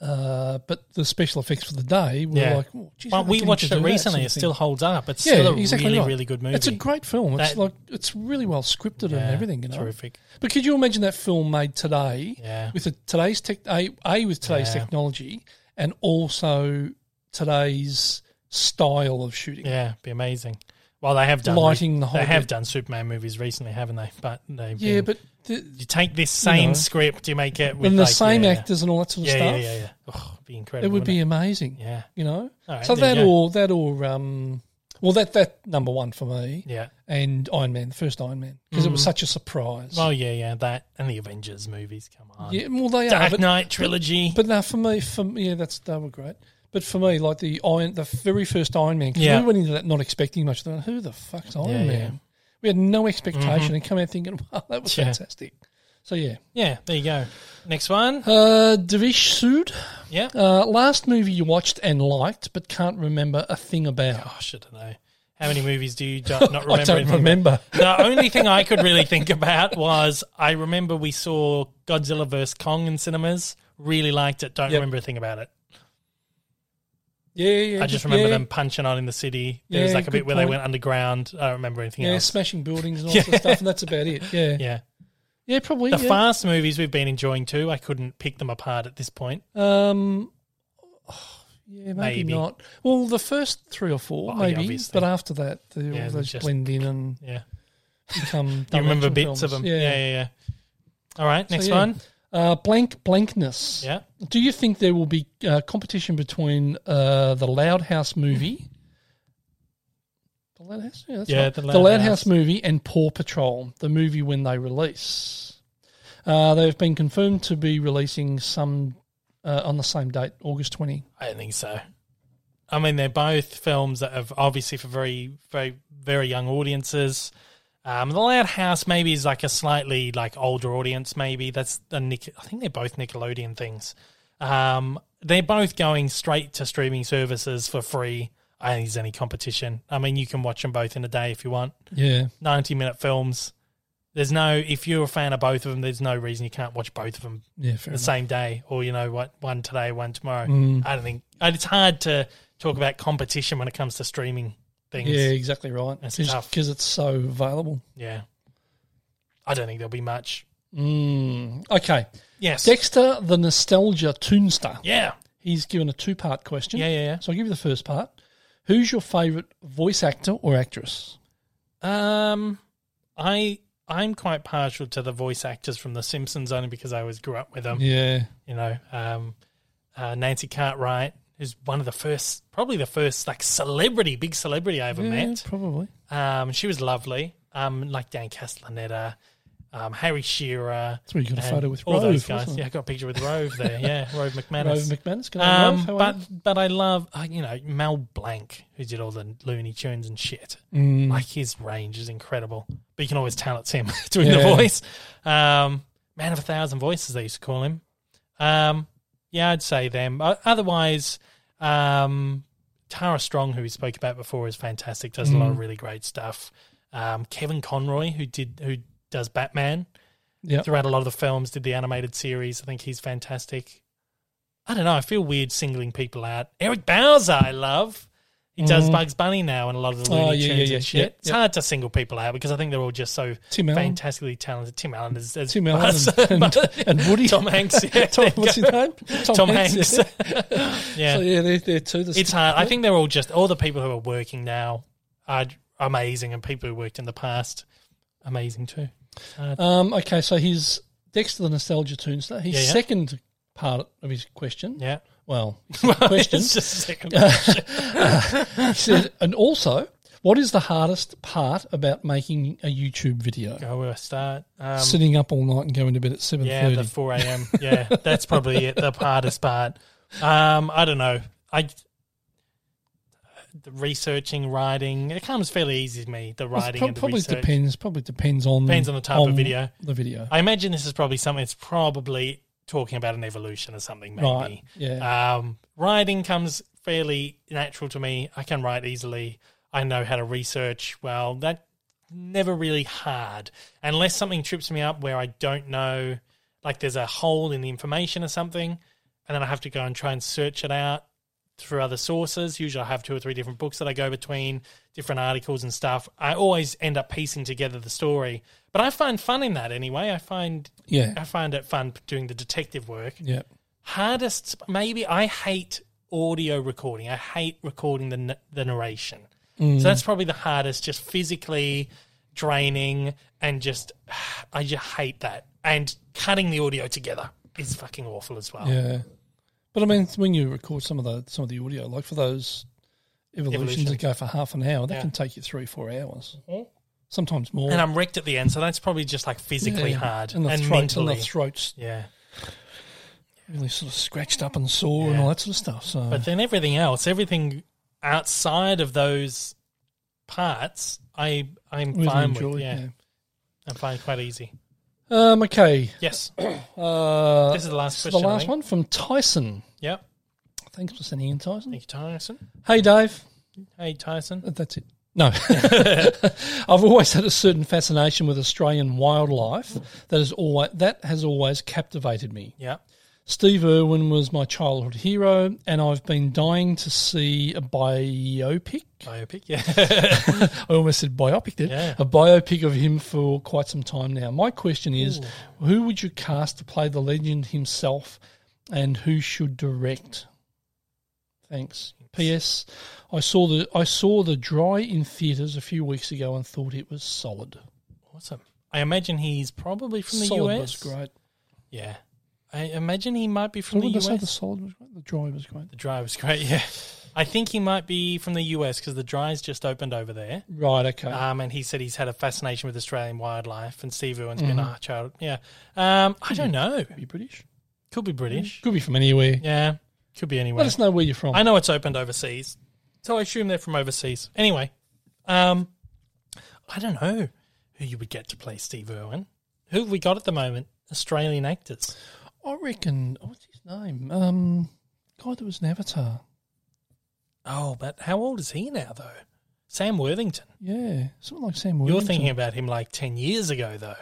uh, but the special effects for the day were
Yeah.
like, oh, geez,
Well,
how
we
can you
watched
do
it
that
recently.
sort of
It
thing?
still holds up. It's
Yeah,
still a
exactly
really,
right.
really good movie.
It's a great film. It's
That-
like it's really well scripted
Yeah,
and everything. You know,
Terrific.
but could you imagine that film made today
Yeah.
with the, today's tech, a, a with today's
Yeah.
technology and also today's style of shooting?
Yeah, be amazing. Well, they have done
Lighting the whole
They have
bit.
done Superman movies recently, haven't they? But they've
Yeah,
been-
but the,
you take this same
know.
script, you make it with
and the
like,
same
yeah,
actors and all that sort of
Yeah, yeah,
stuff.
yeah, yeah. Oh, it'd be incredible.
It would be
wouldn't
amazing.
it? yeah,
you know.
All right,
so
there you
that
go.
all that all um, well that that number one for me
yeah. Mm.
and Iron Man, the first Iron Man, because it was such a surprise.
Well, yeah, yeah. That and the Avengers movies. Come on,
yeah, well they are,
Dark
but,
Knight trilogy.
but now for me, for yeah, that's they were great. But for me, like the Iron, the very first Iron Man, 'cause
Yeah.
we went into that not expecting much. Then who the fuck's Iron
Yeah, yeah.
Man? We had no expectation and come out thinking, wow, that was
Yeah.
fantastic. So yeah,
yeah, there you go. Next one.
uh, Devish Sood,
Yeah.
uh, last movie you watched and liked but can't remember a thing about.
Oh, shit, I don't know. How many movies do you do- not remember?
I don't
anything about?
remember.
the only thing I could really think about was I remember we saw Godzilla vs Kong in cinemas. Really liked it. Don't
Yep.
remember a thing about it.
Yeah, yeah, yeah.
I just remember
yeah.
them punching on in the city. There was
Yeah,
like a bit
good
where they
point.
went underground. I don't remember anything
Yeah,
else.
smashing buildings and all that sort of stuff, and that's about it. Yeah, yeah,
Yeah,
probably.
the
yeah.
fast movies we've been enjoying too. I couldn't pick them apart at this point.
um, oh, yeah, maybe,
Maybe.
not. Well, the first three or four,
Well, yeah,
maybe,
obviously.
but after that, they
Yeah,
all those
just-
blend in and
Yeah,
become.
you remember
direction
bits
films.
of them. Yeah. yeah, yeah, All right,
So,
next
yeah.
one.
Uh, blank blankness.
Yeah,
Do you think there will be uh, competition between uh, the Loud House movie? The Loud House, yeah, that's
Yeah,
right.
the
the
Loud
Loud,
House.
House. movie and Paw Patrol, the movie when they release. Uh, they've been confirmed to be releasing some uh, on the same date, August twenty.
I don't think so. I mean, they're both films that have obviously for very, very, very young audiences. Um, the Loud House maybe is like a slightly like older audience. Maybe that's the Nick. I think they're both Nickelodeon things. Um, they're both going straight to streaming services for free. I don't think there's any competition. I mean, you can watch them both in a day if you want.
Yeah,
Ninety minute films. There's no if you're a fan of both of them. There's no reason you can't watch both of them
yeah, fair
the
enough.
same day, or you know what, one today, one tomorrow.
Mm.
I don't think and it's hard to talk about competition when it comes to streaming things.
Yeah, exactly right.
That's tough.
Because it's so available.
Yeah. I don't think there'll be much.
Mm. Okay,
Yes.
Dexter the Nostalgia Toonster.
yeah.
He's given a two-part question.
Yeah, yeah,
So I'll give you the first part. Who's your favourite voice actor or actress?
yeah. Um, I I'm quite partial to the voice actors from The Simpsons only because I always grew up with them.
Yeah.
You know, um, uh, Nancy Cartwright is one of the first, probably the first like celebrity, big celebrity I ever met.
Probably.
Um, she was lovely. Um, like Dan Castellaneta, um, Harry Shearer.
That's where you got a
and
photo with
Uh, all those
Rove,
guys.
wasn't it?
Yeah, I got a picture with Rove there. Yeah, Rove
Rove
McManus.
McManus. Good night,
Um,
Rove. How are
but
you?
but I love uh, you know Mel Blanc who did all the Looney Tunes and shit.
Mm.
Like his range is incredible, but you can always tell it's him doing the
Yeah.
voice. Um, man of a thousand voices, they used to call him. Um, yeah, I'd say them. O- Otherwise, um, Tara Strong, who we spoke about before, is fantastic. Does a lot
Mm.
of really great stuff. Um, Kevin Conroy, who did who does Batman
yeah.
throughout a lot of the films, did the animated series. I think he's fantastic. I don't know. I feel weird singling people out. Eric Bowser, I love. He does Bugs Bunny now and a lot of the Looney
Mm. Oh, yeah,
Tunes
yeah, yeah,
and shit.
yeah,
It's
yeah.
hard to single people out because I think they're all just so
Tim Allen.
fantastically talented. Tim Allen is, is
Tim Allen and, and, and Woody.
Tom Hanks. Yeah,
Tom,
there you
what's
go.
his name?
Tom, Hanks.
Yeah.
yeah,
So, yeah, they're, they're two.
it's hard. I think they're all just all the people who are working now are amazing, and people who worked in the past amazing too.
Um, okay, so he's Dexter the Nostalgia Toonster. His
Yeah, yeah.
second part of his question.
Yeah,
Well, his second question.
It's just a second.
He said, and also, What is the hardest part about making a YouTube video?
Go where I start. Um,
Sitting up all night and going to bed at seven
yeah,
thirty.
the four a.m. Yeah, that's probably it, the hardest part. Um, I don't know. I the researching, writing, it comes fairly easy to me. The writing and the
probably
research.
depends. Probably depends on
Depends on the type of video.
The video,
I imagine this is probably something that's probably talking about an evolution or something. Maybe.
right? Yeah,
Um, writing comes fairly natural to me. I can write easily. I know how to research well. That never really hard, unless something trips me up where I don't know, like there's a hole in the information or something, and then I have to go and try and search it out through other sources. Usually, I have two or three different books that I go between, different articles and stuff. I always end up piecing together the story, but I find fun in that anyway. I find I
yeah,
find it fun doing the detective work
yeah.
hardest maybe i hate audio recording i hate recording the, n- the narration
Mm.
so that's probably the hardest just physically draining and just i just hate that and cutting the audio together is fucking awful as well
Yeah, but I mean, it's when you record some of the some of the audio, like for those evolutions that go for half an hour, that
Yeah. Mm-hmm.
can take you three four hours, sometimes more.
and i'm wrecked at the end so that's probably just like physically
Yeah.
hard
and
and,
the throat, and
mentally
the throat's
yeah
really sort of scratched up and sore and
Yeah.
all that sort of stuff. So
But then everything else, everything outside of those parts, I I'm
really
fine
enjoy
with.
it,
Yeah, I find quite easy.
yeah. Um. Okay.
Yes,
Uh,
this is the last
the
question. I
last
think.
one from Tyson.
Yep.
Thanks for sending in, Tyson.
Thank you, Tyson.
Hey, Dave.
Hey, Tyson.
Uh, That's it. No. I've always had a certain fascination with Australian wildlife that has always that has always captivated me.
Yep.
Steve Irwin was my childhood hero and I've been dying to see a biopic.
Biopic. Yeah.
I almost said biopic there.
Yeah.
A biopic of him for quite some time now. My question is, who would you cast to play the legend himself and who should direct? Thanks. P.S. I saw the I saw the dry in theatres a few weeks ago and thought it was solid.
awesome. I imagine he's probably from the
solid was
US.
great.
Yeah. I imagine he might be from
What did I
the
say?
US.
The solid was great. The dry was great.
the dry was great. Yeah. I think he might be from the US because the dry's just opened over there.
Right. Okay.
Um, and he said he's had a fascination with Australian wildlife, and Steve Irwin's
Mm-hmm.
been a child. Yeah. Um, I don't know.
Could be British.
Could be British.
Could be from anywhere.
Yeah. Could be
Let
anywhere.
us know where you're from.
I know it's opened overseas, so I assume they're from overseas. Anyway, um, I don't know who you would get to play Steve Irwin. Who have we got at the moment? Australian actors.
I reckon. What's his name? Um, guy that was an Avatar.
Oh, but how old is he now, though? Sam Worthington.
Yeah, something like Sam Worthington.
You're thinking about him like 10 years ago, though.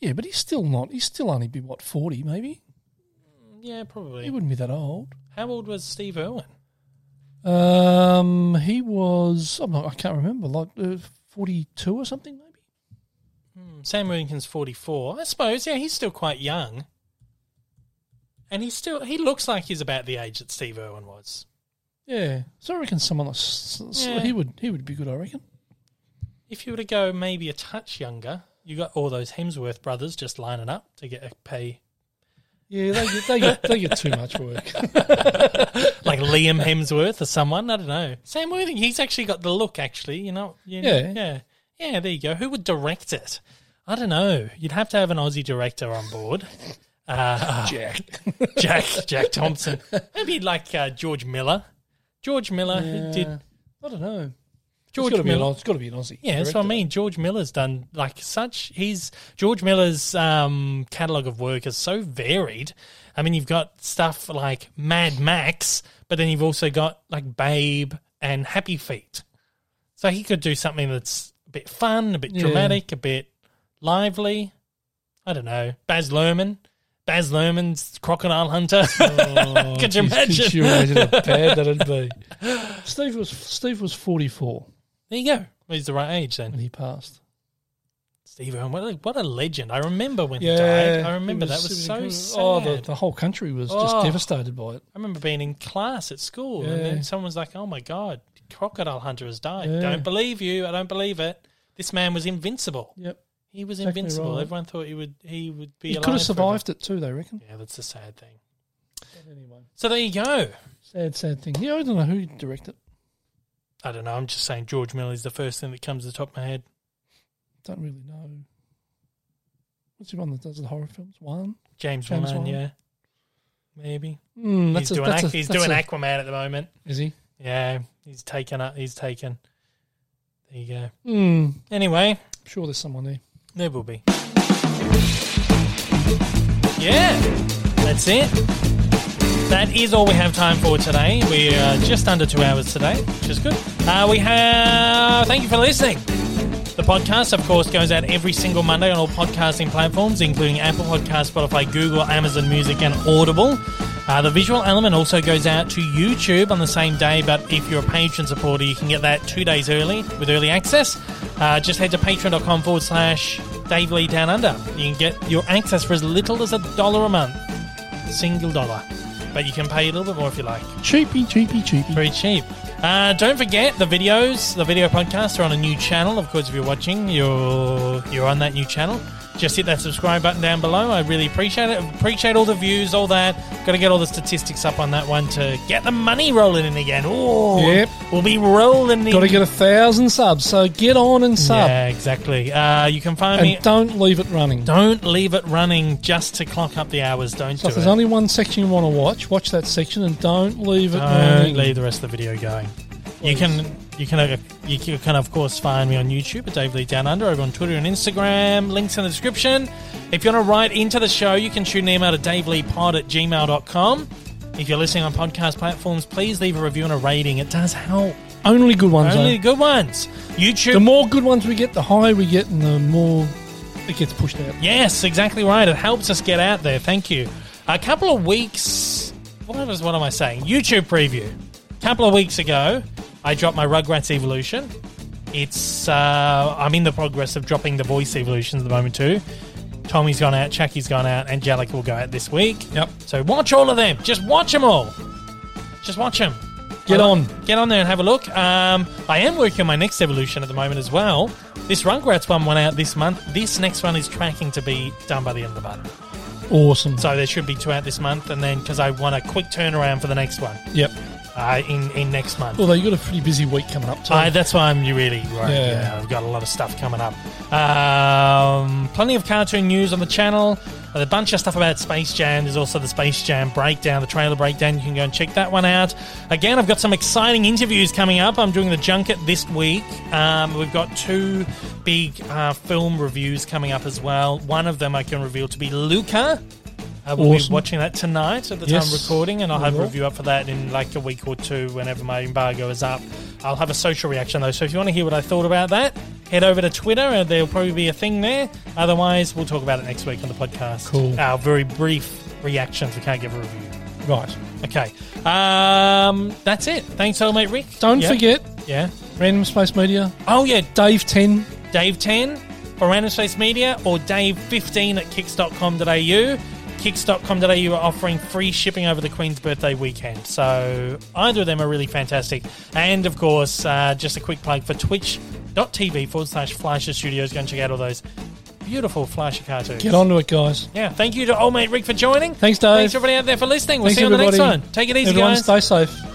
yeah, but he's still not. He's still only be what forty, maybe.
Yeah,
He
probably.
wouldn't be that old.
How old was Steve Irwin?
Um, he was. I'm not. I can't remember. Like uh, forty-two or something, maybe.
Sam Worthington's 44. I suppose, yeah, he's still quite young. And he still, he looks like he's about the age that Steve Irwin was.
Yeah. So I reckon someone like s- s-
Yeah.
he would. He would be good. I reckon.
If you were to go maybe a touch younger, you got all those Hemsworth brothers just lining up to get a pay,
Yeah, they get they get, they get too much work.
like Liam Hemsworth or someone. I don't know. Sam Worthing, he's actually got the look. Actually, you know, you know-
Yeah.
yeah, yeah. There you go. Who would direct it? I don't know. You'd have to have an Aussie director on board. Uh,
Jack.
Jack Jack Thompson, maybe like uh, George Miller. George Miller who did
I don't know.
George
it's got to be an.
Miller.
Au- It's got to be an Aussie.
Yeah, that's what I
director.
mean. George Miller's done like such. He's George Miller's um, catalog of work is so varied. I mean, you've got stuff like Mad Max, but then you've also got like Babe and Happy Feet. So he could do something that's a bit fun, a bit
Yeah.
dramatic, a bit lively. I don't know. Baz Luhrmann, Baz Luhrmann's Crocodile Hunter.
Oh,
could you
geez,
imagine?
Could you imagine how bad that'd be? Steve was Steve was forty-four
There you go. He's the right age then.
when he passed.
Steve Irwin, what a, what a legend. I remember when he died. I
it
remember that was
it
so sad.
Oh, the, the whole country was just
Oh.
devastated by it.
I remember being in class at school
Yeah.
and then someone's like, oh my God, Crocodile Hunter has died.
Yeah.
Don't believe you. I don't believe it. This man was invincible.
Yep,
He was
Exactly
invincible.
right.
Everyone thought he would he would be
he
alive.
could have
forever.
survived it too. They reckon.
Yeah, that's a sad thing.
But anyway,
So there you go.
sad, sad thing. Yeah, I don't know who directed.
I don't know. I'm just saying George Miller's the first thing that comes to the top of my head.
Don't really know. What's the one that does the horror films? One.
James,
James
Wan,
Wan.
yeah. Maybe.
Mm, that's
he's
a,
doing,
that's
Aqu-
a,
he's
that's
doing
a-
Aquaman at the moment.
Is he?
Yeah, he's taken up. He's taken. There you go.
Mm,
Anyway,
I'm sure there's someone there.
there will be. Yeah, that's it. That is all we have time for today. We are just under two hours today, which is good. Uh, we have. Thank you for listening. The podcast, of course, goes out every single Monday on all podcasting platforms, including Apple Podcasts, Spotify, Google, Amazon Music, and Audible. Uh, the visual element also goes out to YouTube on the same day, but if you're a patron supporter, you can get that two days early with early access. Uh, just head to patreon.com forward slash Dave Lee Down Under. You can get your access for as little as a dollar a month, single dollar. But you can pay a little bit more if you like
Cheapy, cheapy, cheapy.
very cheap. Uh, don't forget the videos. The video podcasts are on a new channel. Of course, if you're watching, you're you're on that new channel. Just hit that subscribe button down below. I really appreciate it. Appreciate all the views, all that. Got to get all the statistics up on that one to get the money rolling in again. Oh,
Yep.
we'll be rolling. in.
Got to get a thousand subs, so get on and sub.
Yeah, exactly. Uh, you can find
and
me.
don't leave it running.
Don't leave it running just to clock up the hours. Don't
So
do
if there's
it.
only one section you want to watch, watch that section and don't leave it
Don't
running.
Uh, leave the rest of the video going. You can you can uh, you can- you can of course find me on YouTube at Dave Lee Down Under, over on Twitter and Instagram. Links in the description. If you want to write into the show, you can shoot an email to daveleepod at gmail.com. If you're listening on podcast platforms, please leave a review and a rating. It does help.
Only good ones.
Only
eh?
the good ones. YouTube.
The more good ones we get, the higher we get, and the more it gets pushed out.
Yes, exactly right. It helps us get out there. Thank you. A couple of weeks. What was what am I saying? YouTube preview. A couple of weeks ago, I dropped my Rugrats Evolution. It's uh, I'm in the progress of dropping the voice evolutions at the moment too. Tommy's gone out, Chucky's gone out, Angelica will go out this week.
Yep.
So watch all of them. Just watch them all. Just watch them.
Get on.
Get on there and have a look. Um, I am working on my next evolution at the moment as well. This Rugrats one went out this month. This next one is tracking to be done by the end of the month.
Awesome.
So there should be two out this month, and then because I want a quick turnaround for the next one
yep.
uh, in in next month.
Although you got a pretty busy week coming up. Too.
I, that's why I'm really right. Yeah.
Yeah.
I've got a lot of stuff coming up. Um, plenty of cartoon news on the channel. A bunch of stuff about Space Jam. There's also the Space Jam breakdown, the trailer breakdown. You can go and check that one out. Again, I've got some exciting interviews coming up. I'm doing the junket this week. Um, we've got two big uh, film reviews coming up as well. One of them I can reveal to be Luca. Uh, we'll be
Awesome.
watching that tonight at the
Yes.
time of recording, and I'll have a
We will.
review up for that in like a week or two whenever my embargo is up. I'll have a social reaction though, so if you want to hear what I thought about that, head over to Twitter and there'll probably be a thing there. Otherwise, we'll talk about it next week on the podcast.
Cool.
Our very brief reactions. We can't give a review.
right.
Okay. Um, that's it. Thanks, old mate Rick.
Don't
Yeah.
forget
Yeah.
Random Space Media,
Oh, yeah.
Dave Ten.
Dave 10 for Random Space Media or Dave 15 at kicks.com.au. Kicks.com.au are offering free shipping over the Queen's birthday weekend. So either of them are really fantastic. And of course, uh, just a quick plug for twitch.tv forward slash Fleischer Studios. Go and check out all those beautiful Fleischer cartoons.
Get onto it, guys.
Yeah, thank you to old mate Rick for joining.
Thanks, Dave.
Thanks everybody out there for listening. We'll
Thanks,
see you on the next
everybody.
one. Take it easy,
Everyone,
guys.
stay safe.